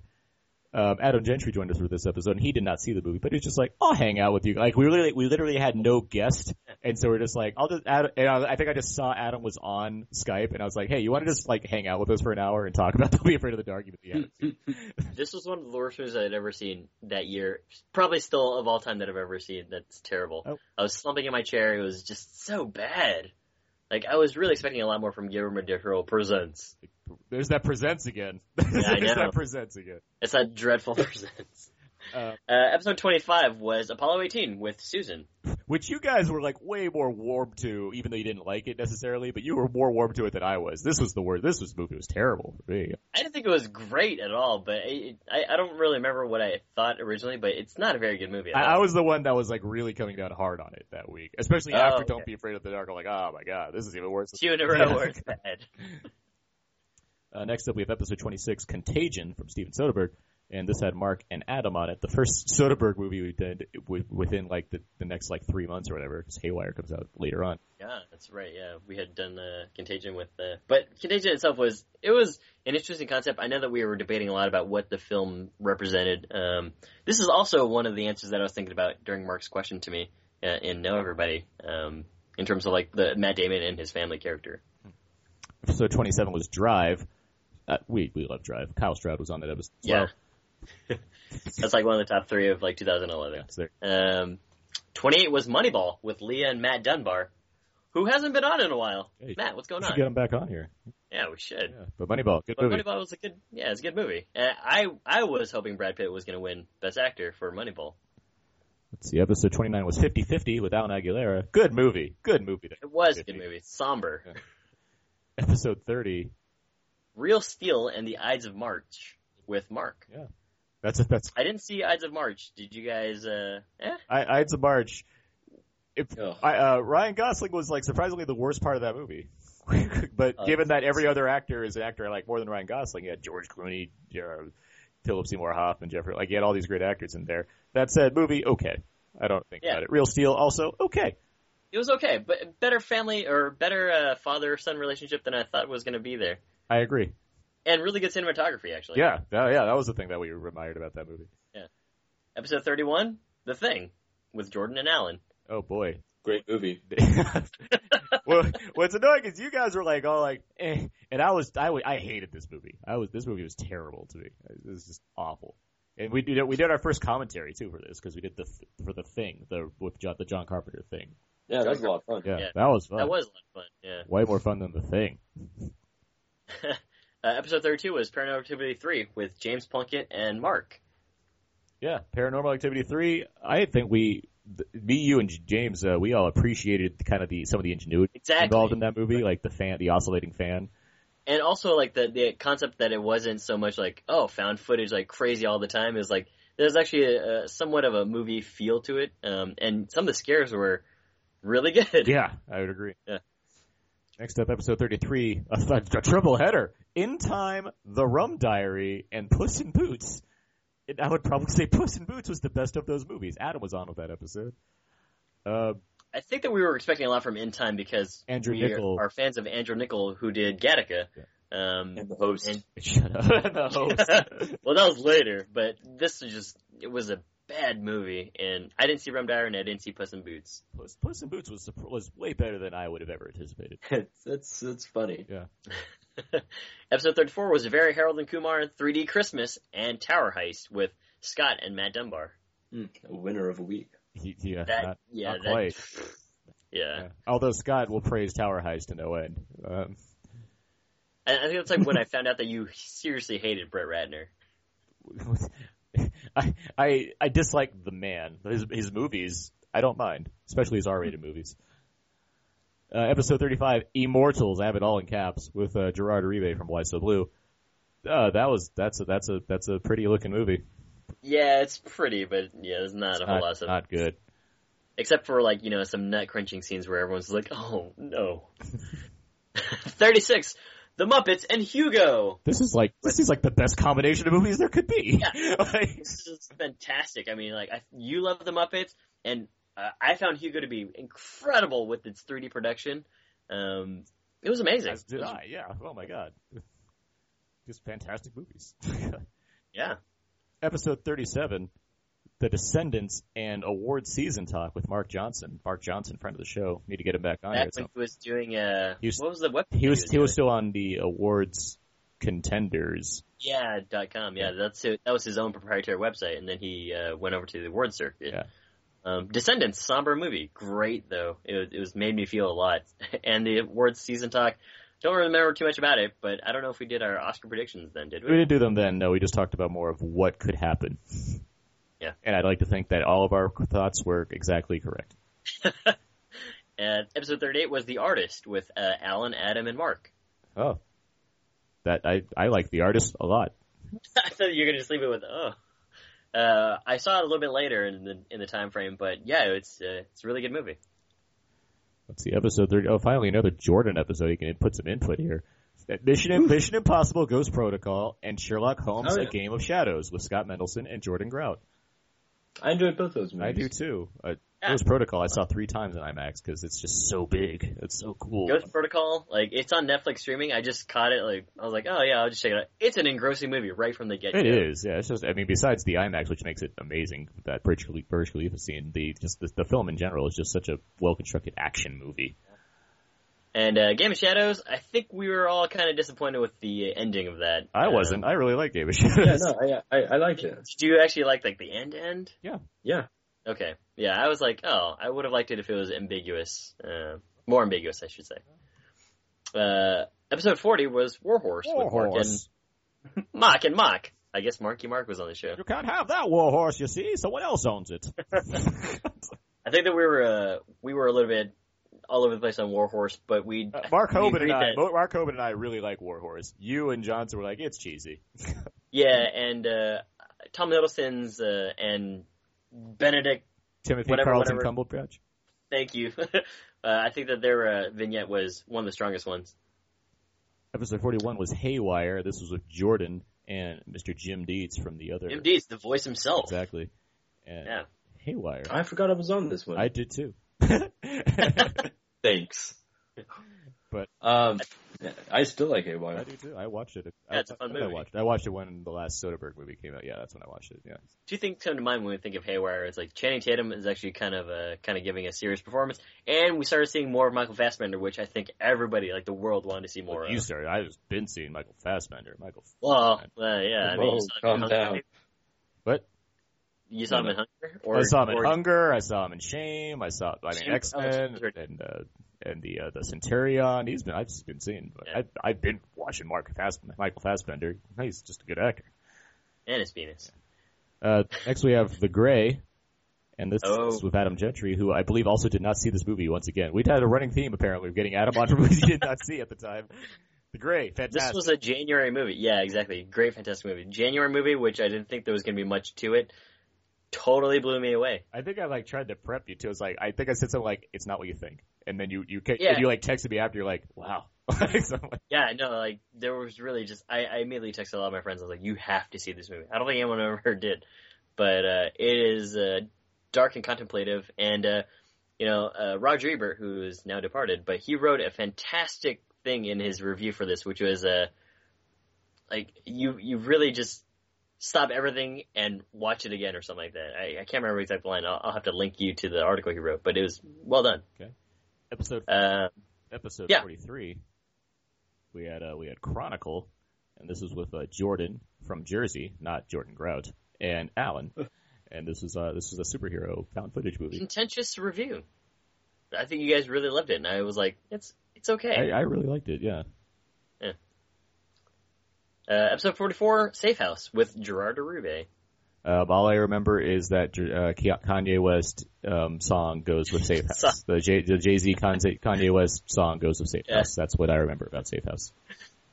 S4: Um, Adam Gentry joined us for this episode, and he did not see the movie, but he's just like, "I'll hang out with you." Like we literally, we literally had no guest, and so we're just like, "I'll just." Adam, and I, I think I just saw Adam was on Skype, and I was like, "Hey, you want to just like hang out with us for an hour and talk about Don't Be Afraid of the Dark?" Even
S7: this was one of the worst movies I'd ever seen that year, probably still of all time that I've ever seen. That's terrible.
S4: Oh.
S7: I was slumping in my chair. It was just so bad. Like I was really expecting a lot more from Guillermo del Toro presents.
S4: There's that presents again.
S7: Yeah, I know.
S4: that presents again.
S7: It's that dreadful presents. Uh, episode 25 was Apollo 18 with Susan.
S4: Which you guys were like way more warm to, even though you didn't like it necessarily, but you were more warm to it than I was. This was the word. This was movie was terrible for me.
S7: I didn't think it was great at all, but it, I, I don't really remember what I thought originally, but it's not a very good movie.
S4: I, I, was the one that was like really coming down hard on it that week, especially oh, after okay. Don't Be Afraid of the Dark. I'm like, oh my god, this is even worse.
S7: Two in a row were bad.
S4: Uh, next up, we have episode 26, Contagion from Steven Soderbergh and this had Mark and Adam on it. The first Soderbergh movie we did within like the, the next like three months or whatever, because Haywire comes out later on.
S7: Yeah, that's right. Yeah, we had done uh, Contagion with, uh, but Contagion itself was it was an interesting concept. I know that we were debating a lot about what the film represented. Um, this is also one of the answers that I was thinking about during Mark's question to me uh, in Know Everybody, um, in terms of like the Matt Damon and his family character.
S4: So twenty seven was Drive. Uh, we we love Drive. Kyle Stroud was on that episode. Yeah. Well.
S7: That's like one of the top three of like 2011. Yeah, um, 28 was Moneyball with Leah and Matt Dunbar, who hasn't been on in a while. Hey, Matt, what's going on?
S4: Get him back on here.
S7: Yeah, we should. Yeah,
S4: but Moneyball, good
S7: but
S4: movie.
S7: Moneyball was a good, yeah, it's a good movie. Uh, I I was hoping Brad Pitt was going to win Best Actor for Moneyball.
S4: Let's see, episode 29 was 50-50 with Alan Aguilera. Good movie. Good movie.
S7: It was 50. a good movie. Somber. Yeah.
S4: episode 30.
S7: Real Steel and the Ides of March with Mark.
S4: Yeah. That's a, that's.
S7: I didn't see Ides of March. Did you guys? Uh, eh?
S4: I, Ides of March. If, I, uh, Ryan Gosling was like surprisingly the worst part of that movie. but uh, given that every other actor is an actor I like more than Ryan Gosling, you had George Clooney, uh, Philip Seymour Hoffman, Jeffrey, like you had all these great actors in there. That said, movie okay. I don't think yeah. about it. Real Steel also okay.
S7: It was okay, but better family or better uh, father son relationship than I thought was going to be there.
S4: I agree
S7: and really good cinematography actually.
S4: Yeah, yeah, yeah. That was the thing that we admired about that movie.
S7: Yeah. Episode thirty-one, The Thing, with Jordan and Allen.
S4: Oh boy,
S9: great movie.
S4: well, what's annoying is you guys were like all like, eh. and I was I I hated this movie. I was this movie was terrible to me. It was just awful. And we did we did our first commentary too for this because we did the for the thing the with John, the John Carpenter thing.
S9: Yeah, that was a lot of fun.
S4: Yeah, yeah, that was fun.
S7: That was a lot of fun. Yeah,
S4: way more fun than the thing.
S7: Uh, episode 32 was Paranormal Activity 3 with James Plunkett and Mark.
S4: Yeah, Paranormal Activity 3, I think we, me, you, and James, uh, we all appreciated kind of the, some of the ingenuity
S7: exactly.
S4: involved in that movie, right. like the fan, the oscillating fan.
S7: And also like the, the concept that it wasn't so much like, oh, found footage like crazy all the time. Is like, there's actually a, a, somewhat of a movie feel to it. Um, and some of the scares were really good.
S4: Yeah, I would agree. Yeah. Next up, episode 33, a, a, triple header. In Time, The Rum Diary, and Puss in Boots. And I would probably say Puss in Boots was the best of those movies. Adam was on with that episode.
S7: Uh, I think that we were expecting a lot from In Time because
S4: Andrew
S7: we
S4: Nichol.
S7: are fans of Andrew Nichol, who did Gattaca. Yeah. Um,
S9: and the host.
S7: And,
S4: Shut up.
S7: the host. well, that was later, but this was just, it was a bad movie, and I didn't see Rum Diary, and I didn't see Puss in Boots.
S4: Puss, Puss in Boots was was way better than I would have ever anticipated.
S9: that's that's funny.
S4: Yeah.
S7: Episode thirty four was very Harold and Kumar, Three D Christmas, and Tower Heist with Scott and Matt Dunbar.
S9: Mm, a winner of a week.
S4: He, yeah,
S7: that,
S4: not,
S7: yeah,
S4: not quite.
S7: That, yeah. yeah.
S4: Although Scott will praise Tower Heist to no end. Um.
S7: I, I think that's like when I found out that you seriously hated Brett Ratner.
S4: I, I I dislike the man. His his movies I don't mind, especially his R-rated
S7: Hmm.
S4: movies. Uh, episode thirty-five, Immortals. I have it all in caps with uh, Gerard Uribe from Why So Blue. Uh, that was that's a that's a that's a pretty looking movie.
S7: Yeah, it's pretty, but yeah, there's not it's a whole
S4: not,
S7: lot of
S4: not good.
S7: Except for like you know some nut crunching scenes where everyone's like, oh no. Thirty-six. The Muppets, and Hugo.
S4: This is like this is like the best combination of movies there could
S7: be. Yeah. like, this is fantastic. I mean, like I, you love the Muppets, and uh, I found Hugo to be incredible with its 3D production. Um, it was amazing.
S4: As
S7: did
S4: was, I? Yeah. Oh my god, just fantastic movies.
S7: yeah.
S4: Episode 37, The Descendants and award season talk with Mark Johnson. Mark Johnson, friend of the show. Need to get him back on.
S7: Back
S4: here
S7: when he was doing uh, he was, what was the web?
S4: He, he was he was, still on the awards contenders.
S7: Yeah, dot com. Yeah, that's it. that was his own proprietary website, and then he uh, went over to the award circuit.
S4: Yeah.
S7: Um, Descendants, somber movie, great though. It, it was made me feel a lot. and the awards season talk, don't remember too much about it, but I don't know if we did our Oscar predictions then, did we?
S4: We didn't do them then. No, we just talked about more of what could happen.
S7: Yeah.
S4: And I'd like to think that all of our thoughts were exactly correct.
S7: and episode 38 was The Artist with uh, Alan, Adam, and Mark.
S4: Oh. That I, I like The Artist a lot.
S7: I thought you were going to just leave it with, oh. Uh, I saw it a little bit later in the in the time frame, but yeah, it's uh, it's a really good movie.
S4: Let's see, episode 30. Oh, finally, another Jordan episode. You can put some input here. Mission, Mission Impossible Ghost Protocol and Sherlock Holmes
S9: Oh, yeah.
S4: A Game of Shadows with Scott Mendelson and Jordan Grout.
S9: I enjoyed both those movies.
S4: I do too. Uh, Ghost Protocol I saw three times in IMAX because it's just so big. It's so cool.
S7: Ghost Protocol, like it's on Netflix streaming. I just caught it. Like I was like, oh yeah, I'll just check it out. It's an engrossing movie right from the get.
S4: It is, yeah. It's just, I mean, besides the IMAX, which makes it amazing, that Burj Khalifa, Burj Khalifa scene, the just the, the film in general is just such a well constructed action movie.
S7: And uh, Game of Shadows, I think we were all kind of disappointed with the ending of that.
S4: I
S7: Um,
S4: wasn't. I really like Game of Shadows.
S9: Yeah, no, I, I, I liked it.
S7: Did you actually like like the end end?
S4: Yeah.
S9: Yeah.
S7: Okay. Yeah, I was like, oh, I would have liked it if it was ambiguous, uh, more ambiguous, I should say. Uh, episode forty was Warhorse with Mark and Mock and Mock. I guess Marky Mark was on the show.
S4: You can't have that war horse, you see. Someone else owns it.
S7: I think that we were uh, we were a little bit all over the place on Warhorse, but we
S4: Uh, Mark
S7: we
S4: Hoban
S7: agreed
S4: and I,
S7: that-
S4: both Mark Hoban and I really like War Horse. You and Johnson were like, it's cheesy.
S7: yeah, and uh, Tom Hiddleston's uh, and Benedict.
S4: Timothy
S7: Whatever,
S4: Carlton
S7: whatever.
S4: Cumberbatch.
S7: Thank you. uh, I think that their uh, vignette was one of the strongest ones.
S4: Episode 41 was Haywire. This was with Jordan and Mr. Jim Dietz from the other.
S7: Jim Deeds, the voice himself.
S4: Exactly. And
S7: Yeah.
S4: Haywire.
S9: I forgot I was on this one.
S4: I did too.
S9: Thanks.
S4: But-
S9: um, I still like Haywire.
S4: I do too. I watched it.
S7: Yeah, it's a fun
S4: I, I
S7: movie.
S4: watched, I watched it when the last Soderbergh movie came out. Yeah, that's when I watched it. Yeah.
S7: Two things come to mind when we think of Haywire. It's like Channing Tatum is actually kind of uh, kind of giving a serious performance, and we started seeing more of Michael Fassbender, which I think everybody, like the world, wanted to see more
S4: you
S7: of.
S4: started. I've just been seeing Michael Fassbender. Michael.
S7: Well, uh, yeah, I mean,
S9: Whoa,
S7: you saw him
S9: calm
S7: in
S9: down.
S7: Hunger.
S4: What?
S7: You saw
S4: No,
S7: him in Hunger, or
S4: I saw him in
S7: or-
S4: Hunger. I saw him in Shame. I saw. I mean,
S7: Shame-
S4: X Men
S7: oh,
S4: and uh, and the uh, the Centurion. He's been. I've just been seeing. But
S7: Yeah.
S4: I've I've been watching Mark Fass, Michael Fassbender. He's just a good actor.
S7: and his penis.
S4: Uh, next we have The Gray, and this
S7: Oh.
S4: is with Adam Gentry, who I believe also did not see this movie once again. We had a running theme apparently of getting Adam on for movies he did not see at the time. The Gray, fantastic.
S7: This was a January movie. Yeah, exactly. Great, fantastic movie. January movie, which I didn't think there was going to be much to it. Totally blew me away.
S4: I think I like tried to prep you too. It's like I think I said something like it's not what you think, and then you you ca-
S7: Yeah.
S4: and you like texted me after. You're like, wow. So I'm like,
S7: Yeah, no, like there was really just I, I immediately texted a lot of my friends. I was like, "You have to see this movie." I don't think anyone ever did, but uh, it is uh, dark and contemplative. And uh, you know, uh, Roger Ebert, who is now departed, but he wrote a fantastic thing in his review for this, which was uh, like you you really just stop everything and watch it again or something like that. I, I can't remember the exact line. I'll, I'll have to link you to the article he wrote, but it was well done.
S4: episode
S7: Uh,
S4: episode
S7: yeah.
S4: 43. We had uh, we had Chronicle, and this is with uh, Jordan from Jersey, not Jordan Grout, and Alan, and this is uh, this is a superhero found footage movie.
S7: contentious review. I think you guys really loved it, and I was like, it's it's okay.
S4: I, I really liked it. Yeah,
S7: Uh, episode forty four, Safe House with Gerard Arube.
S4: um, all I remember is that uh, Ke- Kanye West um, song goes with Safe House. the J- the Jay Z Kanye West song goes with Safe
S7: Yeah.
S4: House. That's what I remember about Safe House.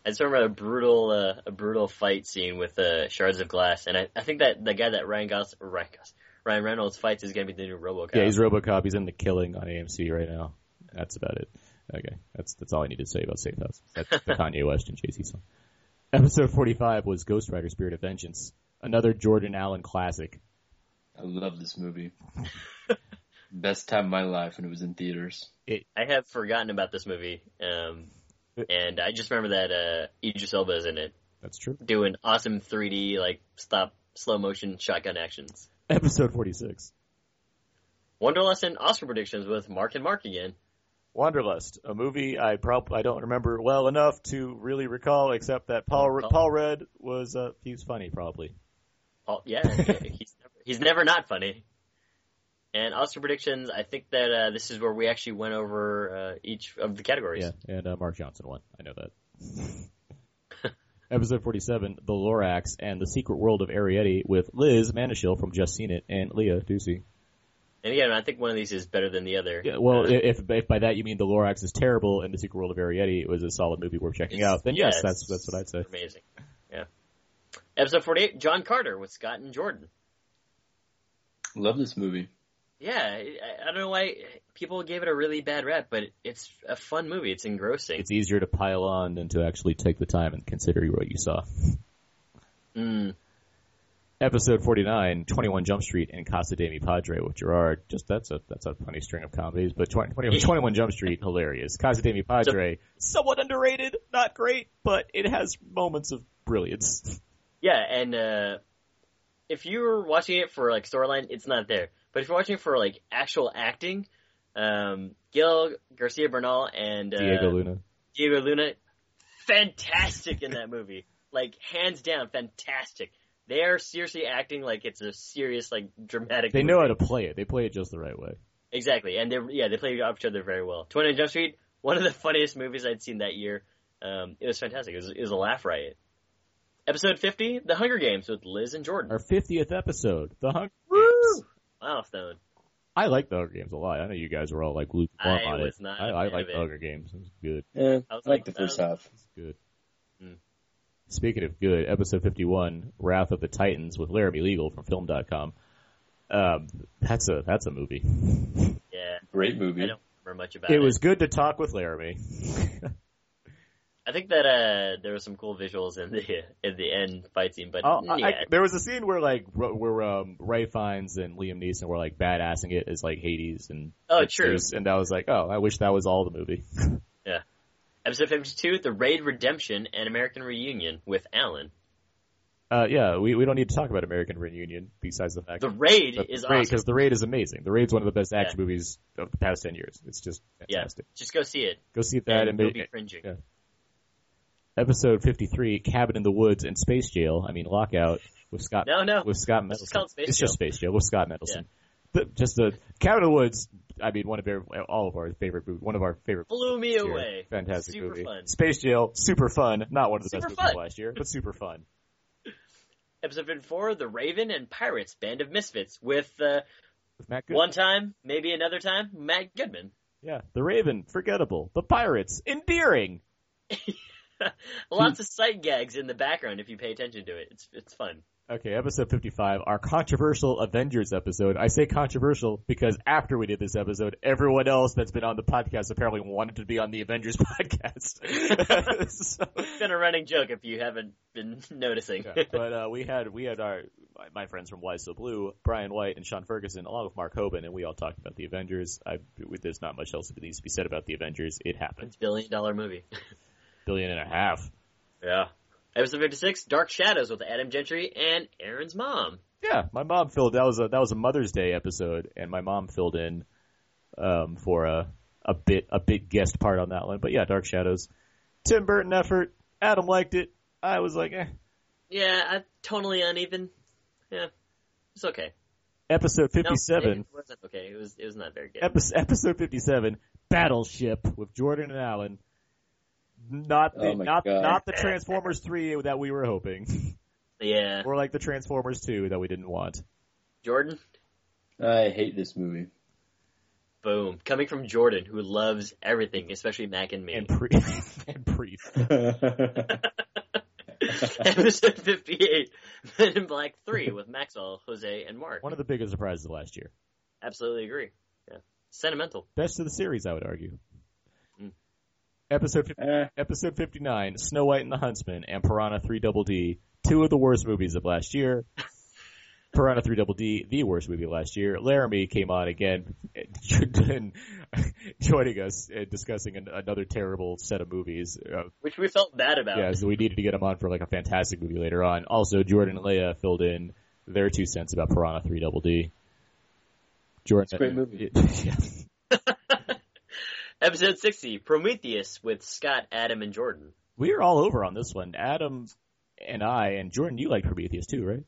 S7: I just remember a brutal uh, a brutal fight scene with uh, shards of glass, and I, I think that the guy that Ryan Gos Ryan Gos Ryan Reynolds fights is gonna be the new RoboCop.
S4: Yeah, he's RoboCop. He's in The Killing on AMC right now. That's about it. Okay, that's that's all I need to say about Safe House. That's the Kanye West and Jay Z song. Episode forty-five was Ghost Rider: Spirit of Vengeance, another Jordan Allen classic.
S9: I love this movie. Best time of my life when it was in theaters.
S7: I have forgotten about this movie, um, and I just remember that uh, Idris Elba is in it
S4: That's true.
S7: doing awesome three D like stop slow motion shotgun actions.
S4: Episode forty-six.
S7: Wonderlust and Oscar predictions with Mark and Mark again.
S4: Wanderlust, a movie I prob I don't remember well enough to really recall, except that Paul
S7: Recall.
S4: Paul Rudd was uh, he's funny probably.
S7: Paul, Oh, yeah, he's never, he's never not funny. And Oscar predictions, I think that uh, this is where we actually went over uh, each of the categories.
S4: Yeah, and uh, Mark Johnson won. I know that. Episode 47, The Lorax and the Secret World of Arietti with Liz Manishill from Just Seen It and Leah Ducey.
S7: And again, I think one of these is better than the other. Uh,
S4: Yeah, well, if, if by that you mean The Lorax is terrible and The Secret World of Arietti was a solid movie worth checking out, then
S7: yeah,
S4: yes,
S7: it's
S4: that's that's what I'd say.
S7: Amazing. Yeah. Episode 48, John Carter with Scott and Jordan.
S9: Love this movie.
S7: Yeah, I, I don't know why people gave it a really bad rap, but it's a fun movie. It's engrossing.
S4: It's easier to pile on than to actually take the time and consider what you saw.
S7: Mm.
S4: Episode 49, 21 Jump Street and Casa de Mi Padre with Gerard. Just that's a that's a funny string of comedies, but 20, 20 21 Jump Street hilarious. Casa de Mi Padre somewhat underrated, not great, but it has moments of brilliance.
S7: Yeah, and uh, if you're watching it for like storyline, it's not there. But if you're watching it for like actual acting, um, Gil Garcia Bernal and uh,
S4: Diego Luna.
S7: Diego Luna, fantastic in that movie. Like hands down, fantastic. They are seriously acting like it's a serious, like dramatic.
S4: They
S7: movie.
S4: know how to play it. They play it just the right way.
S7: exactly, and they are yeah they play off each other very well. Twenty Jump Street, one of the funniest movies I'd seen that year. Um, it was fantastic. It was, it was a laugh riot. Episode fifty, The Hunger Games with Liz and Jordan.
S4: Our 50th episode, The Hunger Games.
S7: Milestone.
S4: I like the Hunger Games a lot. I know you guys were all like lukewarm
S7: I
S4: on it.
S7: was not
S4: I,
S7: a
S4: I
S7: fan
S4: like
S7: of
S4: the
S7: it.
S4: Hunger Games. It was good.
S9: Yeah,
S7: I was
S9: I like the
S7: like,
S9: first
S7: um,
S9: half.
S4: It's good.
S7: Mm.
S4: Speaking of good, episode 51, Wrath of the Titans with Laramie Legal from film.com. Um, that's a, that's a movie.
S7: Yeah,
S9: Great movie.
S7: I don't remember much about it.
S4: It was good to talk with Laramie.
S7: I think that uh, there were some cool visuals in the in the end fight scene, but
S4: Oh, I-
S7: yeah,
S4: I- there was a scene where like, Ro- where, um, Ray Fiennes and Liam Neeson were like badassing it as like Hades and,
S7: Oh,
S4: it's-
S7: true.
S4: there's- and I was like, oh, I wish that was all the movie.
S7: Episode 52, The Raid Redemption and American Reunion with Alan.
S4: Uh, yeah, we, we don't need to talk about American Reunion besides the fact
S7: The Raid
S4: that
S7: is
S4: the raid,
S7: awesome.
S4: because the raid is amazing. The raid's one of the best action
S7: Yeah.
S4: movies of the past ten years. It's just
S7: Yeah.
S4: fantastic.
S7: Just go see it.
S4: Go see that
S7: and
S4: and
S7: you'll
S4: make,
S7: be cringing.
S4: yeah. episode fifty three, Cabin in the Woods and Space Jail. I mean Lockout with Scott
S7: No, no.
S4: with Scott
S7: It's just
S4: Mendelsohn.
S7: called Space
S4: it's just Space Jail with Scott Mendelsohn. The- just the Cabin in the Woods. I mean, one of our, all of our favorite movie, one of our favorite.
S7: Blew me
S4: movies this year.
S7: away.
S4: Fantastic
S7: Super
S4: movie.
S7: fun.
S4: Space Jail, super fun. Not one of the
S7: Super
S4: best
S7: fun.
S4: movies last year, but super fun.
S7: Episode 54, The Raven and Pirates, Band of Misfits with uh,
S4: With Matt Goodman.
S7: one time, maybe another time, Matt Goodman.
S4: Yeah, the Raven, forgettable. The Pirates, endearing. Hmm.
S7: Lots of sight gags in the background if you pay attention to it. It's it's fun.
S4: Okay, episode 55, our controversial Avengers episode. I say controversial because after we did this episode, everyone else that's been on the podcast apparently wanted to be on the Avengers podcast. So,
S7: It's been a running joke if you haven't been noticing.
S4: yeah, but uh, we had we had our my- my friends from Why So Blue, Brian White and Sean Ferguson, along with Mark Hoban, and we all talked about the Avengers. I, there's not much else that needs to be said about the Avengers. It happened.
S7: It's a billion dollar movie.
S4: Billion and a half.
S7: Yeah. Episode 56, Dark Shadows with Adam Gentry and Aaron's mom.
S4: Yeah, my mom filled that was a that was a Mother's Day episode, and my mom filled in um, for a a bit a bit guest part on that one. But yeah, Dark Shadows, Tim Burton effort. Adam liked it. I was like, eh.
S7: Yeah, I, totally uneven. Yeah, it's okay.
S4: episode
S7: No,
S4: fifty seven.
S7: it wasn't okay. It was it was not very good.
S4: Episode, episode fifty seven. Battleship with Jordan and Alan. Not the
S9: Oh my
S4: not
S9: God.
S4: not the Transformers three that we were hoping,
S7: Yeah,
S4: or like the Transformers two that we didn't want.
S7: Jordan.
S9: I hate this movie.
S7: Boom. Coming from Jordan, who loves everything, especially Mac and me.
S4: And pre and pre.
S7: Episode 58, Men in Black 3 with Maxwell, Jose, and Mark.
S4: One of the biggest surprises of last year.
S7: Absolutely agree. Yeah. Sentimental.
S4: Best of the series, I would argue.
S7: Mm.
S4: Episode fif-
S9: Eh.
S4: episode fifty nine, Snow White and the Huntsman and Piranha Three Double D, two of the worst movies of last year. Piranha Three Double D, the worst movie of last year. Laramie came on again, and joining us and discussing an, another terrible set of movies. Uh,
S7: Which we felt bad about.
S4: yeah, so we needed to get him on for like a fantastic movie later on. Also, Jordan and Leia filled in their two cents about Piranha Three Double D. Jordan,
S9: It's a great movie.
S4: Yeah.
S7: Episode 60, Prometheus with Scott, Adam, and Jordan.
S4: We are all over on this one. Adam and I and Jordan, you like Prometheus too, right?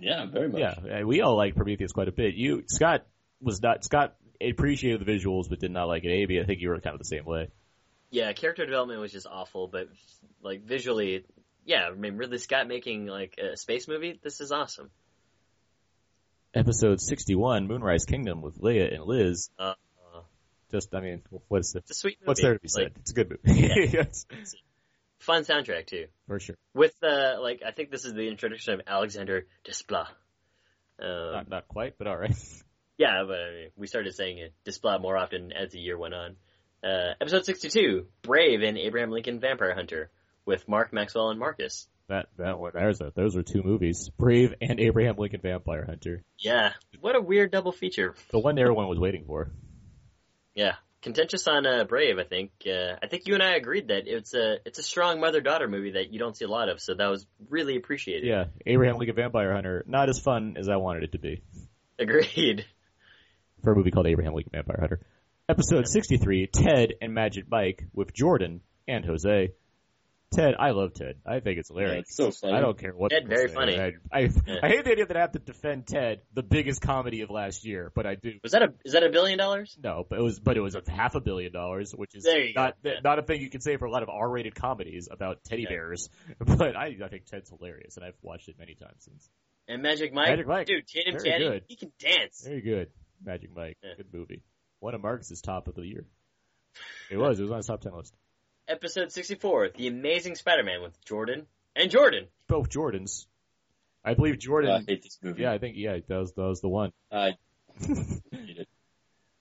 S9: yeah, very much.
S4: Yeah, uh, we all like Prometheus quite a bit. You, Scott, was not Scott appreciated the visuals but did not like it. AB, I think you were kind of the same way.
S7: Yeah, character development was just awful, but like visually, yeah, I mean Ridley Scott making like a space movie. This is awesome.
S4: Episode sixty-one, Moonrise Kingdom with Leia and Liz. Uh,
S7: Uh-huh.
S4: uh, just, I mean, what's the,
S7: sweet
S4: what's
S7: movie.
S4: there to be said?
S7: Like-
S4: it's a good movie.
S7: Yeah.
S4: Yes.
S7: Fun soundtrack too.
S4: for sure.
S7: With uh, like I think this is the introduction of Alexander Desplat. Um,
S4: Not, not quite, but all right.
S7: yeah, but I mean, we started saying it Desplat more often as the year went on. Uh, episode sixty-two, Brave and Abraham Lincoln Vampire Hunter with Mark Maxwell and Marcus.
S4: That that one, there's a, those are two movies, Brave and Abraham Lincoln Vampire Hunter.
S7: Yeah, what a weird double feature.
S4: The one everyone was waiting for.
S7: Yeah, contentious on uh, Brave. I think uh, I think you and I agreed that it's a it's a strong mother daughter movie that you don't see a lot of, so that was really appreciated.
S4: Yeah, Abraham Lincoln Vampire Hunter, not as fun as I wanted it to be
S7: Agreed.
S4: for a movie called Abraham Lincoln Vampire Hunter. Episode 63, Ted and Magic Mike with Jordan and Jose. Ted, I love Ted. I think it's hilarious.
S9: Yeah, it's so funny.
S4: I don't care what.
S7: Ted,
S4: people
S7: very
S4: say.
S7: funny.
S4: I, I,
S7: Yeah.
S4: I hate the idea that I have to defend Ted, the biggest comedy of last year, but I do.
S7: Was that a is that a billion dollars?
S4: No, but it was but it was a half a billion dollars, which is
S7: There you go.
S4: not
S7: Yeah.
S4: not a thing you can say for a lot of R-rated comedies about teddy
S7: Yeah.
S4: bears. But I, I think Ted's hilarious, and I've watched it many times since.
S7: And Magic Mike,
S4: Magic Mike.
S7: dude, Tatum
S4: Very
S7: Taddy,
S4: good.
S7: he can dance.
S4: Very good, Magic Mike.
S7: Yeah.
S4: Good movie. One of Marcus's top of the year. It was. It was on his top ten list.
S7: Episode sixty-four, The Amazing Spider-Man with Jordan and Jordan.
S4: Both Jordans. I believe Jordan.
S9: I hate this movie.
S4: yeah, I think yeah, that was that was the one.
S9: I hate it.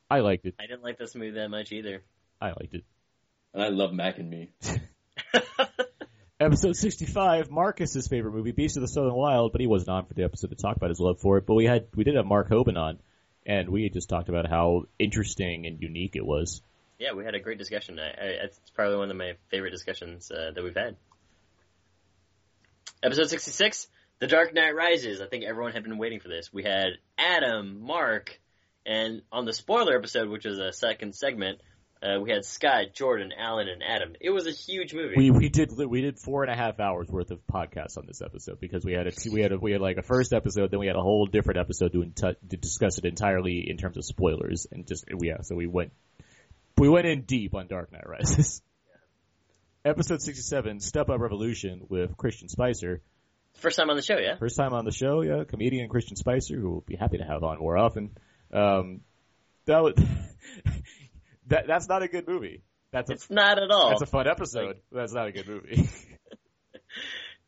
S4: I liked it.
S7: I didn't like this movie that much either.
S4: I liked it.
S9: and I love Mac and Me.
S4: Episode 65, Marcus's favorite movie, Beast of the Southern Wild, but he wasn't on for the episode to talk about his love for it. But we had we did have Mark Hoban on, and we had just talked about how interesting and unique it was.
S7: yeah, we had a great discussion. I, I, it's probably one of my favorite discussions uh, that we've had. Episode sixty-six, The Dark Knight Rises. I think everyone had been waiting for this. We had Adam, Mark, and on the spoiler episode, which was a second segment, uh, we had Scott, Jordan, Alan, and Adam. It was a huge movie.
S4: We we did li- we did four and a half hours worth of podcasts on this episode because we had a we had a, we had like a first episode, then we had a whole different episode to, enti- to discuss it entirely in terms of spoilers and just yeah. So we went we went in deep on Dark Knight Rises. Episode 67, Step Up Revolution with Christian Spicer.
S7: First time on the show, yeah.
S4: First time on the show, yeah. Comedian Christian Spicer, who we'll be happy to have on more often. Um, that was that. That's not a good movie. That's a
S7: It's not at all.
S4: that's a fun episode. That's not a good movie.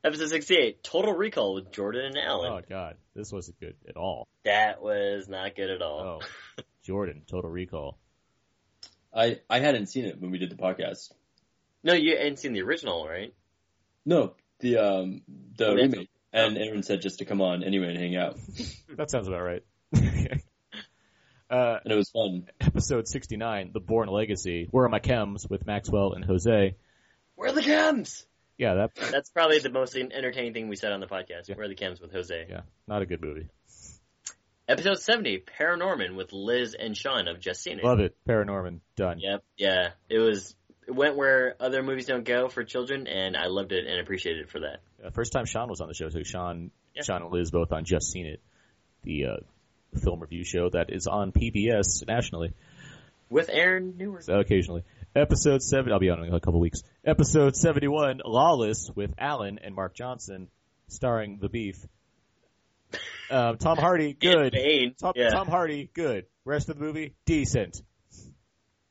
S7: Episode 68, Total Recall with Jordan and Alan.
S4: oh God, this wasn't good at all.
S7: That was not good at all.
S4: Oh, Jordan, Total Recall.
S9: I I hadn't seen it when we did the podcast.
S7: No, you hadn't seen the original, right?
S9: No, the um the
S7: Oh, that's-
S9: remake. And Aaron said just to come on anyway and hang out,
S7: Hmm.
S4: That sounds about right. uh,
S9: and it was fun.
S4: episode sixty nine, The Born Legacy. Where are my chems with Maxwell and Jose?
S7: Where are the chems?
S4: Yeah, that
S7: That's probably the most entertaining thing we said on the podcast. Where are the chems with Jose?
S4: yeah, not a good movie.
S7: Episode 70, Paranorman with Liz and Sean of Just Seen It.
S4: Love it. Paranorman done.
S7: Yep, yeah. It was, it went where other movies don't go for children, and I loved it and appreciated it for that.
S4: Uh, first time Sean was on the show too. Sean,
S7: Yeah.
S4: Sean and Liz both on Just Seen It, the uh, film review show that is on PBS nationally
S7: With Aaron Newer.
S4: so uh, occasionally. Episode seven. I'll be on in a couple weeks. Episode seventy-one. Lawless with Alan and Mark Johnson, starring the Beef. Um, Tom Hardy,
S7: And
S4: good.
S7: Bane.
S4: Tom,
S7: yeah.
S4: Tom Hardy, good. Rest of the movie, decent.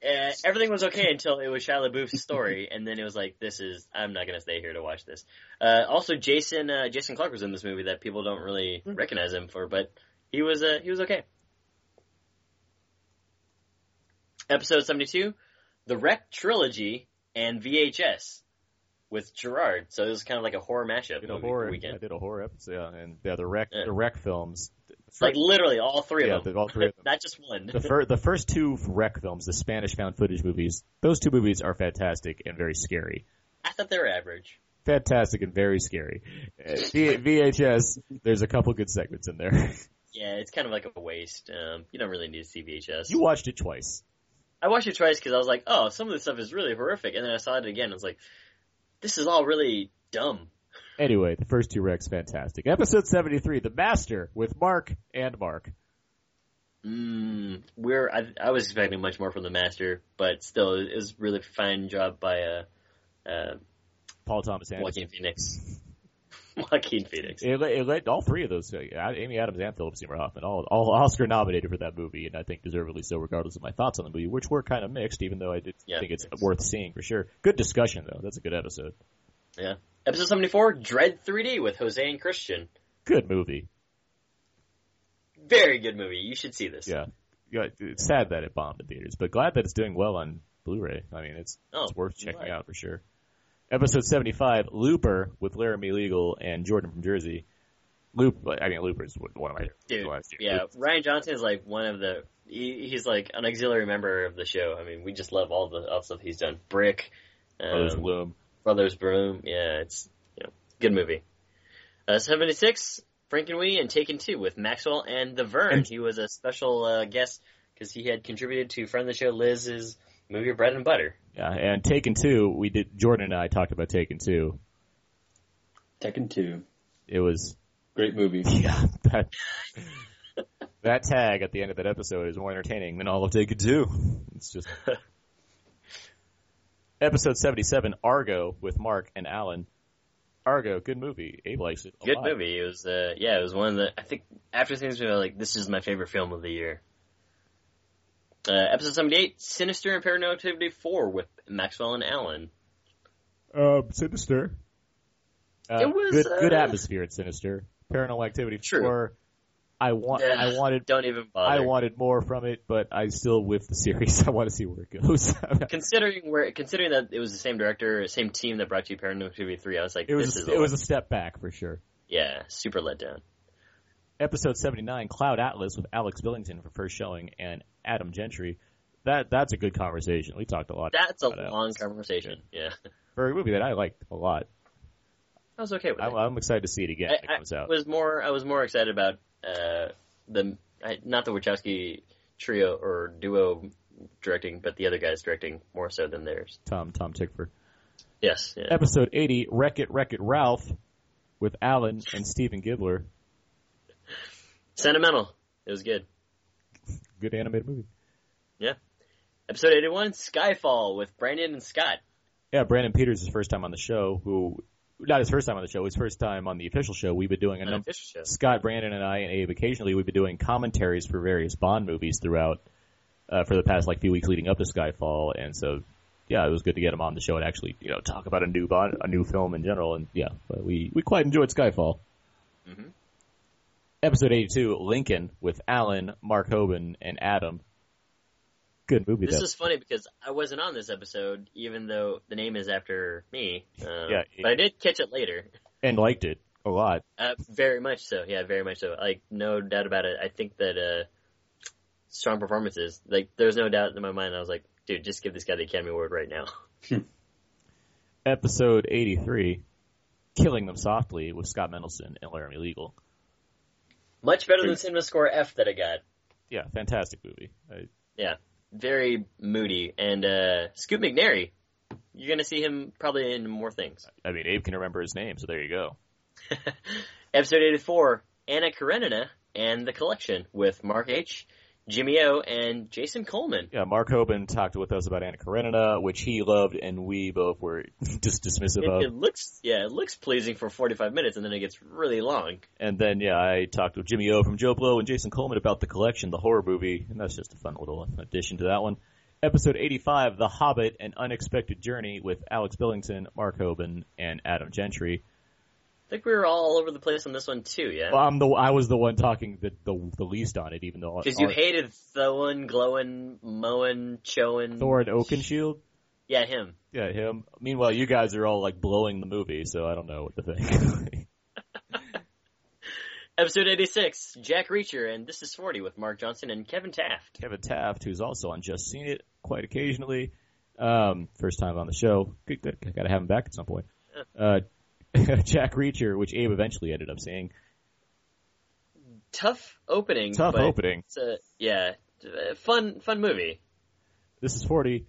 S7: uh, everything was okay until it was Shia LaBeouf's story, and then it was like, this is I'm not gonna stay here to watch this. Uh, also, Jason uh, Jason Clark was in this movie that people don't really
S4: Hmm.
S7: recognize him for, but he was uh, he was okay. Episode seventy two, the Wreck trilogy and VHS with Gerard. So it was kind of like a horror mashup
S4: Did a
S7: movie
S4: horror. I
S7: weekend.
S4: did a horror episode, yeah, and yeah, the wreck,
S7: Yeah.
S4: the wreck films.
S7: Like literally all three
S4: yeah,
S7: of them,
S4: the- all three of them.
S7: not just one.
S4: the, fir- the first two rec films, the Spanish found footage movies, those two movies are fantastic and very scary.
S7: I thought they were average.
S4: Fantastic and very scary. Uh, V- VHS, there's a couple good segments in there.
S7: Yeah, it's kind of like a waste. Um, you don't really need to see VHS.
S4: you watched it twice.
S7: I watched it twice because I was like, oh, some of this stuff is really horrific, and then I saw it again. I was like, this is all really dumb.
S4: Anyway, the first two recs, fantastic. Episode 73, The Master, with Mark and Mark.
S7: Mm, we're I, I was expecting much more from the master, but still, it was really fine job by uh, uh,
S4: Paul Thomas Anderson.
S7: Joaquin Phoenix. Joaquin Phoenix.
S4: It, it led all three of those, uh, Amy Adams and Philip Seymour Hoffman, all, all Oscar nominated for that movie, and I think deservedly so, regardless of my thoughts on the movie, which were kind of mixed, even though I did
S7: Yeah,
S4: think it's
S7: mixed.
S4: worth seeing for sure. Good discussion though. That's a good episode.
S7: Yeah. Episode 74, Dread 3D with Jose and Christian.
S4: Good movie.
S7: Very good movie. You should see this.
S4: Yeah. yeah. It's sad that it bombed in theaters, but glad that it's doing well on Blu-ray. I mean, it's
S7: Oh,
S4: it's worth checking
S7: right.
S4: out for sure. Episode 75, Looper with Laramie Legal and Jordan from Jersey. Loop, I mean, Looper is one of my
S7: Dude,
S4: last year.
S7: yeah, Ryan Johnson is like one of the. He, he's like an auxiliary member of the show. I mean, we just love all the other stuff he's done. Brick, um,
S4: Brothers Bloom.
S7: Brothers Bloom. Yeah, it's you know good movie. Uh, Seventy six, Frank and We, and Taken Two with Maxwell and the Vern.
S4: And-
S7: he was a special uh, guest because he had contributed to friend of the show Liz's movie Bread and Butter.
S4: Yeah, and Taken Two, we did. Jordan and I talked about Taken Two.
S9: Tekken 2.
S4: It was
S9: Great movie.
S4: yeah that that tag at the end of that episode is more entertaining than all of Taken Two. It's just episode seventy seven, Argo with Mark and Alan. Argo, good movie. Abe likes it. a
S7: Good
S4: lot.
S7: movie. It was uh, yeah, it was one of the. I think after things were like this is my favorite film of the year. Uh, episode seventy eight, Sinister and Paranormal Activity four with Maxwell and Allen.
S4: Uh, Sinister. Uh,
S7: It was,
S4: good, good
S7: uh,
S4: atmosphere at Sinister. Paranormal Activity
S7: True.
S4: Four. I want.
S7: Yeah,
S4: I wanted.
S7: Don't even bother.
S4: I wanted more from it, but I still with the series. I want to see where it goes.
S7: considering where considering that it was the same director, same team that brought you Paranormal Activity three. I was like,
S4: it was
S7: this is
S4: it
S7: a-
S4: was a step back for sure.
S7: yeah, super let down.
S4: Episode seventy nine, Cloud Atlas with Alex Billington for first showing and Adam Gentry. That that's a good conversation. We talked a lot.
S7: That's a
S4: about Atlas.
S7: long conversation. Yeah,
S4: for a movie that I liked a lot.
S7: I was okay with
S4: I'm,
S7: it.
S4: I'm excited to see it again
S7: I,
S4: when it comes
S7: I
S4: out.
S7: was more I was more excited about uh, the I, not the Wachowski trio or duo directing, but the other guys directing more so than theirs.
S4: Tom Tom Tickford.
S7: Yes, yeah.
S4: Episode eighty, Wreck It Wreck It Ralph with Alan and Steven Gibbler.
S7: sentimental. It was good.
S4: Good animated movie.
S7: Episode eighty one, Skyfall with Brandon and Scott.
S4: Yeah, Brandon Peters' his first time on the show. Who not his first time on the show. His first time on the official show. We've been doing a
S7: on
S4: number.
S7: Fish Show.
S4: Scott Brandon and I and Abe occasionally we've been doing commentaries for various Bond movies throughout uh, for the past like few weeks leading up to Skyfall, and so yeah, it was good to get him on the show and actually you know talk about a new Bond, a new film in general, and yeah, but we we quite enjoyed Skyfall.
S7: Mhm.
S4: Episode eighty two, Lincoln with Alan, Mark Hoban, and Adam. Good movie.
S7: This
S4: though.
S7: is funny because I wasn't on this episode, even though the name is after me. Um,
S4: Yeah, it-
S7: but I did catch it later.
S4: and liked it a lot.
S7: Uh, very much so. Yeah, very much so. Like no doubt about it. I think that uh, strong performances. Like there's no doubt in my mind. I was like, dude, just give this guy the Academy Award right now.
S4: Episode eighty three, Killing Them Softly with Scott Mendelson and Laramie Legal.
S7: Much better than Cinema Score F that I got.
S4: Yeah, fantastic movie. I,
S7: Very moody and uh, Scoot McNairy. You're gonna see him probably in more things.
S4: I mean, Abe can remember his name, so there you go.
S7: Episode 84, Anna Karenina and the Collection with Mark H., Jimmy O, and Jason Coleman.
S4: Yeah, Mark Hoban talked with us about Anna Karenina, which he loved, and we both were just dismissive
S7: It, it
S4: of.
S7: looks, yeah, it looks pleasing for 45 minutes, and then it gets really long.
S4: And then, yeah, I talked with Jimmy O from Joe Blow and Jason Coleman about the collection, the horror movie, and that's just a fun little addition to that one. Episode 85, The Hobbit, An Unexpected Journey with Alex Billington, Mark Hoban, and Adam Gentry.
S7: I think we were all over the place on this one too, yeah.
S4: Well, I'm the, I was the one talking the, the, the least on it, even though
S7: Because you
S4: our-
S7: hated Thoen, Glowin, Moen, Choen.
S4: Thorin Oakenshield.
S7: Yeah, him.
S4: Yeah, him. Meanwhile, you guys are all like blowing the movie, so I don't know what to think.
S7: Episode 86, Jack Reacher, and This is 40 with Mark Johnson and Kevin Taft.
S4: Kevin Taft, who's also on Just Seen It quite occasionally. Um, first time on the show. Good, good. I gotta have him back at some point. Uh, Jack Reacher, which Abe eventually ended up seeing.
S7: Tough opening.
S4: Tough
S7: Mm, but
S4: opening.
S7: It's a, yeah, uh, fun, fun movie.
S4: This is 40.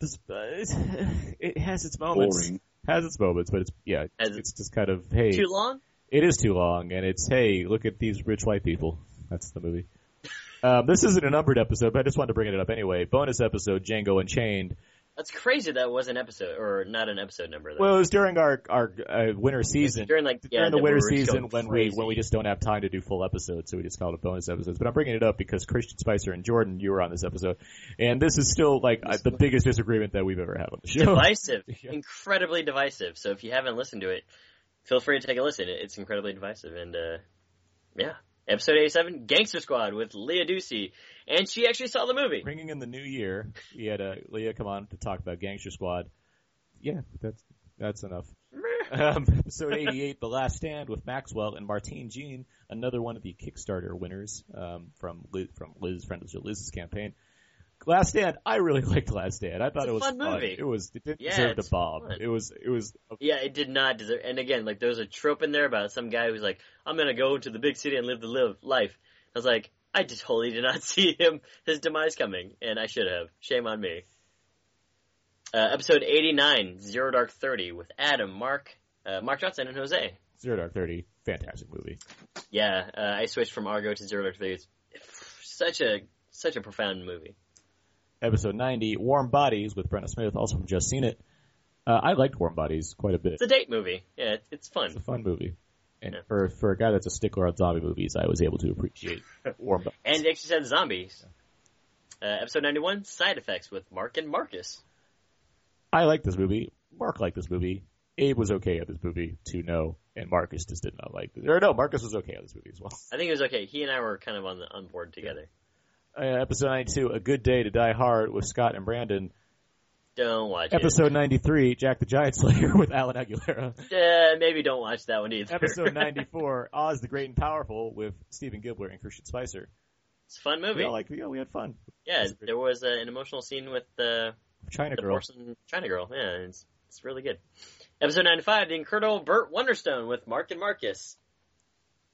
S4: This, uh, it's- it has its moments.
S9: Boring.
S4: Has its moments, but it's, yeah, it's,
S7: Has its-
S4: it's just kind of, hey,
S7: Too long?
S4: it is too long, and it's, hey, look at these rich white people. That's the movie. Um, this isn't a numbered episode, but I just wanted to bring it up anyway. Bonus episode, Django Unchained.
S7: That's crazy. That was an episode, or not an episode number. Though.
S4: Well, it was during our our uh, winter season.
S7: During like yeah,
S4: during the winter
S7: we were just
S4: season
S7: going
S4: when
S7: crazy.
S4: we when we just don't have time to do full episodes, so we just call it bonus episodes. But I'm bringing it up because Christian Spicer and Jordan, you were on this episode, and this is still like uh, the biggest disagreement that we've ever had on the show.
S7: divisive, incredibly divisive. So if you haven't listened to it, feel free to take a listen. It- It's incredibly divisive, and uh, yeah, episode eighty-seven, Gangster Squad with Leah Ducey, and she actually saw the movie.
S4: Bringing in the new year, we had uh, Leah come on to talk about Gangster Squad. Yeah, that's that's enough. um, episode 88, The Last Stand with Maxwell and Martine Jean, another one of the Kickstarter winners um, from Liz, from Liz, friend of the show, Liz's campaign. Last Stand, I really liked Last Stand. I thought
S7: It's a
S4: it was
S7: fun movie.
S4: It was it didn't
S7: Yeah,
S4: deserve
S7: it's
S4: the bomb.
S7: fun.
S4: It was it was
S7: Yeah, it did not deserve. And again, like there was a trope in there about some guy who's like, "I'm gonna go to the big city and live the live life." I was like, I just totally did not see him his demise coming, and I should have. Shame on me. Uh, episode 89, Zero Dark Thirty, with Adam, Mark, uh, Mark Johnson, and Jose.
S4: Zero Dark Thirty, fantastic movie.
S7: Yeah, uh, I switched from Argo to Zero Dark Thirty. It's such a such a profound movie.
S4: Episode 90, Warm Bodies with Brenda Smith, also from Just Seen It. Uh, I liked Warm Bodies quite a bit.
S7: It's a date movie. Yeah, it, it's fun.
S4: It's a fun movie. And for for a guy that's a stickler on zombie movies, I was able to appreciate Warm Bodies.
S7: And it actually said zombies. Uh, episode 91, Side Effects with Mark and Marcus.
S4: I like this movie. Mark liked this movie. Abe was okay at this movie to no, and Marcus just did not like this. Or no, Marcus was okay at this movie as well.
S7: I think it was okay. He and I were kind of on the on board together.
S4: Uh, episode 92, A Good Day to Die Hard with Scott and Brandon.
S7: Don't watch
S4: Episode 93, Jack the Giant Slayer with Alan Aguilera.
S7: it. Uh, maybe don't watch that one either.
S4: episode 94, Oz the Great and Powerful with Stephen Gibbler and Christian Spicer.
S7: It's a fun movie.
S4: We all like, yeah, we had fun.
S7: yeah, there was uh, an emotional scene with the
S4: China
S7: the
S4: Girl.
S7: porcelain China girl. Yeah, it's it's really good. Episode 95, The Incredible Burt Wonderstone with Mark and Marcus.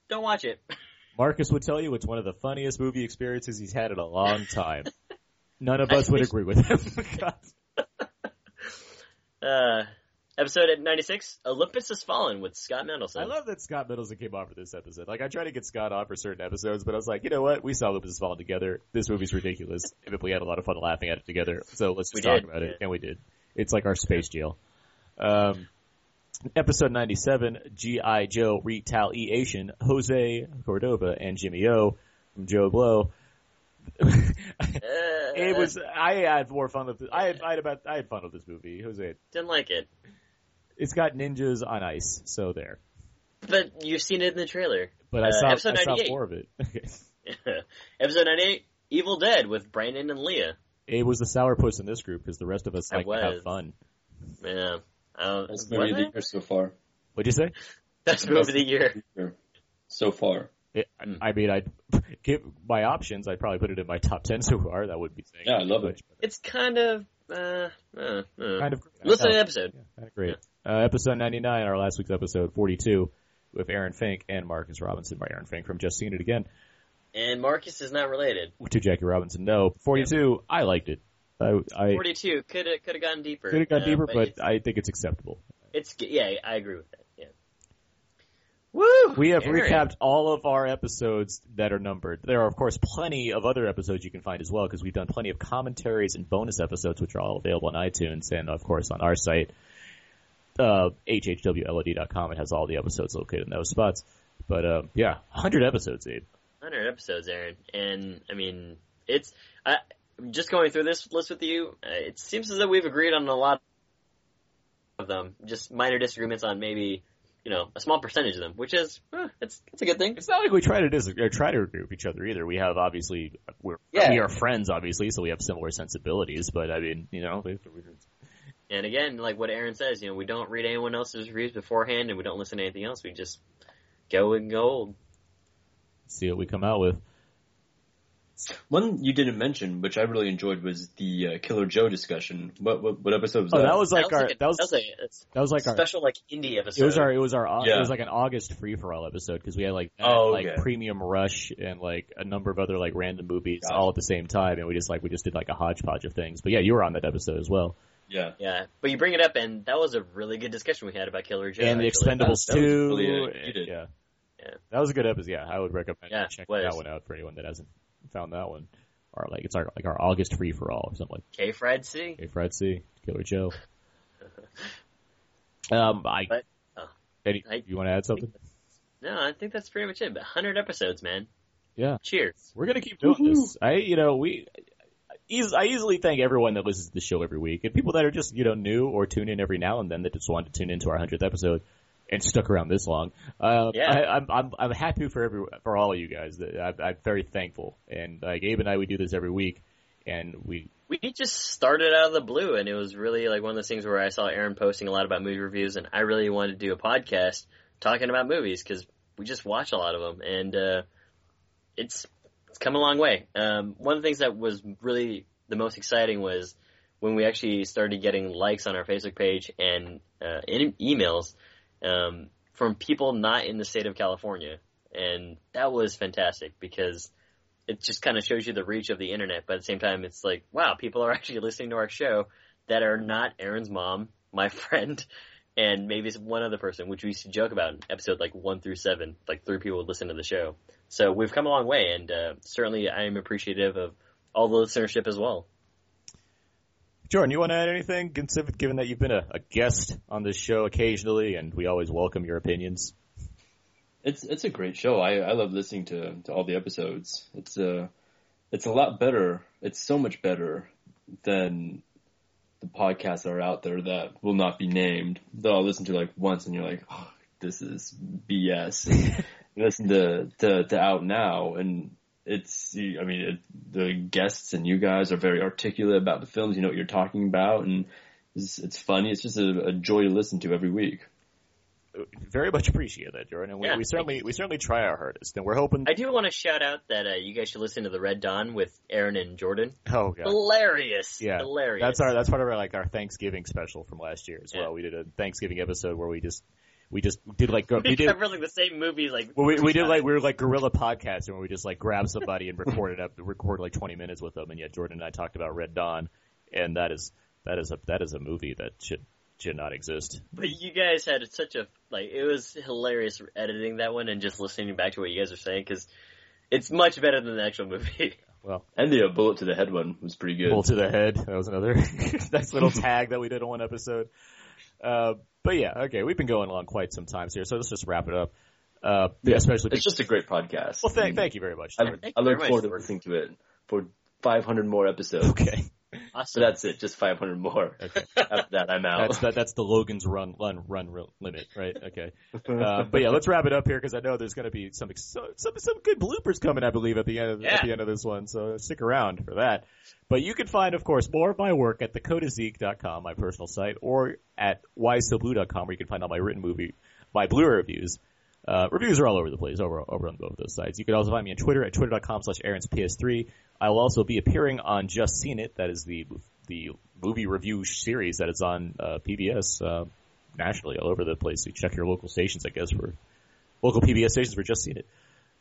S7: Don't watch it.
S4: Marcus would tell you it's one of the funniest movie experiences he's had in a long time. None of
S7: I
S4: us would
S7: wish-
S4: agree with him. God.
S7: Uh, episode 96, Olympus Has Fallen with Scott Mendelson.
S4: I love that Scott Middleton came on for this episode. Like, I try to get Scott on for certain episodes, but I was like, you know what? We saw Lupus is Fallen together. This movie's ridiculous. and we had a lot of fun laughing at it together. So let's
S7: We
S4: just talk
S7: did,
S4: about
S7: yeah.
S4: it. And we did. It's like our space jail. Um, episode 97, G.I. Joe Retaliation, Jose Cordova and Jimmy O from Joe Blow.
S7: Uh,
S4: It was, I had more fun with, I had, I had about, I had fun with this movie. Jose,
S7: Didn't like it.
S4: it's got ninjas on ice, so there.
S7: But you've seen it in the trailer.
S4: But
S7: Uh,
S4: I saw,
S7: episode
S4: I saw
S7: 98.
S4: more of it.
S7: episode 98, Evil Dead with Brandon and Leah.
S4: It was the sourpuss in this group because the rest of us
S7: I
S4: like to have
S7: was.
S4: fun.
S7: Yeah. Um,
S9: That's movie of the year so far.
S4: What'd you say?
S7: That's movie of the year.
S9: Year So far.
S4: It, I-
S7: Hmm.
S4: I mean, I'd give my options. I'd probably put it in my top ten so far. That would be saying
S9: Yeah, I love
S4: too
S9: it.
S4: much,
S7: It's kind of. Uh, uh, uh.
S4: but Kind of
S7: Listen to the
S4: yeah,
S7: episode.
S4: kind of great. Uh, episode ninety nine, our last week's episode forty two, with Aaron Fink and Marcus Robinson. By Aaron Fink from Just Seen It Again
S7: And Marcus is not related.
S4: to Jackie Robinson. No, forty two. I liked it. I, I
S7: 42 could have could have gone deeper.
S4: could have gone
S7: uh,
S4: deeper, but
S7: it's,
S4: I think it's acceptable.
S7: it's yeah, I agree with that. Yeah. Woo!
S4: We have
S7: Aaron.
S4: recapped all of our episodes that are numbered. There are, of course, plenty of other episodes you can find as well because we've done plenty of commentaries and bonus episodes, which are all available on iTunes and, of course, on our site, uh, hhwlod.com. It has all the episodes located in those spots. But, uh, yeah, 100 episodes, Abe.
S7: 100 episodes, Aaron. And I mean, it's I just going through this list with you. uh, It seems as though we've agreed on a lot of them. Just minor disagreements on maybe you know a small percentage of them, which is huh, it's it's a good thing.
S4: It's not like we try to dis- or try to agree with each other either. We have, obviously, we're,
S7: Yeah.
S4: we are friends, obviously, so we have similar sensibilities, but, I mean, you know, we- we-
S7: And again, like what Aaron says, you know, we don't read anyone else's reviews beforehand, and we don't listen to anything else. We just go and go old.
S4: see what we come out with.
S9: One you didn't mention, which I really enjoyed, was the uh, Killer Joe discussion. What what, what episode was
S4: Oh,
S9: that?
S4: that was like
S7: that was
S4: our,
S7: like a,
S4: that was,
S7: a-
S4: that was like our,
S7: special like indie episode.
S4: It was our it was our au-
S9: Yeah.
S4: it was like an August free for all episode because we had like that,
S9: Oh,
S4: like
S9: okay.
S4: Premium Rush and like a number of other like random movies
S9: Gotcha.
S4: all at the same time, and we just like we just did like a hodgepodge of things. But yeah, you were on that episode as well,
S9: yeah.
S7: yeah, but you bring it up, and that was a really good discussion we had about Killer Joe
S4: and the
S7: actually.
S4: Expendables
S9: that was
S4: two,
S9: really, uh,
S4: and-
S9: you did.
S4: yeah.
S7: Yeah.
S4: that was a good episode. Yeah, I would recommend
S7: Yeah,
S4: checking
S7: was.
S4: that one out for anyone that hasn't found that one. Or like it's our like our August free for all or something like.
S7: K Fried C.
S4: K Fried C. Killer Joe. um, I.
S7: But,
S9: uh,
S7: oh,
S4: Eddie,
S7: I-
S4: you want to add something?
S7: No, I think that's pretty much it. But 100 episodes, man.
S4: Yeah.
S7: Cheers.
S4: We're gonna keep doing
S7: Mm-hmm.
S4: this. I, you know, we. Eas- I easily thank everyone that listens to the show every week, and people that are just you know new or tune in every now and then that just wanted to tune into our hundredth episode and stuck around this long. Uh,
S7: Yeah.
S4: I, I'm I'm I'm happy for every for all of you guys. I, I'm very thankful, and like Abe and I, we do this every week, and we
S7: We just started out of the blue, and it was really like one of those things where I saw Aaron posting a lot about movie reviews, and I really wanted to do a podcast talking about movies because we just watch a lot of them, and uh, it's it's come a long way. Um, one of the things that was really the most exciting was when we actually started getting likes on our Facebook page and uh, in emails um, from people not in the state of California, and that was fantastic because it just kind of shows you the reach of the internet. But at the same time, it's like, wow, people are actually listening to our show that are not Aaron's mom, my friend, and maybe it's one other person, which we used to joke about in episode like one through seven. Like three people would listen to the show. So we've come a long way, and uh, certainly I am appreciative of all the listenership as well.
S4: Jordan, you want to add anything? Consider- Given that you've been a, a guest on this show occasionally, and we always welcome your opinions.
S9: It's it's a great show. I, I love listening to, to all the episodes. It's uh it's a lot better. It's so much better than the podcasts that are out there that will not be named. That I'll listen to like once and you're like, oh, this is BS. And you listen to, to to Out Now and it's you- I mean it, the guests and you guys are very articulate about the films. You know what you're talking about and it's, it's funny. It's just a, a joy to listen to every week.
S4: Very much appreciate that, Jordan. And we,
S7: Yeah,
S4: we
S7: thank
S4: certainly we certainly try our hardest, and we're hoping.
S7: I do want to shout out that uh, you guys should listen to the Red Dawn with Aaron and Jordan.
S4: Oh god.
S7: Hilarious,
S4: Yeah,
S7: hilarious.
S4: That's our that's part of our like our Thanksgiving special from last year as
S7: Yeah.
S4: well. We did a Thanksgiving episode where we just we just did like go-
S7: we
S4: we did
S7: cover like the same movie like
S4: well, we, we did
S7: three
S4: like we were like guerrilla podcasting where we just like grabbed somebody and recorded up recorded like twenty minutes with them and yet Jordan and I talked about Red Dawn and that is that is a that is a movie that should should not exist.
S7: But you guys had such a like it was hilarious editing that one and just listening back to what you guys are saying because it's much better than the actual movie.
S4: Well,
S9: And the uh, bullet to the head one was pretty good.
S4: Bull to the head. That was another nice little tag that we did on one episode. Uh, but yeah, okay, we've been going along quite some times here, so let's just wrap it up. Uh,
S9: Yeah,
S4: especially
S9: it's just a great podcast.
S4: well, thank thank you very much.
S9: I,
S4: Jordan.
S7: Thank
S9: I
S7: you very
S9: look
S7: much,
S9: forward to
S7: Jordan.
S9: listening to it for 500 more episodes.
S4: Okay.
S9: So that's it, just 500 more.
S4: Okay.
S9: After that, I'm out.
S4: That's that, that's the Logan's run run run re- limit, right? Okay. Uh, but yeah, let's wrap it up here because I know there's going to be some ex- so- some some good bloopers coming, I believe, at the end of
S7: Yeah.
S4: at the end of this one. So stick around for that. But you can find, of course, more of my work at thecodazeek.com, my personal site, or at whysoblue.com, where you can find all my written movie, my Blu-ray reviews. Uh, reviews are all over the place, over over on both of those sites. You can also find me on Twitter at twitter.com slash Aaron's PS3. I will also be appearing on Just Seen It. That is the the movie review series that is on uh, PBS uh, nationally, all over the place. You check your local stations, I guess, for local PBS stations for Just Seen It.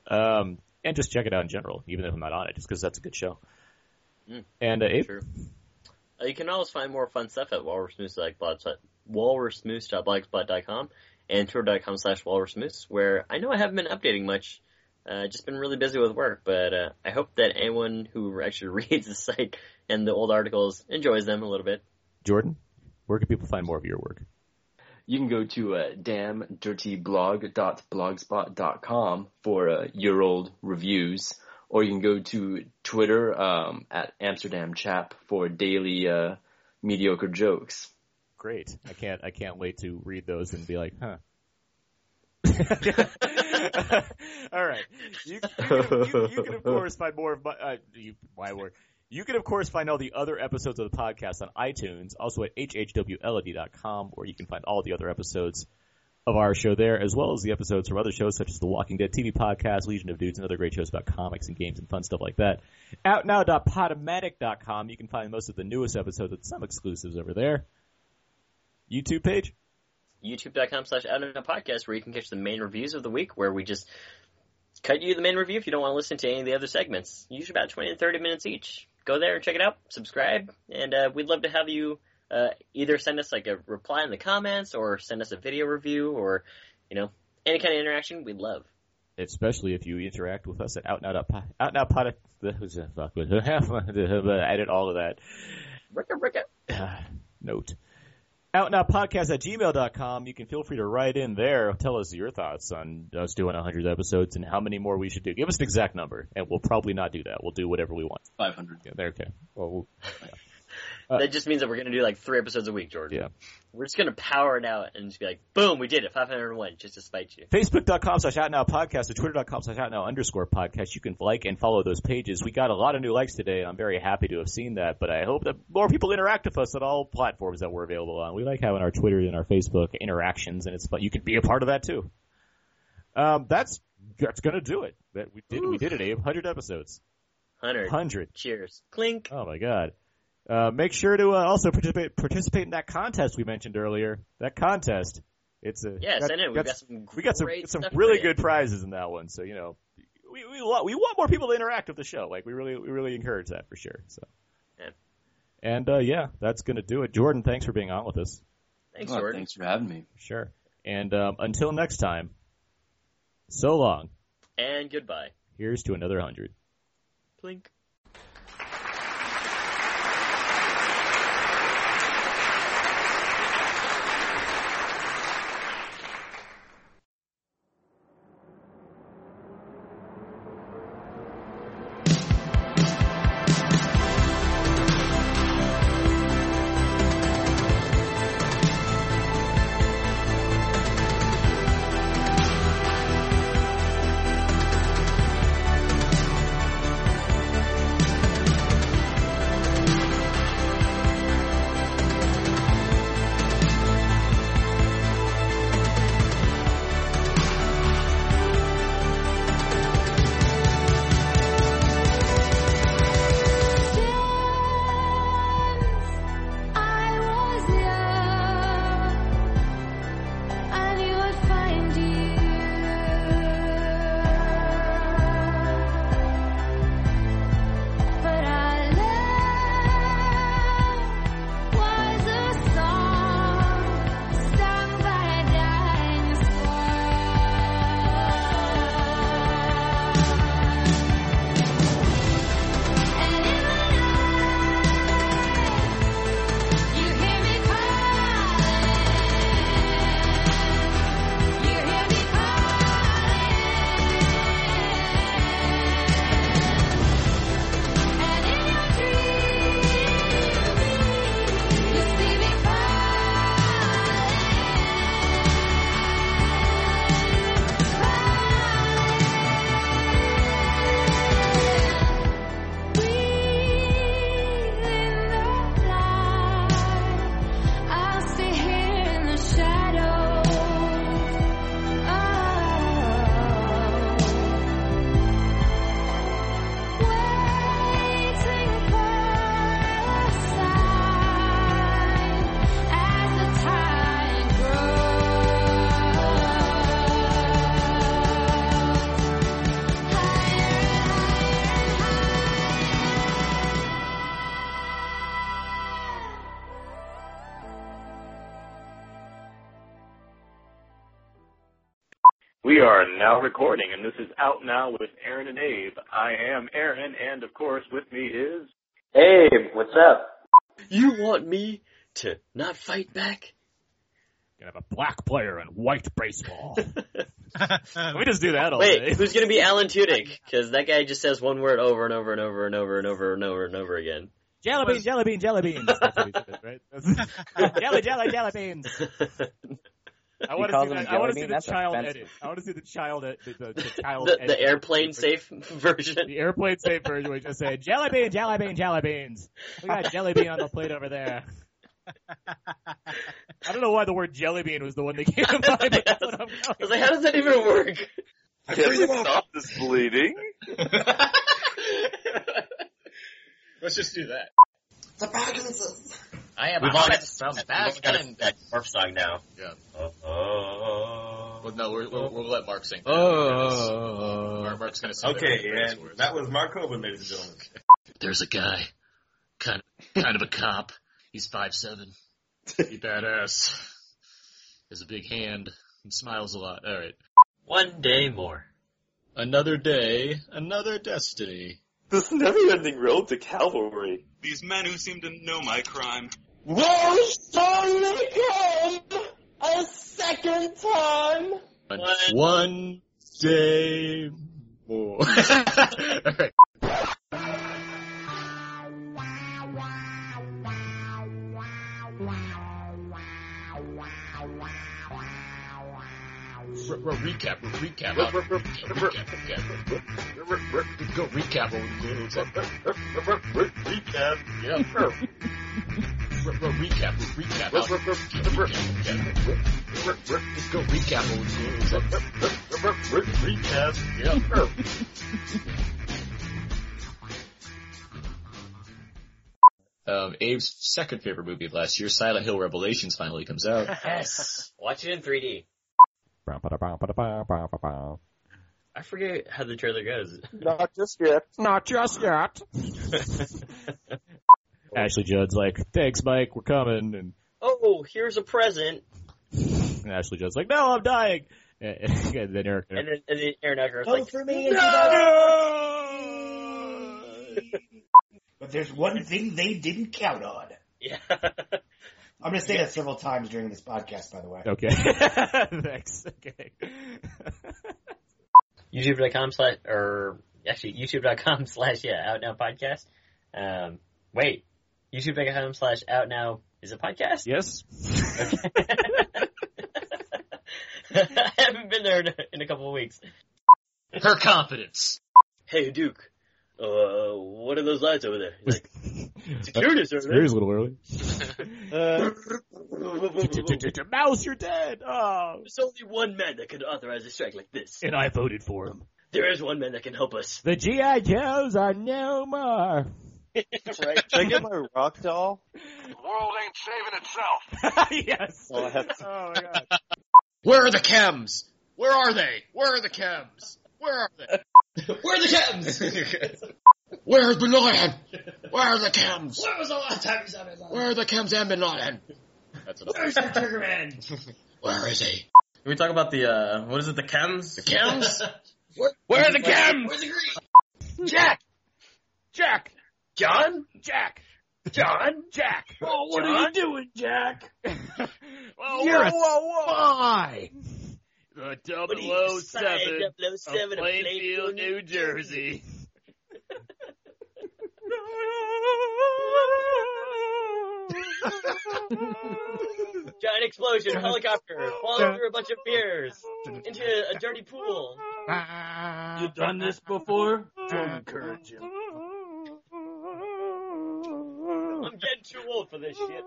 S4: Um, and just check it out in general, even if I'm not on it, just because that's a good show.
S7: Mm.
S4: and uh, Abe,
S7: True. Uh, you can always find more fun stuff at walrusmoose.blogspot walrusmoose.blogspot.com and twitter.com slash walrusmoose, where I know I haven't been updating much. Uh, just been really busy with work, but uh, I hope that anyone who actually reads the site and the old articles enjoys them a little bit.
S4: Jordan, where can people find more of your work?
S9: You can go to uh, damndirtyblog.blogspot.com for uh, year old reviews, or you can go to Twitter um, at Amsterdam Chap for daily uh, mediocre jokes.
S4: Great. I can't. I can't wait to read those and be like, huh. All right. You, you, can, you, you can of course find more of my. Uh, you, my word. You can of course find all the other episodes of the podcast on iTunes, also at E hhwled.com, where you can find all the other episodes of our show there, as well as the episodes from other shows such as The Walking Dead TV podcast, Legion of Dudes, and other great shows about comics and games and fun stuff like that. Outnow.podomatic.com. You can find most of the newest episodes and some exclusives over there. YouTube page.
S7: youtube.com slash out of podcast where you can catch the main reviews of the week where we just cut you the main review if you don't want to listen to any of the other segments usually about 20 to 30 minutes each go there and check it out subscribe and uh, we'd love to have you uh, either send us like a reply in the comments or send us a video review or you know any kind of interaction we'd love
S4: especially if you interact with us at Out and Out Up, Out and Out Pod. Fuck with edit all of that.
S7: Ricka, ricka.
S4: Uh, note. Out and Out Podcast at gmail.com. You can feel free to write in there. Tell us your thoughts on us doing 100 episodes and how many more we should do. Give us an exact number, and we'll probably not do that. We'll do whatever we want.
S9: 500.
S4: Yeah, there, okay. Well, we'll yeah.
S7: that just means that we're going to do like three episodes a week, Jordan.
S4: Yeah.
S7: We're just going to power it out and just be like, boom, we did it, 501, just to spite you.
S4: Facebook.com slash out now podcast or twitter.com slash out now underscore podcast. You can like and follow those pages. We got a lot of new likes today, and I'm very happy to have seen that, but I hope that more people interact with us on all platforms that we're available on. We like having our Twitter and our Facebook interactions, and it's fun. You can be a part of that too. Um, that's, that's gonna do it. That we did, we did it, Abe. 100 episodes.
S7: 100.
S4: 100.
S7: Cheers. Clink.
S4: Oh my god. Uh, make sure to uh, also participate participate in that contest we mentioned earlier. That contest. It's a
S7: yes,
S4: got,
S7: I know. We got, got some
S4: we got some some really good prizes in that one. So you know, we we want, we want more people to interact with the show. Like we really we really encourage that for sure. So.
S7: Yeah.
S4: And uh, yeah, that's gonna do it. Jordan, thanks for being on with us.
S7: Thanks, well, Jordan.
S9: Thanks for having me.
S4: Sure. And um, until next time, so long.
S7: And goodbye.
S4: Here's to another hundred.
S7: Plink.
S13: We are now recording, and this is Out Now with Aaron and Abe. I am Aaron, and of course, with me is.
S14: Abe, what's up?
S7: You want me to not fight back?
S4: Gonna have a black player and white baseball. we just do that all
S7: Wait,
S4: day.
S7: who's gonna be Alan Tudyk? Because that guy just says one word over and over and over and over and over and over and over again.
S4: Jelly beans, jelly beans, jelly beans. That's what he said, right? That's... jelly, jelly, jelly beans. I want,
S14: calls him
S4: that,
S14: jelly
S4: I want to
S14: bean?
S4: see the
S14: That's
S4: child
S14: offensive.
S4: edit. I want to see the child ed- the, the, the child
S7: The,
S4: edit.
S7: the airplane safe version.
S4: The airplane safe version where you just say jelly bean, jelly bean, jelly beans. We got jelly bean on the plate over there. I don't know why the word jelly bean was the one that came to mind, but that's what I'm
S7: I was like, how does that even work?
S13: Can you stop this bleeding?
S15: Let's just do that.
S16: The Parkinson's.
S15: I am
S14: We've
S15: on
S14: already-
S15: it. Some
S14: we've
S15: back
S14: already got
S15: and-
S14: that Mark song now.
S15: Yeah.
S13: Oh.
S15: Well, no, we're, we'll, we'll let Mark sing. Mark- Mark's gonna sing.
S17: Okay,
S15: the
S17: and that was Mark Coburn, ladies and gentlemen.
S15: There's a guy, kind of, kind of a cop. He's five seven. He badass. Has a big hand and smiles a lot. All right.
S7: One day more.
S18: Another day, another destiny.
S19: This never-ending road to Calvary.
S20: These men who seem to know my crime.
S5: They shall come a second time.
S18: One, one day more. right. Re- re- recap, re- recap, uh, recap, recap, recap. Go recap what we did.
S19: Recap.
S18: Yeah. Re- recap, recap. uh, recap. Go recap what we did.
S19: Recap.
S18: Yeah. Um, Abe's second favorite movie of last year, Silent Hill Revelations, finally comes out.
S7: Yes. Watch it in 3D. I forget how the trailer goes.
S19: Not just yet.
S4: Not just yet. Ashley Judd's like, thanks, Mike, we're coming. And
S7: oh, here's a present.
S4: and Ashley Judd's like, no, I'm dying. And, and then Eric,
S7: And then, and then Aaron Eckert was like,
S5: for me, it's
S19: No!
S5: But there's one thing they didn't count on.
S7: yeah.
S5: I'm going to say that several times during this podcast, by the way.
S4: okay. thanks. Okay.
S7: YouTube.com slash, or actually YouTube.com slash, yeah, Out Now Podcast. Um, wait. YouTube.com slash Out Now is a podcast?
S4: yes.
S7: Okay. I haven't been there in a, in a couple of weeks.
S18: Her confidence.
S7: Hey, Duke. Uh, what are those lights over there? He's like, security's over there.
S4: Here's a little early.
S7: Uh,
S4: Mouse, you're dead. Oh.
S7: There's only one man that could authorize a strike like this.
S4: And I voted for him.
S7: There is one man that can help us.
S4: The GI Joes are no more.
S19: Right. Should I get my rock doll?
S21: The world ain't saving itself.
S4: yes.
S19: Well, I have to-
S4: Oh my god.
S18: Where are the chems? Where are they? Where are the chems? Where are they? Where are the chems? Where's Bin Laden? Where are the chems?
S5: Where was the last time you saw me?
S18: Where are the chems and Bin Laden? That's enough.
S5: Where's the trigger man?
S18: Where is he?
S22: Can we talk about the, uh, what is it, the chems?
S18: The chems? Where, where are the chems? Where's the green? Jack! Jack!
S19: John?
S18: Jack! John? Jack!
S19: Oh, what are you doing, Jack?
S18: Whoa, You're whoa, whoa! Spy! The oh
S7: What do you decide, 007 of Plainfield, New
S18: Jersey.
S7: Giant explosion, helicopter, falling through a bunch of beers, into a dirty pool.
S19: You done this before? Don't encourage him.
S7: I'm getting too old for this shit.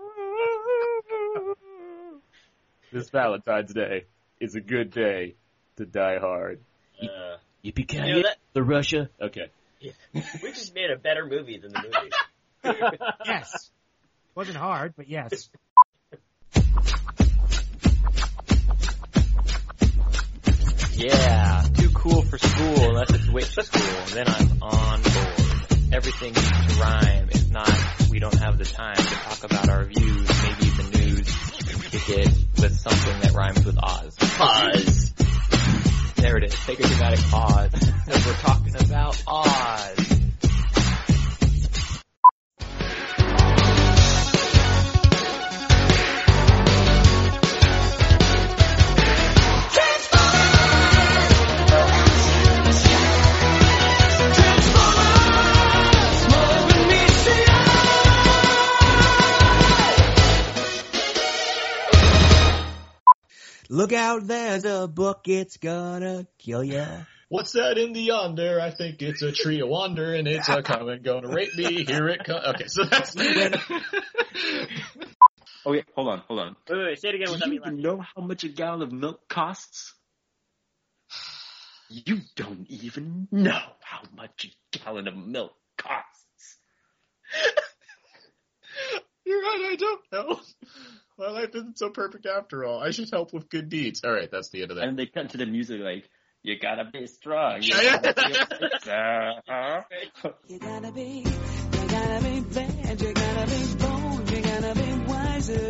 S23: This Valentine's Day is a good day to die hard.
S7: Uh,
S23: Yippee
S7: you know, that,
S23: the Russia. Okay.
S7: we just made a better movie than the movie.
S24: Yes. Wasn't hard, but yes.
S7: Yeah, too cool for school unless it's witch school. Then I'm on board. Everything needs to rhyme. If not, we don't have the time to talk about our views. Maybe the news kick it with something that rhymes with Oz. Oz. There it is. Take a dramatic pause. 'cause we're talking about Oz.
S24: Look out, there's a book, it's gonna kill ya.
S18: What's that in the yonder? I think it's a tree of wonder and it's a coming gonna rape me. Here it comes. Okay, so that's.
S9: Okay, hold on, hold on.
S7: Wait, wait, wait, say it again without
S9: Do
S7: me
S9: you even
S7: laughing.
S9: know how much a gallon of milk costs? You don't even know how much a gallon of milk costs.
S18: You're right, I don't know. My life isn't so perfect after all. I should help with good deeds. All right, that's the end of that.
S9: And they cut to the music like, you gotta be strong. You
S18: Yeah,
S9: gotta
S18: yeah.
S9: be a fixer, huh?
S13: You gotta be, you gotta be bad, you gotta be bold, you gotta be wiser.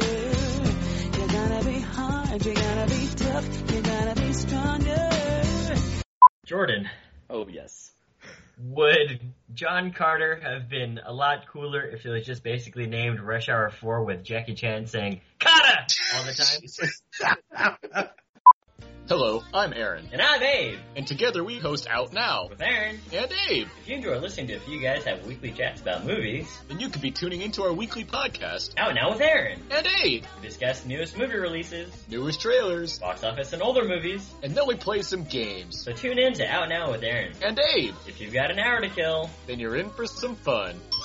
S13: You gotta be hard, you gotta be tough, you gotta be stronger.
S7: Jordan,
S25: Oh yes.
S7: Would John Carter have been a lot cooler if it was just basically named Rush Hour Four with Jackie Chan saying "Carter" all the time?
S9: Hello, I'm Aaron.
S7: And I'm Abe.
S9: And together we host Out Now.
S7: With Aaron.
S9: And Abe.
S7: If you enjoy listening to a few guys have weekly chats about movies,
S9: then you could be tuning into our weekly podcast,
S7: Out Now with Aaron.
S9: And Abe.
S7: We discuss newest movie releases,
S9: newest trailers,
S7: box office and older movies,
S9: and then we play some games.
S7: So tune in to Out Now with Aaron.
S9: And Abe.
S7: If you've got an hour to kill,
S9: then you're in for some fun.